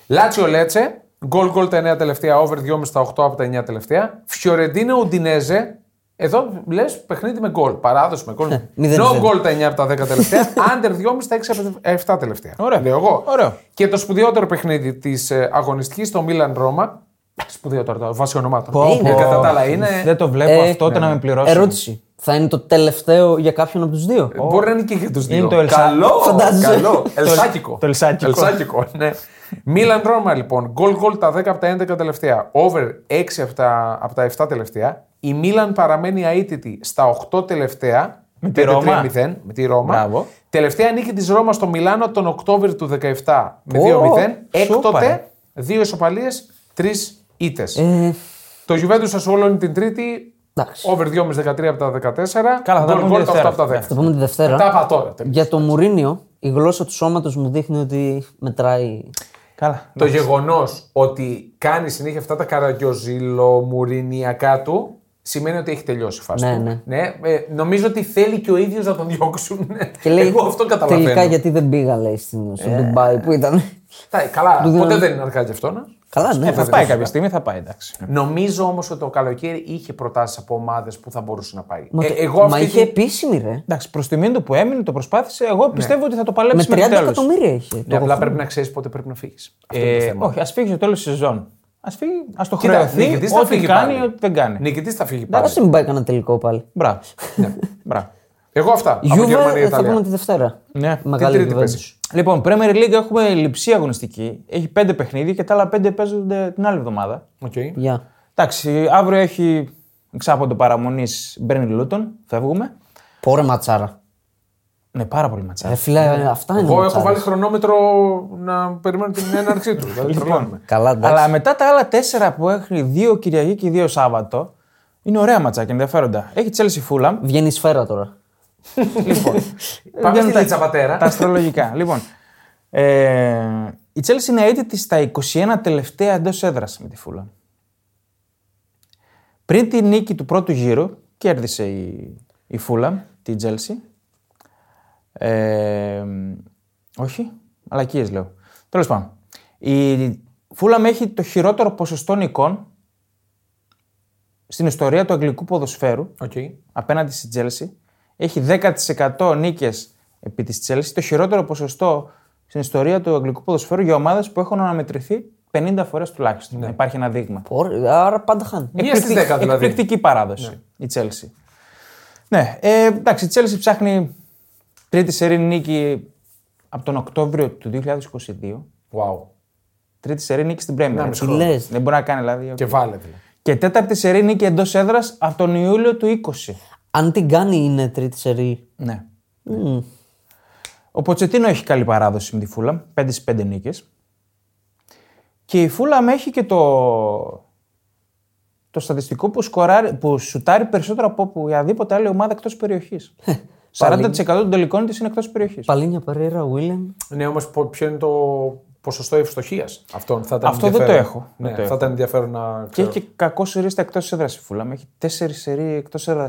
[SPEAKER 1] Λάτσιο Λέτσε. Γκολ γκολ τα 9 τελευταία, over 2,5 στα 8 από τα 9 τελευταία. Φιωρεντίνε Ουντινέζε. Εδώ λες παιχνίδι με γκολ. Παράδοση με γκολ.
[SPEAKER 3] Ε, μηδέν,
[SPEAKER 1] No
[SPEAKER 3] μηδέν.
[SPEAKER 1] γκολ τα 9 από τα 10 τελευταία. Άντερ 2,5 στα 6 από τα 7 τελευταία.
[SPEAKER 2] Ωραίο.
[SPEAKER 1] Λέω εγώ.
[SPEAKER 2] Ωραίο.
[SPEAKER 1] Και το σπουδαιότερο παιχνίδι της αγωνιστική, το Μίλαν Ρώμα. Σπουδαιότερο, το βάσει ονομάτων. Ε, Κατά τα άλλα είναι. ναι.
[SPEAKER 2] Δεν το βλέπω
[SPEAKER 3] Ε,
[SPEAKER 2] αυτό το να με πληρώσει.
[SPEAKER 3] Ερώτηση. Θα είναι το τελευταίο για κάποιον από τους δύο.
[SPEAKER 1] Μπορεί να είναι και για τους δύο.
[SPEAKER 2] Είναι το Ελσα-
[SPEAKER 1] Καλό!
[SPEAKER 3] Φαντάζεσαι.
[SPEAKER 1] Καλό.
[SPEAKER 2] Το-
[SPEAKER 1] Ελσάκικο.
[SPEAKER 2] το ελσάκικο.
[SPEAKER 1] ναι. Μίλαν Ρώμα λοιπόν. Γκολ γκολ τα 10 από τα 11 τελευταία. Over 6 από τα, από τα 7 τελευταία. Η Μίλαν παραμένει αίτητη στα 8 τελευταία.
[SPEAKER 2] Με τη
[SPEAKER 1] 5-3-0,
[SPEAKER 2] Ρώμα.
[SPEAKER 1] Με τη Ρώμα.
[SPEAKER 2] Μπράβο.
[SPEAKER 1] Τελευταία νίκη της Ρώμας στο Μιλάνο τον Οκτώβριο του 17 με
[SPEAKER 2] Ω,
[SPEAKER 1] 2-0.
[SPEAKER 2] σούπα.
[SPEAKER 1] Έκτοτε δύο ισοπαλίες, τρεις ήττες.
[SPEAKER 3] Ε,
[SPEAKER 1] Το Juventus Σασουόλο είναι την Τρίτη.
[SPEAKER 3] εντάξει.
[SPEAKER 1] Over 2,5-13 από τα 14.
[SPEAKER 2] Καλά, θα τα
[SPEAKER 1] Γκολ
[SPEAKER 2] πούμε
[SPEAKER 1] γκολ
[SPEAKER 2] Δευτέρα.
[SPEAKER 1] τα 8 από τα 10.
[SPEAKER 3] Θα πούμε τη Δευτέρα.
[SPEAKER 1] Τα είπα τώρα. τελείωσε.
[SPEAKER 3] Για το Μουρίνιο, η γλώσσα του σώματος μου δείχνει ότι μετράει.
[SPEAKER 2] Καλά.
[SPEAKER 1] Το γεγονός ότι κάνει συνέχεια αυτά τα καραγκιοζηλομουρινιακά του σημαίνει ότι έχει τελειώσει η φάση.
[SPEAKER 3] Ναι,
[SPEAKER 1] του.
[SPEAKER 3] ναι.
[SPEAKER 1] ε, νομίζω ότι θέλει και ο ίδιος να τον διώξουν.
[SPEAKER 3] Και λέει,
[SPEAKER 1] Εγώ αυτό καταλαβαίνω. Ε.
[SPEAKER 3] Τελικά γιατί δεν πήγα, λέει, στην, στο Ντουμπάι που ήταν.
[SPEAKER 1] Τα- καλά,
[SPEAKER 3] Του
[SPEAKER 1] ποτέ
[SPEAKER 3] δίνω-
[SPEAKER 1] δεν είναι αργά γι' αυτό. Ναι.
[SPEAKER 3] Καλά, ναι.
[SPEAKER 2] Ε, θα πάει κάποια στιγμή, θα πάει εντάξει.
[SPEAKER 1] Νομίζω όμως ότι το καλοκαίρι είχε προτάσεις από ομάδες που θα μπορούσε να πάει.
[SPEAKER 3] Μα,
[SPEAKER 1] Ε,
[SPEAKER 3] το-
[SPEAKER 1] εγώ
[SPEAKER 3] μα
[SPEAKER 1] αυτή
[SPEAKER 3] είχε
[SPEAKER 1] είχε...
[SPEAKER 3] επίσημη, ρε.
[SPEAKER 2] Εντάξει, προς τιμήν του που έμεινε, το προσπάθησε.
[SPEAKER 1] Ναι.
[SPEAKER 2] Εγώ πιστεύω ότι θα το παλέψει
[SPEAKER 3] Με 30
[SPEAKER 2] μέχρι τέλος.
[SPEAKER 3] εκατομμύρια είχε. το
[SPEAKER 1] απλά
[SPEAKER 3] χρόνο.
[SPEAKER 1] πρέπει να ξέρεις πότε πρέπει να φύγεις.
[SPEAKER 2] Ε, όχι, ας φύγει στο τέλος της σεζόν. Ας φύγει, ας το
[SPEAKER 1] Κοίτα,
[SPEAKER 2] χρεωθεί.
[SPEAKER 1] νικητής θα
[SPEAKER 2] Ό,τι
[SPEAKER 1] φύγει
[SPEAKER 2] κάνει,
[SPEAKER 1] πάλι.
[SPEAKER 2] ό,τι δεν κάνει.
[SPEAKER 1] Νικητής θα φύγει πάλι.
[SPEAKER 3] Ας την πάει κανένα τελικό πάλι.
[SPEAKER 2] Μπράβο.
[SPEAKER 1] Ναι,
[SPEAKER 2] Μπράβο.
[SPEAKER 1] Εγώ αυτά. Από Γερμανία,
[SPEAKER 3] Γιούβε θα
[SPEAKER 1] Ιταλία.
[SPEAKER 3] πούμε τη Δευτέρα.
[SPEAKER 2] Ναι.
[SPEAKER 3] Μεγάλη
[SPEAKER 1] Τρίτη
[SPEAKER 3] Juventus.
[SPEAKER 1] παίζει.
[SPEAKER 2] Λοιπόν, Premier League έχουμε λειψή αγωνιστική. Έχει πέντε παιχνίδια και τα άλλα πέντε παίζονται την άλλη εβδομάδα.
[SPEAKER 1] Οκ.
[SPEAKER 3] Γεια.
[SPEAKER 2] Εντάξει, αύριο έχει εξάποντο παραμονής Μπέρνι Λούτον. Φεύγουμε.
[SPEAKER 3] Πόρε ματσάρα.
[SPEAKER 2] Ναι, πάρα πολύ
[SPEAKER 3] Ρε
[SPEAKER 2] ματσάρι.
[SPEAKER 3] φίλε, αυτά είναι.
[SPEAKER 1] Εγώ έχω
[SPEAKER 3] ματσάρες.
[SPEAKER 1] βάλει χρονόμετρο να περιμένω την έναρξή τους.
[SPEAKER 2] Λοιπόν,
[SPEAKER 1] Δηλαδή, τρελαίνομαι.
[SPEAKER 3] Καλά, εντάξει.
[SPEAKER 2] Αλλά μετά τα άλλα τέσσερα που έχει δύο Κυριακή και δύο Σάββατο, είναι ωραία ματσάκια, ενδιαφέροντα. Έχει Chelsea Fulham.
[SPEAKER 3] Βγαίνει η σφαίρα τώρα.
[SPEAKER 2] λοιπόν,
[SPEAKER 1] Πάμε
[SPEAKER 2] βγαίνουν
[SPEAKER 1] στη
[SPEAKER 2] τα-
[SPEAKER 1] Λίτσα Πατέρα.
[SPEAKER 2] Τα αστρολογικά. λοιπόν, ε, η Chelsea είναι αίτητη στα 21 τελευταία εντός έδρας με τη Φούλα. Πριν τη νίκη του πρώτου γύρου, κέρδισε η, η Φούλα την Chelsea. Ε, όχι, μαλακίες λέω. Τέλος πάντων. Η Φούλαμ έχει το χειρότερο ποσοστό νικών στην ιστορία του αγγλικού ποδοσφαίρου
[SPEAKER 1] Οκ.
[SPEAKER 2] απέναντι στη Chelsea. Έχει 10% νίκες επί της Chelsea, το χειρότερο ποσοστό στην ιστορία του αγγλικού ποδοσφαίρου για ομάδες που έχουν αναμετρηθεί 50 φορές τουλάχιστον. Να υπάρχει ένα δείγμα.
[SPEAKER 3] Πόρε- Άρα πάντα χάνει.
[SPEAKER 1] Ναι. Μία στις
[SPEAKER 2] Εκπληκτικ-
[SPEAKER 1] 10 δηλαδή.
[SPEAKER 2] Εκπληκτική παράδοση η Chelsea. Ναι, ε, εντάξει, η Chelsea ψάχνει τρίτη σερή νίκη από τον Οκτώβριο του 2022.
[SPEAKER 1] Wow.
[SPEAKER 2] Τρίτη σερή νίκη στην Premier.
[SPEAKER 3] Τι λε.
[SPEAKER 2] Δεν μπορεί να κάνει δηλαδή.
[SPEAKER 1] Και βάλε δηλαδή.
[SPEAKER 2] Και τέταρτη σερή νίκη εντός έδρας από τον Ιούλιο του 20.
[SPEAKER 3] Αν την κάνει είναι τρίτη σερή.
[SPEAKER 2] Ναι. Ο Ποτσετίνο έχει καλή παράδοση με τη Φούλαμ, 5 στι 5 νίκες. Και η Φούλαμ έχει και το, το στατιστικό που, σκοράρει, που σουτάρει περισσότερο από οποιαδήποτε άλλη ομάδα εκτός περιοχή. 40% των τελικών της είναι εκτός περιοχής.
[SPEAKER 3] Παλίνια Περέιρα, Βίλιαμ.
[SPEAKER 1] Ναι, όμως ποιο είναι το ποσοστό ευστοχίας. Αυτό, θα ήταν
[SPEAKER 2] Αυτό δεν
[SPEAKER 1] ενδιαφέρον.
[SPEAKER 2] το έχω.
[SPEAKER 1] Ναι,
[SPEAKER 2] Δεν το
[SPEAKER 1] θα
[SPEAKER 2] έχω.
[SPEAKER 1] ήταν ενδιαφέρον να
[SPEAKER 2] Και
[SPEAKER 1] ξέρω.
[SPEAKER 2] έχει και κακό σερί στα εκτός έδρας η Φούλαμ. Έχει τέσσερις σερί εκτός έδρα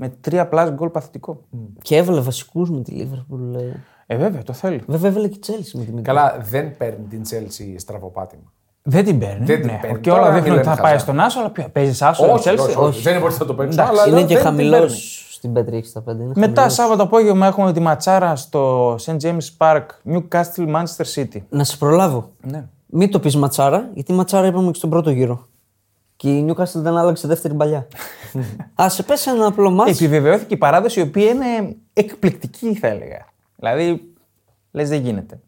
[SPEAKER 2] με τρία πλάσ γκολ παθητικό.
[SPEAKER 3] Και έβαλε βασικούς με τη Λίβερπουλ. ε.
[SPEAKER 2] Ε, βέβαια, το θέλει.
[SPEAKER 3] Βέβαια έβαλε και η Τσέλση με τη Μίτλ.
[SPEAKER 1] Καλά, δεν παίρνει την Chelsea στραβοπάτημα.
[SPEAKER 2] Δεν την παίρνει.
[SPEAKER 1] Δεν την
[SPEAKER 2] ναι.
[SPEAKER 1] παίρνει.
[SPEAKER 2] Και όλα
[SPEAKER 1] Τώρα
[SPEAKER 2] δείχνουν ότι θα
[SPEAKER 1] μιλάμε
[SPEAKER 2] πάει
[SPEAKER 1] χαζά.
[SPEAKER 2] στον Άσο, αλλά ποιο- παίζεις Άσο,
[SPEAKER 1] όχι,
[SPEAKER 2] Chelsea.
[SPEAKER 1] όχι, όχι. Δεν είναι ότι θα το παίξω.
[SPEAKER 2] Εντάξει,
[SPEAKER 1] αλλά
[SPEAKER 3] Είναι
[SPEAKER 1] δεν
[SPEAKER 3] και
[SPEAKER 1] την
[SPEAKER 3] χαμηλός
[SPEAKER 1] παίρνει.
[SPEAKER 3] στην Πέτρη 65. είναι
[SPEAKER 2] Μετά,
[SPEAKER 3] χαμηλός.
[SPEAKER 2] Σάββατο απόγευμα, έχουμε τη ματσάρα στο St. James Park, Newcastle, Manchester City.
[SPEAKER 3] Να σε προλάβω.
[SPEAKER 2] Ναι.
[SPEAKER 3] Μην το πεις ματσάρα, γιατί ματσάρα είπαμε και στον πρώτο γύρο. Και η Newcastle δεν άλλαξε δεύτερη παλιά. Α σε πέσει ένα απλό μάτι.
[SPEAKER 2] Επιβεβαιώθηκε η παράδοση, η οποία είναι εκπληκτική, θα έλεγα. Δηλαδή, λες, δεν γίνεται.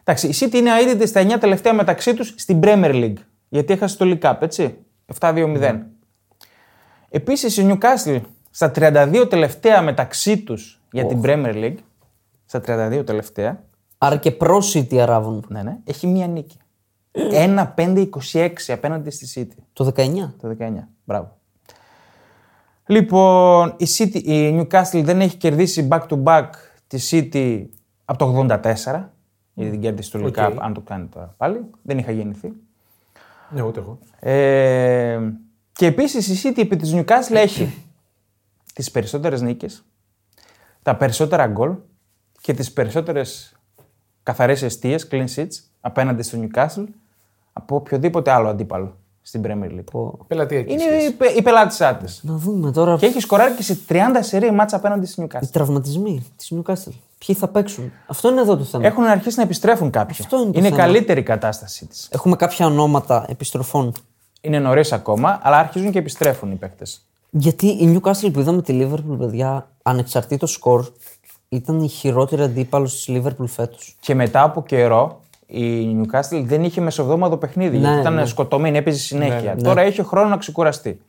[SPEAKER 2] Εντάξει, η City είναι αίτητη στα 9 τελευταία μεταξύ τους στην Premier League. Γιατί έχασε το League Cup, έτσι. 7-2-0. Επίσης, η Newcastle στα 32 τελευταία μεταξύ τους για την Premier League. Στα 32 τελευταία.
[SPEAKER 3] Άρα και προ City αράβουν.
[SPEAKER 2] Ναι, ναι. Έχει μία νίκη. 1-5-26 απέναντι στη City.
[SPEAKER 3] Το 19.
[SPEAKER 2] Το 19. Μπράβο. Λοιπόν, η, City, η Newcastle δεν έχει κερδίσει back-to-back τη City από το 84. Γιατί την κέρδισε το League Cup, αν το κάνει τώρα πάλι. Δεν είχα γεννηθεί.
[SPEAKER 1] Ναι, ούτε εγώ.
[SPEAKER 2] Ε, και επίσης η City επί της Newcastle έχει τις περισσότερες νίκες, τα περισσότερα γκολ και τις περισσότερες καθαρές αιστείες, clean sheets, απέναντι στο Newcastle από οποιοδήποτε άλλο αντίπαλο στην Premier League.
[SPEAKER 3] Πω.
[SPEAKER 1] Πελατειακή
[SPEAKER 2] Είναι
[SPEAKER 1] σχέση.
[SPEAKER 2] οι, πε, οι πελάτε της.
[SPEAKER 3] Να δούμε τώρα.
[SPEAKER 2] Και έχει σκοράρει και σε 30 σερή μάτσα απέναντι στην
[SPEAKER 3] Οι
[SPEAKER 2] Newcastle.
[SPEAKER 3] τραυματισμοί της Newcastle. Ποιοι θα παίξουν. Αυτό είναι εδώ το θέμα.
[SPEAKER 2] Έχουν αρχίσει να επιστρέφουν κάποιοι.
[SPEAKER 3] Αυτό είναι το θέμα.
[SPEAKER 2] καλύτερη η κατάστασή της.
[SPEAKER 3] Έχουμε κάποια ονόματα επιστροφών.
[SPEAKER 2] Είναι νωρίς ακόμα, αλλά αρχίζουν και επιστρέφουν οι παίκτες.
[SPEAKER 3] Γιατί η Newcastle που είδαμε τη Liverpool, παιδιά, ανεξαρτήτως σκορ, ήταν η χειρότερη αντίπαλος της Liverpool φέτος.
[SPEAKER 2] Και μετά από καιρό η Newcastle δεν είχε μεσοβδόμαδο παιχνίδι.
[SPEAKER 3] Ναι,
[SPEAKER 2] γιατί ήταν
[SPEAKER 3] ναι.
[SPEAKER 2] σκοτωμένη, έπαιζε συνέχεια. Τώρα έχει χρόνο να ξεκουραστεί.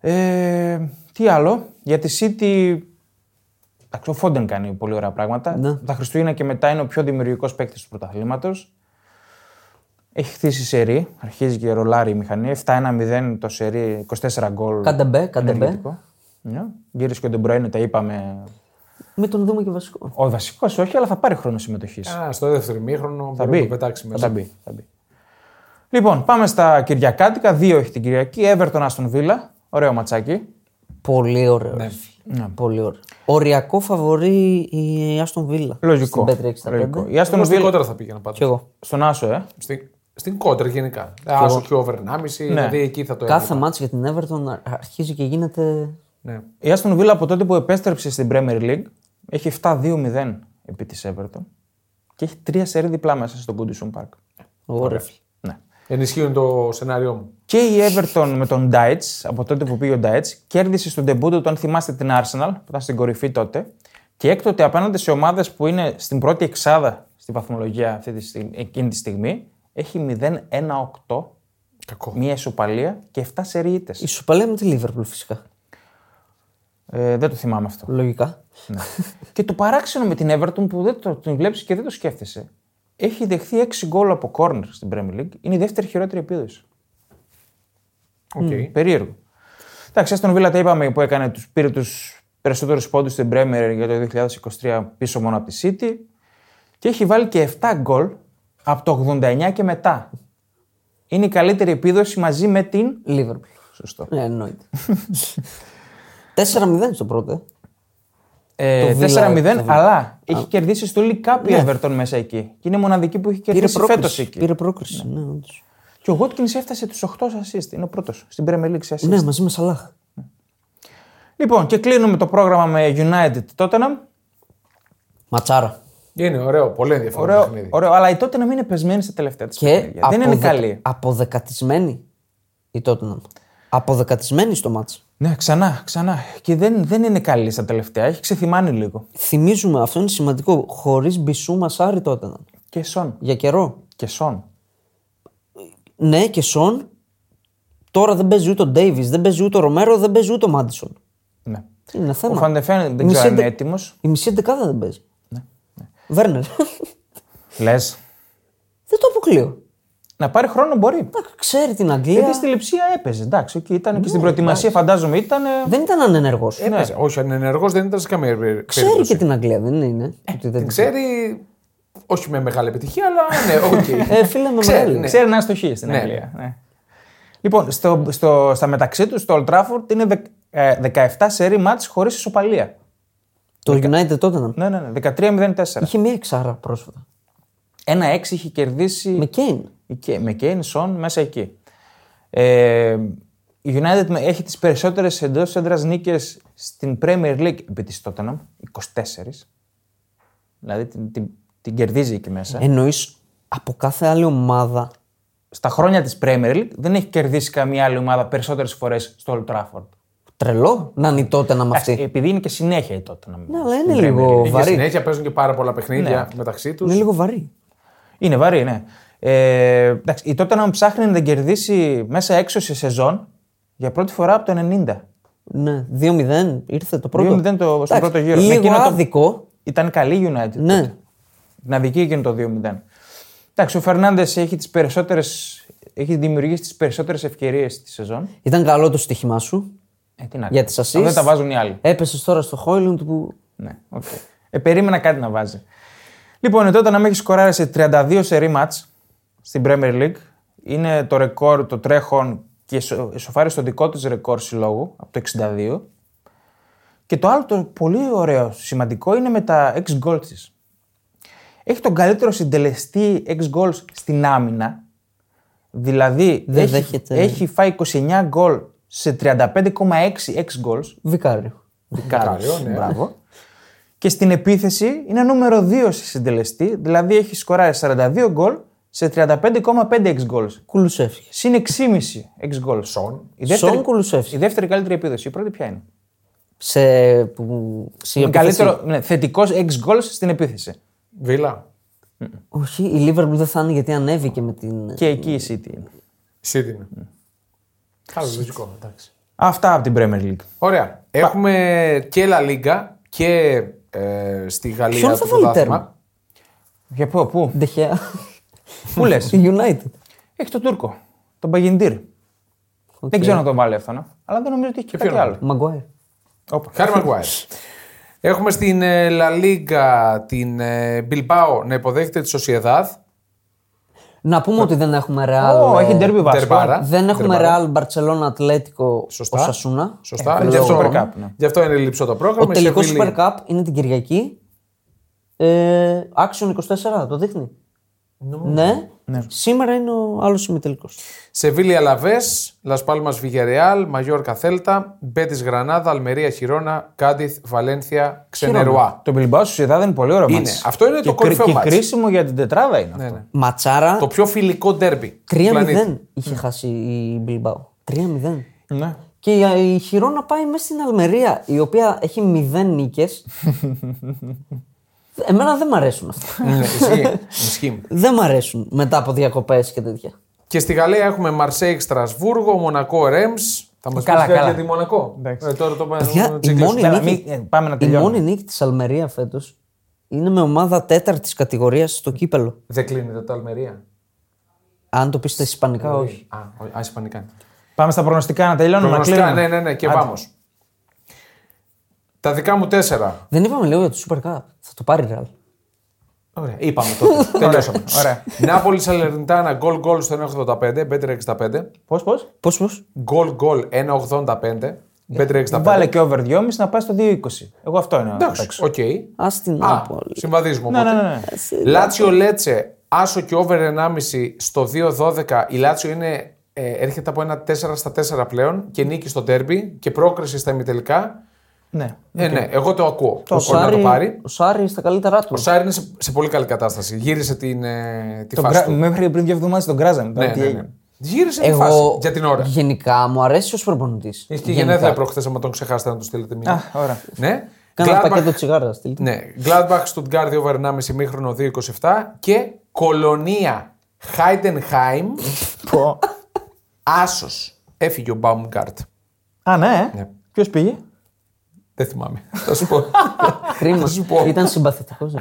[SPEAKER 2] Ε, τι άλλο, για τη City. Εντάξει, ο Φόντεν κάνει πολύ ωραία πράγματα.
[SPEAKER 3] Ναι.
[SPEAKER 2] Τα Χριστούγεννα και μετά είναι ο πιο δημιουργικός παίκτης του πρωταθλήματος. Έχει χτίσει σερή, αρχίζει και ρολάρει η μηχανή. 7-1-0 το σερή, 24 γκολ.
[SPEAKER 3] Καντεμπέ, καντεμπέ.
[SPEAKER 2] Ενεργητικό. Ναι. Γύρισε και τον Μπροένε, τα είπαμε.
[SPEAKER 3] Μην τον δούμε και βασικό.
[SPEAKER 2] Ο βασικός όχι, αλλά θα πάρει χρόνο συμμετοχής.
[SPEAKER 1] Α, στο δεύτερο μήχρονο
[SPEAKER 2] Θα
[SPEAKER 1] μπορεί να
[SPEAKER 2] μπει.
[SPEAKER 1] το πετάξει
[SPEAKER 2] Θα
[SPEAKER 1] μέσα.
[SPEAKER 2] μπει. Θα μπει. Λοιπόν, πάμε στα Κυριακάτικα. Δύο έχει την Κυριακή. Everton Aston Villa. Ωραίο ματσάκι.
[SPEAKER 3] Πολύ ωραίο.
[SPEAKER 2] Ναι.
[SPEAKER 3] ρε φίλε. Πολύ ωραίο. Οριακό φαβορεί η Aston Villa.
[SPEAKER 2] Λογικό.
[SPEAKER 3] Στην Πέτρη 65.
[SPEAKER 2] Λογικό. Η
[SPEAKER 1] Εγώ
[SPEAKER 2] Aston
[SPEAKER 1] στην
[SPEAKER 2] Villa.
[SPEAKER 1] κόντρα θα πήγαινα
[SPEAKER 3] Κι
[SPEAKER 1] πάντα.
[SPEAKER 3] εγώ.
[SPEAKER 2] Στον Άσο, ε.
[SPEAKER 1] Στην, στην κόντρα γενικά. Άσο και over 1,5,
[SPEAKER 2] Ναι.
[SPEAKER 1] δηλαδή εκεί θα το
[SPEAKER 3] Κάθε
[SPEAKER 1] έβλεπα.
[SPEAKER 3] μάτς για την Everton α- αρχίζει και γίνεται.
[SPEAKER 1] Ναι.
[SPEAKER 2] Η Aston Villa από τότε που επέστρεψε στην Premier League έχει 7-2-0 επί της Everton και έχει τρία σερή διπλά μέσα στο Goodison Park.
[SPEAKER 3] Ωραία.
[SPEAKER 2] Ναι.
[SPEAKER 1] Ενισχύουν το σενάριό μου.
[SPEAKER 2] Και η Everton με τον Ντάιτς, από τότε που πήγε ο Ντάιτς, κέρδισε στον τεμπούτο του, αν θυμάστε, την Arsenal, που ήταν στην κορυφή τότε. Και έκτοτε απέναντι σε ομάδες που είναι στην πρώτη εξάδα στη βαθμολογία αυτή τη στιγμ- εκείνη τη στιγμή, έχει 0-1-8,
[SPEAKER 1] Κακό.
[SPEAKER 2] μία ισοπαλία και 7 σεριίτες.
[SPEAKER 3] Η Σουπαλία με τη Liverpool φυσικά.
[SPEAKER 2] Ε, δεν το θυμάμαι αυτό.
[SPEAKER 3] Λογικά.
[SPEAKER 2] και το παράξενο με την Everton που δεν το, την βλέπεις και δεν το σκέφτεσαι, έχει δεχθεί 6 γκολ από corner στην Premier League. Είναι η δεύτερη χειρότερη επίδοση.
[SPEAKER 1] Οκ.
[SPEAKER 2] Περίεργο. Εντάξει, Αστον Βίλα τα είπαμε που έκανε, τους, πήρε τους περισσότερους πόντους στην Πρέμερ για το 2023 πίσω μόνο από τη City. Και έχει βάλει και 7 γκολ από το 89 και μετά. Είναι η καλύτερη επίδοση μαζί με την.
[SPEAKER 3] Liverpool.
[SPEAKER 2] Σωστό.
[SPEAKER 3] Ε, εννοείται. 4-0 στο πρώτο. ε.
[SPEAKER 2] Ε,
[SPEAKER 3] Το
[SPEAKER 2] 4-0,
[SPEAKER 3] Villa, το Villa. Ναι.
[SPEAKER 2] αλλά έχει κερδίσει στο League Cup η Everton μέσα εκεί. Και είναι η μοναδική που έχει
[SPEAKER 3] Πήρε
[SPEAKER 2] κερδίσει φέτο
[SPEAKER 3] πρόκριση.
[SPEAKER 2] εκεί.
[SPEAKER 3] Πήρε πρόκριση. Ναι, όντως.
[SPEAKER 2] Και ο Watkins έφτασε τους 8 assist. Είναι ο πρώτος στην Premier League σε assist.
[SPEAKER 3] ναι, μαζί με Σαλάχ.
[SPEAKER 2] Λοιπόν, και κλείνουμε το πρόγραμμα με United Tottenham.
[SPEAKER 3] Ματσάρα.
[SPEAKER 1] Είναι ωραίο, πολύ ενδιαφέρον
[SPEAKER 2] Ωραίο,
[SPEAKER 1] παιχνίδι.
[SPEAKER 2] ωραίο, αλλά η τότε να μην είναι πεσμένη στα τελευταία της.
[SPEAKER 3] Και
[SPEAKER 2] Ε, δεν είναι
[SPEAKER 3] αποδεκα-
[SPEAKER 2] καλή.
[SPEAKER 3] Αποδεκατισμένη η Tottenham. Αποδεκατισμένη στο μάτς.
[SPEAKER 2] Ναι, ξανά, ξανά. Και δεν, δεν είναι καλή στα τελευταία. Έχει ξεθυμάνει λίγο.
[SPEAKER 3] Θυμίζουμε, αυτό είναι σημαντικό, χωρίς Μπισού Μασάρι Tottenham.
[SPEAKER 2] Και σον.
[SPEAKER 3] Για καιρό.
[SPEAKER 2] Και σον.
[SPEAKER 3] Ναι, και Σον. Τώρα δεν παίζει ούτε ο Ντέιβι, δεν παίζει ούτε ο Ρομέρο, δεν παίζει ούτε ο Μάντισον.
[SPEAKER 2] Ναι.
[SPEAKER 3] Είναι
[SPEAKER 2] Ο
[SPEAKER 3] θέμα.
[SPEAKER 2] Φαντεφέν δεν
[SPEAKER 3] Μισή
[SPEAKER 2] ξέρω αν είναι
[SPEAKER 3] εντε-
[SPEAKER 2] έτοιμος.
[SPEAKER 3] Η μισή εντεκάδα δεν παίζει.
[SPEAKER 2] Ναι,
[SPEAKER 3] Βέρνερ.
[SPEAKER 2] Λες.
[SPEAKER 3] δεν το αποκλείω.
[SPEAKER 2] Να πάρει χρόνο μπορεί.
[SPEAKER 3] Εντάξει, Ξέρει την
[SPEAKER 2] Γιατί
[SPEAKER 3] Αγγλία.
[SPEAKER 2] στη λειψία έπαιζε. Εντάξει, και ήταν και στην προετοιμασία, φαντάζομαι ήταν. ε,
[SPEAKER 3] Δεν ήταν ανενεργός.
[SPEAKER 1] Έπαιζε. Όχι, ανενεργός δεν ήταν σε καμία περί-
[SPEAKER 3] Ναι. Ξέρει
[SPEAKER 1] περίπτωση.
[SPEAKER 2] Ε,
[SPEAKER 3] και την Αγγλία, δεν είναι. ότι δεν
[SPEAKER 1] Ξέρει Όχι με μεγάλη επιτυχία, αλλά ναι, οκ.
[SPEAKER 3] Ε, φίλε, με
[SPEAKER 1] Ξέρει,
[SPEAKER 3] μεγάλη.
[SPEAKER 1] ναι.
[SPEAKER 2] Ξέρει να στοχεί στην
[SPEAKER 1] Ναι.
[SPEAKER 2] Αγγλία. Ναι. Λοιπόν, στο, στο, στα μεταξύ τους, στο Old Trafford είναι δε- ε, 17 σερή μάτς χωρίς ισοπαλία.
[SPEAKER 3] Το United Tottenham.
[SPEAKER 2] Ναι, ναι, ναι. 13-04.
[SPEAKER 3] Είχε μία εξάρα πρόσφατα.
[SPEAKER 2] Ένα 6 είχε κερδίσει
[SPEAKER 3] Με Kane.
[SPEAKER 2] η Κέ- με Κέιν, Σον μέσα εκεί. Ε, η United με- έχει τις περισσότερες εντός έδρας νίκες στην Premier League επί της Tottenham, 24. Δηλαδή την, την, την κερδίζει εκεί μέσα.
[SPEAKER 3] Εννοείς από κάθε άλλη ομάδα.
[SPEAKER 2] Στα χρόνια της Premier League δεν έχει κερδίσει καμία άλλη ομάδα περισσότερες φορές στο Old Trafford.
[SPEAKER 3] Τρελό να είναι η Tottenham
[SPEAKER 2] Εντάξει,
[SPEAKER 3] αυτή.
[SPEAKER 2] Επειδή είναι και συνέχεια η Tottenham.
[SPEAKER 3] Ναι, αλλά
[SPEAKER 2] στην
[SPEAKER 3] είναι
[SPEAKER 2] Premier
[SPEAKER 3] λίγο
[SPEAKER 2] League.
[SPEAKER 1] Και
[SPEAKER 3] βαρύ. Ναι.
[SPEAKER 1] συνέχεια παίζουν και πάρα πολλά παιχνίδια μεταξύ τους.
[SPEAKER 3] Είναι λίγο βαρύ.
[SPEAKER 2] Είναι βαρύ, ναι. Ε, εντάξει, η Tottenham ψάχνει να την κερδίσει μέσα έξω σε σεζόν για πρώτη φορά από το 90.
[SPEAKER 3] Ναι, 2-0 ήρθε το πρώτο.
[SPEAKER 2] 2-0 το- στον
[SPEAKER 3] Εντάξει,
[SPEAKER 2] πρώτο γύρο. Με
[SPEAKER 3] Λίγο
[SPEAKER 2] εκείνο το-
[SPEAKER 3] άδικο.
[SPEAKER 2] Ήταν καλή η United.
[SPEAKER 3] Ναι.
[SPEAKER 2] τότε. Να δική εκείνο το 2-0. Εντάξει, ο Φερνάντες έχει, τις περισσότερες- έχει δημιουργήσει τις περισσότερες ευκαιρίες τη σεζόν.
[SPEAKER 3] Ήταν καλό το στοίχημά σου.
[SPEAKER 2] Ε, τι να
[SPEAKER 3] Για
[SPEAKER 2] κάνω.
[SPEAKER 3] τις
[SPEAKER 2] Αυτά Δεν
[SPEAKER 3] assists.
[SPEAKER 2] τα βάζουν οι άλλοι.
[SPEAKER 3] Έπεσες τώρα στο Χόιλουντ που.
[SPEAKER 2] Ναι, οκ. Ε, περίμενα κάτι να βάζει. Λοιπόν, τότε να μην έχεις σκοράρει σε 32 σερή μάτς στην Premier League. Είναι το ρεκόρ το τρέχον και εσω- εσωφάρει στο δικό της ρεκόρ συλλόγου από το 62. Και το άλλο το πολύ ωραίο σημαντικό είναι με τα ex goals της. Έχει τον καλύτερο συντελεστή ex goals στην άμυνα. Δηλαδή
[SPEAKER 3] Δεν
[SPEAKER 2] έχει,
[SPEAKER 3] δέχεται.
[SPEAKER 2] έχει φάει 29 γκολ σε 35,6 ex goals.
[SPEAKER 3] Βικάριο.
[SPEAKER 2] Βικάριο,
[SPEAKER 1] ναι.
[SPEAKER 2] Μπράβο. Και στην επίθεση είναι νούμερο 2 σε συντελεστή, δηλαδή έχει σκοράρει 42 γκολ σε 35,5 εξ γκολ.
[SPEAKER 3] Κουλουσέφσκι.
[SPEAKER 2] Συν 6,5 εξ γκολ. Σον. Η δεύτερη,
[SPEAKER 3] Σον Κουλουσεύσκη.
[SPEAKER 2] η δεύτερη καλύτερη επίδοση. Η πρώτη ποια είναι.
[SPEAKER 3] Σε. Που... σε
[SPEAKER 2] Είναι
[SPEAKER 3] επίθεση.
[SPEAKER 2] καλύτερο ναι, θετικός εξ γκολ στην επίθεση.
[SPEAKER 1] Βίλα.
[SPEAKER 3] Όχι, η Λίβερπουλ δεν θα είναι γιατί ανέβηκε με την.
[SPEAKER 2] Και εκεί η City είναι.
[SPEAKER 1] City είναι. Καλό, λογικό. Εντάξει.
[SPEAKER 2] Αυτά από την Premier League.
[SPEAKER 1] Ωραία. Έχουμε και La Liga και ε, στη Γαλλία.
[SPEAKER 3] Ποιον
[SPEAKER 1] το
[SPEAKER 3] θα βάλει
[SPEAKER 1] πρωτάθλημα.
[SPEAKER 3] τέρμα?
[SPEAKER 2] Για πού, πού,
[SPEAKER 3] Ντεχέα.
[SPEAKER 2] πού λες.
[SPEAKER 3] Η United.
[SPEAKER 2] Έχει τον Τούρκο. Τον Παγιντήρ. Δεν ξέρω να τον βάλει αυτόν, α. αλλά δεν νομίζω ότι έχει και κάτι
[SPEAKER 1] ποιον
[SPEAKER 2] άλλο.
[SPEAKER 3] Μαγκουάιρ.
[SPEAKER 2] Όπα.
[SPEAKER 1] Χάρη Maguire. Έχουμε στην ε, La Liga την ε, Bilbao να υποδέχεται τη Sociedad.
[SPEAKER 3] Να πούμε ότι δεν έχουμε Real.
[SPEAKER 2] Ω,
[SPEAKER 3] ε,
[SPEAKER 2] έχει ντέρμπι βάσκο.
[SPEAKER 1] Τερμπάρα.
[SPEAKER 3] Δεν έχουμε
[SPEAKER 1] Τερμπάρα.
[SPEAKER 3] Real Barcelona Ατλέτικο
[SPEAKER 1] Σωστά.
[SPEAKER 3] ο Σασούνα.
[SPEAKER 1] Σωστά.
[SPEAKER 2] Ε,
[SPEAKER 1] γι, αυτό,
[SPEAKER 2] Super Cup, ναι.
[SPEAKER 1] γι' αυτό είναι λυψό το
[SPEAKER 3] Ο
[SPEAKER 1] πρόγραμμα. Η
[SPEAKER 3] τελικό
[SPEAKER 1] Σεβίλη-
[SPEAKER 3] Super Cup είναι την Κυριακή. Ε, Action 24, το δείχνει. Ναι. Σήμερα είναι ο άλλος ημιτελικός.
[SPEAKER 1] Σεβίλη Αλαβές, Las Palmas Villarreal, Μαγιόρκα Θέλτα, Μπέτη Γρανάδα, Αλμερία Χιρόνα, Κάντιθ, Βαλένθια, Ξενερουά.
[SPEAKER 2] Το Bilbao Sociedad είναι πολύ ωραίο
[SPEAKER 1] Είναι.
[SPEAKER 2] μάτς.
[SPEAKER 1] Αυτό είναι
[SPEAKER 2] και
[SPEAKER 1] το κορυφαίο
[SPEAKER 2] Και
[SPEAKER 1] μάτς. Ναι,
[SPEAKER 2] κρίσιμο για την τετράδα είναι αυτό.
[SPEAKER 3] Ματσάρα.
[SPEAKER 1] Το πιο φιλικό ντέρμπι.
[SPEAKER 3] 3-0 είχε χάσει η Bilbao. 3-0.
[SPEAKER 2] Ναι.
[SPEAKER 3] Και η- η Χιρόνα πάει μέσα στην Αλμερία, η οποία έχει 0 νίκες. Εμένα δεν μ' αρέσουν αυτά.
[SPEAKER 1] Ναι, ισχύει. Ισχύει.
[SPEAKER 3] δεν μ' αρέσουν μετά από διακοπές και τέτοια.
[SPEAKER 1] Και στη Γαλλία έχουμε Μαρσέικ Στρασβούργο, Μονακό Ρέμ. Θα μας πει
[SPEAKER 2] Καλά,
[SPEAKER 1] κάτι
[SPEAKER 2] καλά.
[SPEAKER 1] για τη Μονακό.
[SPEAKER 2] Εντάξει.
[SPEAKER 1] Ε, τώρα το πάμε
[SPEAKER 3] Παιδιά,
[SPEAKER 1] να
[SPEAKER 3] η
[SPEAKER 1] τσιγκλίσουμε.
[SPEAKER 3] μόνη,
[SPEAKER 2] Καλά,
[SPEAKER 3] νίκη,
[SPEAKER 2] μην- ε, πάμε να
[SPEAKER 3] η
[SPEAKER 2] τελειώνουμε.
[SPEAKER 3] μόνη νίκη της Αλμερία φέτος είναι με ομάδα τέταρτης κατηγορίας στο κύπελο.
[SPEAKER 1] Δεν κλείνεται το Αλμερία.
[SPEAKER 3] Αν το πεις στα ισπανικά, όχι.
[SPEAKER 1] Α, ο- α, ισπανικά.
[SPEAKER 2] Πάμε στα προγνωστικά να τελειώνουμε. να
[SPEAKER 1] Προγνωστικά,
[SPEAKER 2] κλείνουμε.
[SPEAKER 1] ναι, ναι, ναι, και
[SPEAKER 2] Άντε.
[SPEAKER 1] πάμε. Τα δικά μου τέσσερα.
[SPEAKER 3] Δεν είπαμε λίγο για το Super Cup. Θα το πάρει η Real.
[SPEAKER 1] Ωραία. Είπαμε τότε. Τελειώσαμε.
[SPEAKER 2] Ωραία.
[SPEAKER 1] Νάπολη Σαλερνιτάνα, γκολ γκολ στο 1,85, μπέτρε 65.
[SPEAKER 2] Πώς, πώς.
[SPEAKER 3] Πώς, πώς.
[SPEAKER 1] Γκολ γκολ 1,85, μπέτρε 65.
[SPEAKER 2] Βάλε και over 2,5 να πάει στο 2,20. Εγώ αυτό είναι.
[SPEAKER 1] Εντάξει, οκ.
[SPEAKER 3] Ας την
[SPEAKER 1] Α,
[SPEAKER 3] Νάπολη.
[SPEAKER 1] συμβαδίζουμε.
[SPEAKER 2] Ναι,
[SPEAKER 1] οπότε.
[SPEAKER 2] ναι, ναι. ναι.
[SPEAKER 1] Λάτσιο Λέτσε, άσο και over 1,5 στο 2-12. Η Λάτσιο είναι, ε, έρχεται από ένα 4 στα 4 πλέον και νίκη στο τέρμπι και πρόκριση στα ημιτελικά.
[SPEAKER 2] ναι.
[SPEAKER 1] Ε, ναι, εγώ το ακούω.
[SPEAKER 3] Ο
[SPEAKER 1] Το να το πάρει.
[SPEAKER 3] Σάρι, ο Σάρι στα καλύτερά του.
[SPEAKER 1] Ο Σάρι είναι σε, σε πολύ καλή κατάσταση. Γύρισε την, ε, τη
[SPEAKER 2] Τον
[SPEAKER 1] φάση
[SPEAKER 2] κρα...
[SPEAKER 1] του.
[SPEAKER 2] Μέχρι πριν δύο εβδομάδες τον κράζαμε. τώρα
[SPEAKER 1] Ναι,
[SPEAKER 2] τι
[SPEAKER 1] ναι, ναι.
[SPEAKER 2] έγινε.
[SPEAKER 1] Γύρισε τη φάση
[SPEAKER 3] Ε, Εγώ
[SPEAKER 1] για την ώρα.
[SPEAKER 3] γενικά μου αρέσει ως προπονητής.
[SPEAKER 1] Είχε και
[SPEAKER 3] Γενικά.
[SPEAKER 1] γενέθλια προχθές, άμα τον ξεχάσετε να του στείλετε
[SPEAKER 2] Α,
[SPEAKER 1] μήνυμα.
[SPEAKER 2] ωραία.
[SPEAKER 1] Ναι.
[SPEAKER 3] Κάνα
[SPEAKER 1] Gladbach-
[SPEAKER 3] πακέτο τσιγάρα. στείλτε.
[SPEAKER 1] Ναι. Gladbach Stuttgart over 1,5 μήχρονο 2,27 και Κολονία Heidenheim
[SPEAKER 2] Πω.
[SPEAKER 1] άσος. Έφυγε ο Baumgart.
[SPEAKER 2] Α, ναι.
[SPEAKER 1] Ναι.
[SPEAKER 2] Ποιος πήγε.
[SPEAKER 1] Δεν θυμάμαι. Θα σου πω.
[SPEAKER 3] Κρίμα.
[SPEAKER 1] Θα σου πω.
[SPEAKER 3] Ήταν συμπαθητικός. ναι.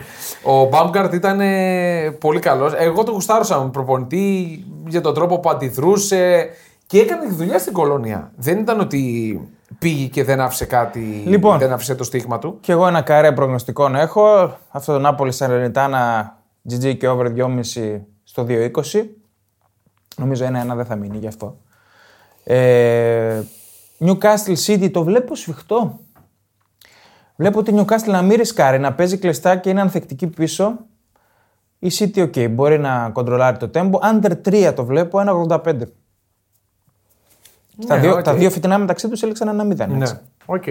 [SPEAKER 1] Ο Baumgart ήταν ε, πολύ καλός. Εγώ τον γουστάρωσα με προπονητή για τον τρόπο που αντιδρούσε και έκανε τη δουλειά στην κολονία. Δεν ήταν ότι πήγε και δεν άφησε κάτι.
[SPEAKER 2] Λοιπόν.
[SPEAKER 1] Δεν άφησε το στίγμα του.
[SPEAKER 2] Κι εγώ ένα καρέ προγνωστικό έχω. Αυτό το Νάπολη Σαρενιτάνα GG και over 2,5 στο 2,20. Νομίζω ένα-ένα δεν θα μείνει γι' αυτό. Ε, Newcastle City το βλέπω σφιχτό. Βλέπω ότι η Newcastle να μην ρισκάρει, να παίζει κλειστά και είναι ανθεκτική πίσω. Η City, οκ, μπορεί να κοντρολάρει το τέμπο. Under 3 το βλέπω, 1,85. τα, δύο,
[SPEAKER 1] Ναι, οκ.
[SPEAKER 2] τα δύο φετινά μεταξύ τους έλεξαν ένα 0.
[SPEAKER 1] Ναι.
[SPEAKER 2] έτσι.
[SPEAKER 1] Οκ.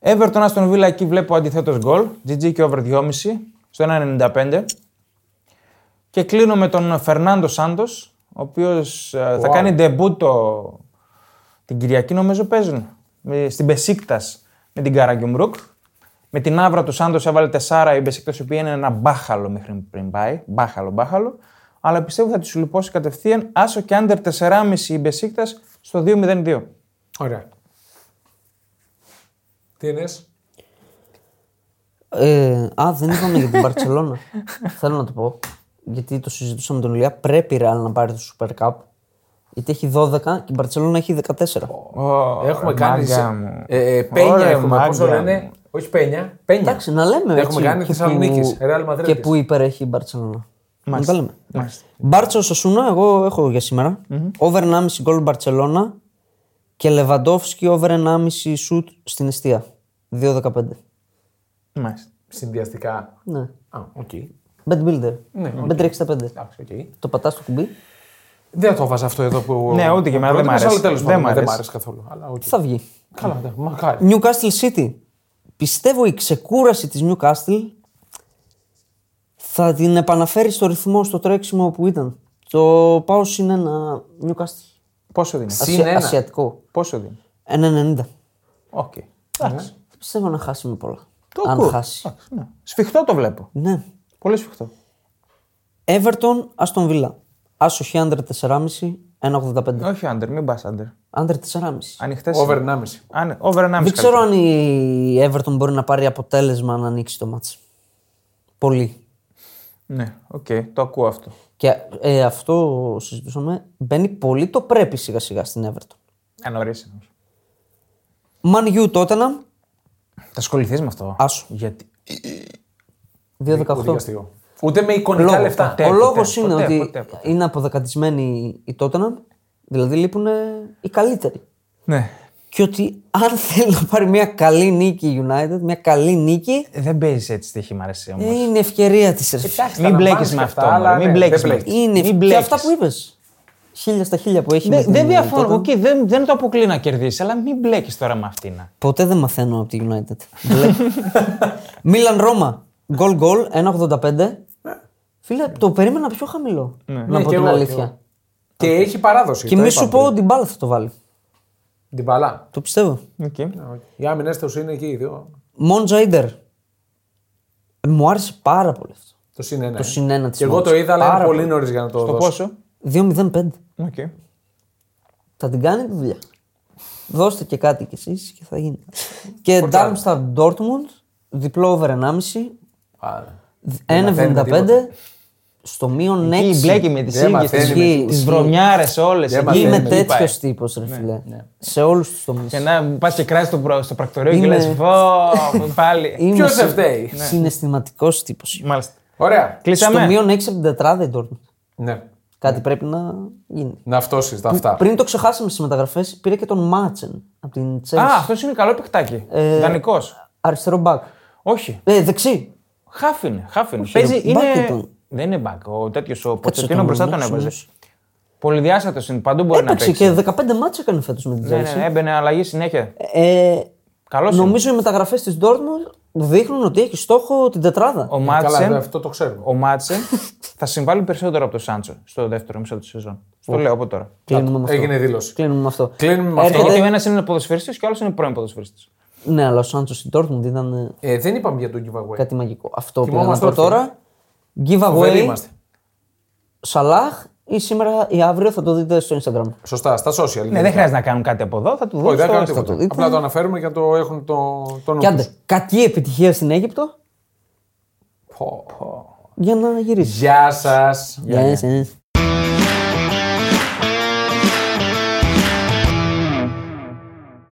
[SPEAKER 2] Everton Aston Villa εκεί βλέπω αντιθέτως γκολ. GG και over 2,5 στο 1,95. Και κλείνω με τον Φερνάντο Σάντο, ο οποίος θα
[SPEAKER 1] Wow.
[SPEAKER 2] κάνει ντεμπούτο την Κυριακή, νομίζω παίζουν. με- Στην Πεσίκτα με την Καραγκιουμπρούκ. Με την άβρα του Σάντος έβαλε 4 η Πεσίκτα, η οποία είναι ένα μπάχαλο μέχρι πριν πάει. Μπάχαλο, μπάχαλο. Αλλά πιστεύω θα του λυπώσει κατευθείαν, άσο και under 4,5 η Μπεσίκτας στο 2-0-2.
[SPEAKER 1] Ωραία. Τι είναι.
[SPEAKER 3] Ε, α, δεν είπαμε για την Παρσελόνα. Θέλω να το πω. Γιατί το συζητούσαμε με τον Ηλιά. Πρέπει η Real να πάρει το Super Cup. Γιατί έχει 12 και η Μπαρσελόνα έχει 14.
[SPEAKER 1] Έχουμε κάνει.
[SPEAKER 2] μάγκα
[SPEAKER 1] σε-
[SPEAKER 2] μου.
[SPEAKER 1] Ε, ε, πένια
[SPEAKER 2] Ωραία,
[SPEAKER 1] έχουμε. Πώς το
[SPEAKER 2] μάγκα
[SPEAKER 1] λένε.
[SPEAKER 2] μου.
[SPEAKER 1] Όχι πένια. Πένια.
[SPEAKER 3] Εντάξει, να λέμε
[SPEAKER 1] Έχουμε
[SPEAKER 3] έτσι.
[SPEAKER 1] κάνει
[SPEAKER 3] και
[SPEAKER 1] Θεσσαλονίκης,
[SPEAKER 3] που-
[SPEAKER 1] Real Madrid.
[SPEAKER 3] Και που υπερέχει η Μπαρσελόνα. Να τα λέμε.
[SPEAKER 2] Μάλιστα.
[SPEAKER 3] Μπάρτσο Σασούνα, εγώ έχω για σημερα Over 1,5 γκολ Μπαρσελόνα και Λεβαντόφσκι over 1,5 σουτ στην αιστεία. 2,15.
[SPEAKER 2] Μάλιστα.
[SPEAKER 1] Συνδυαστικά.
[SPEAKER 3] Ναι.
[SPEAKER 1] Α, οκ.
[SPEAKER 3] Bet builder.
[SPEAKER 1] Ναι, οκ.
[SPEAKER 3] Bet 65.
[SPEAKER 1] Εντάξει, οκ.
[SPEAKER 3] Το πατάς στο κουμπί,
[SPEAKER 1] Δεν το βάζα αυτό εδώ που.
[SPEAKER 2] Ναι, ούτε και εμένα δεν μ'
[SPEAKER 1] πρότεινες,
[SPEAKER 2] άρεσε.
[SPEAKER 1] αλλά τέλος
[SPEAKER 2] Δεν
[SPEAKER 1] πάντων,
[SPEAKER 2] μ'
[SPEAKER 1] Δεν μ'
[SPEAKER 2] άρεσε.
[SPEAKER 1] άρεσε καθόλου. Αλλά οκ.
[SPEAKER 3] θα βγει.
[SPEAKER 1] Καλά, ναι, μακάρι.
[SPEAKER 3] Newcastle City. Πιστεύω η ξεκούραση της Newcastle θα την επαναφέρει στο ρυθμό, στο τρέξιμο που ήταν. Το πάω είναι ένα Newcastle.
[SPEAKER 2] Πόσο δίνει.
[SPEAKER 1] Συν
[SPEAKER 3] Ασια-
[SPEAKER 1] ένα.
[SPEAKER 3] ασιατικό.
[SPEAKER 2] Πόσο δίνει.
[SPEAKER 3] 1,90.
[SPEAKER 2] Οκ.
[SPEAKER 3] Δεν πιστεύω να χάσει με πολλά.
[SPEAKER 2] Το
[SPEAKER 3] αν
[SPEAKER 2] ακούω.
[SPEAKER 3] χάσει.
[SPEAKER 2] Εντάξει, ναι. Σφιχτό το βλέπω.
[SPEAKER 3] Ναι.
[SPEAKER 2] Πολύ σφιχτό.
[SPEAKER 3] Everton, Aston Villa. Άσοχη under 4,5, 1,85.
[SPEAKER 2] Όχι άντερ, μην πας άντερ.
[SPEAKER 3] Under 4,5.
[SPEAKER 2] Ανοιχτέ.
[SPEAKER 1] Over 1,5.
[SPEAKER 2] Αν... Over 1,5.
[SPEAKER 3] Δεν ξέρω αν η Everton μπορεί να πάρει αποτέλεσμα να ανοίξει το μάτς. Πολύ.
[SPEAKER 2] Ναι, οκ, το ακούω αυτό.
[SPEAKER 3] Και ε, αυτό συζητούσαμε. Μπαίνει πολύ το πρέπει σιγά σιγά στην Everton.
[SPEAKER 2] Ένα ωραίο
[SPEAKER 3] Man U Tottenham,
[SPEAKER 2] Θα ασχοληθείς με αυτό.
[SPEAKER 3] Άσου.
[SPEAKER 2] Γιατί.
[SPEAKER 3] 2-18.
[SPEAKER 1] Δικαστικό. Ούτε με εικονικά λεφτά.
[SPEAKER 2] ποτέ,
[SPEAKER 3] Ο λόγος
[SPEAKER 2] ποτέ,
[SPEAKER 3] είναι
[SPEAKER 2] ποτέ,
[SPEAKER 3] ότι
[SPEAKER 2] ποτέ, ποτέ.
[SPEAKER 3] είναι αποδεκατισμένη η Tottenham, δηλαδή λείπουν ε, οι καλύτεροι.
[SPEAKER 2] Ναι.
[SPEAKER 3] Και ότι αν θέλει να πάρει μια καλή νίκη η United, μια καλή νίκη,
[SPEAKER 2] Ε, Δεν παίζει έτσι στοίχημα, αρεσί
[SPEAKER 3] ε,
[SPEAKER 2] όμω.
[SPEAKER 3] είναι ευκαιρία της.
[SPEAKER 1] Εντάξει,
[SPEAKER 2] Μην
[SPEAKER 1] τα
[SPEAKER 2] μπλέκει
[SPEAKER 1] λαμβάνεις
[SPEAKER 2] με
[SPEAKER 1] και
[SPEAKER 2] αυτό.
[SPEAKER 1] αυτά, αλλά
[SPEAKER 2] μωρέ, Μην
[SPEAKER 1] ναι,
[SPEAKER 2] μπλέκεις
[SPEAKER 1] δεν
[SPEAKER 2] με
[SPEAKER 1] μπλέκεις.
[SPEAKER 2] αυτό.
[SPEAKER 3] Είναι ευ-
[SPEAKER 2] Μην
[SPEAKER 3] και
[SPEAKER 2] μπλέκεις.
[SPEAKER 3] αυτά που είπες. Χίλια στα χίλια που έχει. με
[SPEAKER 2] Δεν-
[SPEAKER 3] την
[SPEAKER 2] Δεν
[SPEAKER 3] Tottenham.
[SPEAKER 2] διαφωνώ. Οκ, δεν- Δεν το αποκλεί να κερδίσει, αλλά μην μπλέκεις τώρα με αυτήν. να.
[SPEAKER 3] Ποτέ δεν μαθαίνω από τη United. Μίλαν Ρώμα. Γκολ γκολ 1,85. Φίλε, το περίμενα πιο χαμηλό. Να
[SPEAKER 1] Ναι,
[SPEAKER 3] πω
[SPEAKER 1] και
[SPEAKER 3] την
[SPEAKER 1] εγώ, και
[SPEAKER 3] αλήθεια.
[SPEAKER 1] εγώ. Και έχει παράδοση.
[SPEAKER 3] Και
[SPEAKER 1] το
[SPEAKER 3] μη
[SPEAKER 1] είπαμε
[SPEAKER 3] σου πω
[SPEAKER 1] πριν.
[SPEAKER 3] ότι μπάλα θα το βάλει.
[SPEAKER 1] Την παλά.
[SPEAKER 3] Το πιστεύω.
[SPEAKER 2] Οκ.
[SPEAKER 1] Οι άμυνε του είναι εκεί οι δύο.
[SPEAKER 3] Μόντζα Ιντερ. Μου άρεσε πάρα πολύ αυτό.
[SPEAKER 1] Το συν ένα.
[SPEAKER 3] Το συν ένα της
[SPEAKER 1] Και εγώ
[SPEAKER 3] μόνης.
[SPEAKER 1] το είδα, αλλά είναι
[SPEAKER 3] Πάρα
[SPEAKER 1] πολύ
[SPEAKER 3] πολύ.
[SPEAKER 1] νωρίς για να το
[SPEAKER 2] Το
[SPEAKER 1] δώσω.
[SPEAKER 2] πόσο.
[SPEAKER 3] 2-0-5.
[SPEAKER 2] Οκ.
[SPEAKER 3] Θα την κάνει τη δουλειά. Δώστε και κάτι κι εσείς και θα γίνει. και Darmstadt Dortmund. Διπλό over 1,5.
[SPEAKER 1] Άρα. μαθαίνουμε
[SPEAKER 3] 1,75.
[SPEAKER 1] τίποτα.
[SPEAKER 3] Στο μείον 6.
[SPEAKER 2] Εκεί μπλέκει με τι
[SPEAKER 1] Δεν
[SPEAKER 2] ίδιε
[SPEAKER 1] μαθαίνει με
[SPEAKER 2] τι
[SPEAKER 3] τίποτα.
[SPEAKER 2] βρωμιάρε όλες.
[SPEAKER 1] Δεν μαθαίνεις
[SPEAKER 3] Είμαι
[SPEAKER 1] με τίποτα.
[SPEAKER 3] τέτοιος τύπος, ρε φίλε. Σε όλους τους τομείς.
[SPEAKER 2] Και να πας και κράσεις στο, προ- στο πρακτορείο και
[SPEAKER 3] Είμαι-
[SPEAKER 2] λες: Βω, πάλι.
[SPEAKER 3] Είμαι
[SPEAKER 1] Ποιος δεν φταίει?
[SPEAKER 3] Συναισθηματικός τύπος.
[SPEAKER 2] Μάλιστα.
[SPEAKER 1] Ωραία.
[SPEAKER 3] Στο
[SPEAKER 2] Ναι. Κλείσαμε.
[SPEAKER 3] μείον 6 από την τετράδα η Dortmund.
[SPEAKER 1] Ναι.
[SPEAKER 3] Κάτι πρέπει να γίνει.
[SPEAKER 1] Να φτώσεις τα αυτά.
[SPEAKER 3] Πριν το ξεχάσαμε στις μεταγραφές, πήρε και τον Μάτσεν από την
[SPEAKER 2] Α,
[SPEAKER 3] Chelsea.
[SPEAKER 2] αυτός είναι καλό παιχτάκι. Δανικό.
[SPEAKER 3] Αριστερό μπακ.
[SPEAKER 2] Όχι.
[SPEAKER 3] Ε, δεξί.
[SPEAKER 2] Χάφ είναι. Χάφ είναι. Παίζει.
[SPEAKER 3] ρε, μπακ
[SPEAKER 2] Είναι...
[SPEAKER 3] ήταν.
[SPEAKER 2] Δεν είναι μπακ. Ο τέτοιος ο
[SPEAKER 3] Κάτσε
[SPEAKER 2] Ποτσετίνο
[SPEAKER 3] τον
[SPEAKER 2] μπροστά τον
[SPEAKER 3] Μάξ,
[SPEAKER 2] έβαζε.
[SPEAKER 3] όμως.
[SPEAKER 2] Πολυδιάστατο είναι. Παντού μπορεί να
[SPEAKER 3] Έπαιξε
[SPEAKER 2] παίξει.
[SPEAKER 3] και 15 μάτσε έκανε φέτος με την
[SPEAKER 2] Ναι,
[SPEAKER 3] Chelsea.
[SPEAKER 2] ναι, έμπαινε αλλαγή συνέχεια.
[SPEAKER 3] Ε,
[SPEAKER 2] Καλός είναι.
[SPEAKER 3] νομίζω οι μεταγραφές της Dortmund δείχνουν ότι έχει στόχο την τετράδα.
[SPEAKER 1] Καλά,
[SPEAKER 2] Ο
[SPEAKER 1] ναι,
[SPEAKER 2] Μάτσεν,
[SPEAKER 1] αυτό το ξέρουμε.
[SPEAKER 2] ο Μάτσεν θα συμβάλλει περισσότερο από τον Σάντσο στο δεύτερο μισό της σεζόν. Στο λέω από τώρα.
[SPEAKER 3] Κλείνουμε με αυτό.
[SPEAKER 1] Έγινε δήλωση.
[SPEAKER 3] Κλείνουμε με αυτό.
[SPEAKER 1] Κλείνουμε με αυτό.
[SPEAKER 3] Έρχεται-
[SPEAKER 2] Γιατί ο ένας είναι ποδοσφαιριστής και ο άλλος είναι πρώην ποδοσφαιριστής.
[SPEAKER 3] Ναι, αλλά ο Σάντσος στην Dortmund ήταν ε,
[SPEAKER 1] Ε, δεν είπαμε για τον giveaway.
[SPEAKER 3] κάτι μαγικό. Αυτό που να
[SPEAKER 1] Κοιμόμαστε
[SPEAKER 3] πω
[SPEAKER 1] όρθιοι.
[SPEAKER 3] τώρα.
[SPEAKER 1] Φοβεροί
[SPEAKER 3] Giveaway
[SPEAKER 1] είμαστε.
[SPEAKER 3] Σαλάχ ή σήμερα ή αύριο θα το δείτε στο Instagram.
[SPEAKER 1] Σωστά, στα social.
[SPEAKER 2] Ναι, δεν χρειάζεται να κάνουν κάτι από εδώ, θα του δώσω.
[SPEAKER 1] Όχι, δεν
[SPEAKER 2] στο-
[SPEAKER 1] κάνω
[SPEAKER 2] στο-
[SPEAKER 1] τίποτα.
[SPEAKER 3] δείτε.
[SPEAKER 1] Απλά το αναφέρουμε για να το έχουν το, το νου
[SPEAKER 3] Και
[SPEAKER 1] τους.
[SPEAKER 3] άντε, κακή επιτυχία στην Αίγυπτο
[SPEAKER 1] Πω, πω.
[SPEAKER 3] για να γυρίσεις.
[SPEAKER 1] Γεια σας.
[SPEAKER 3] Γεια σας.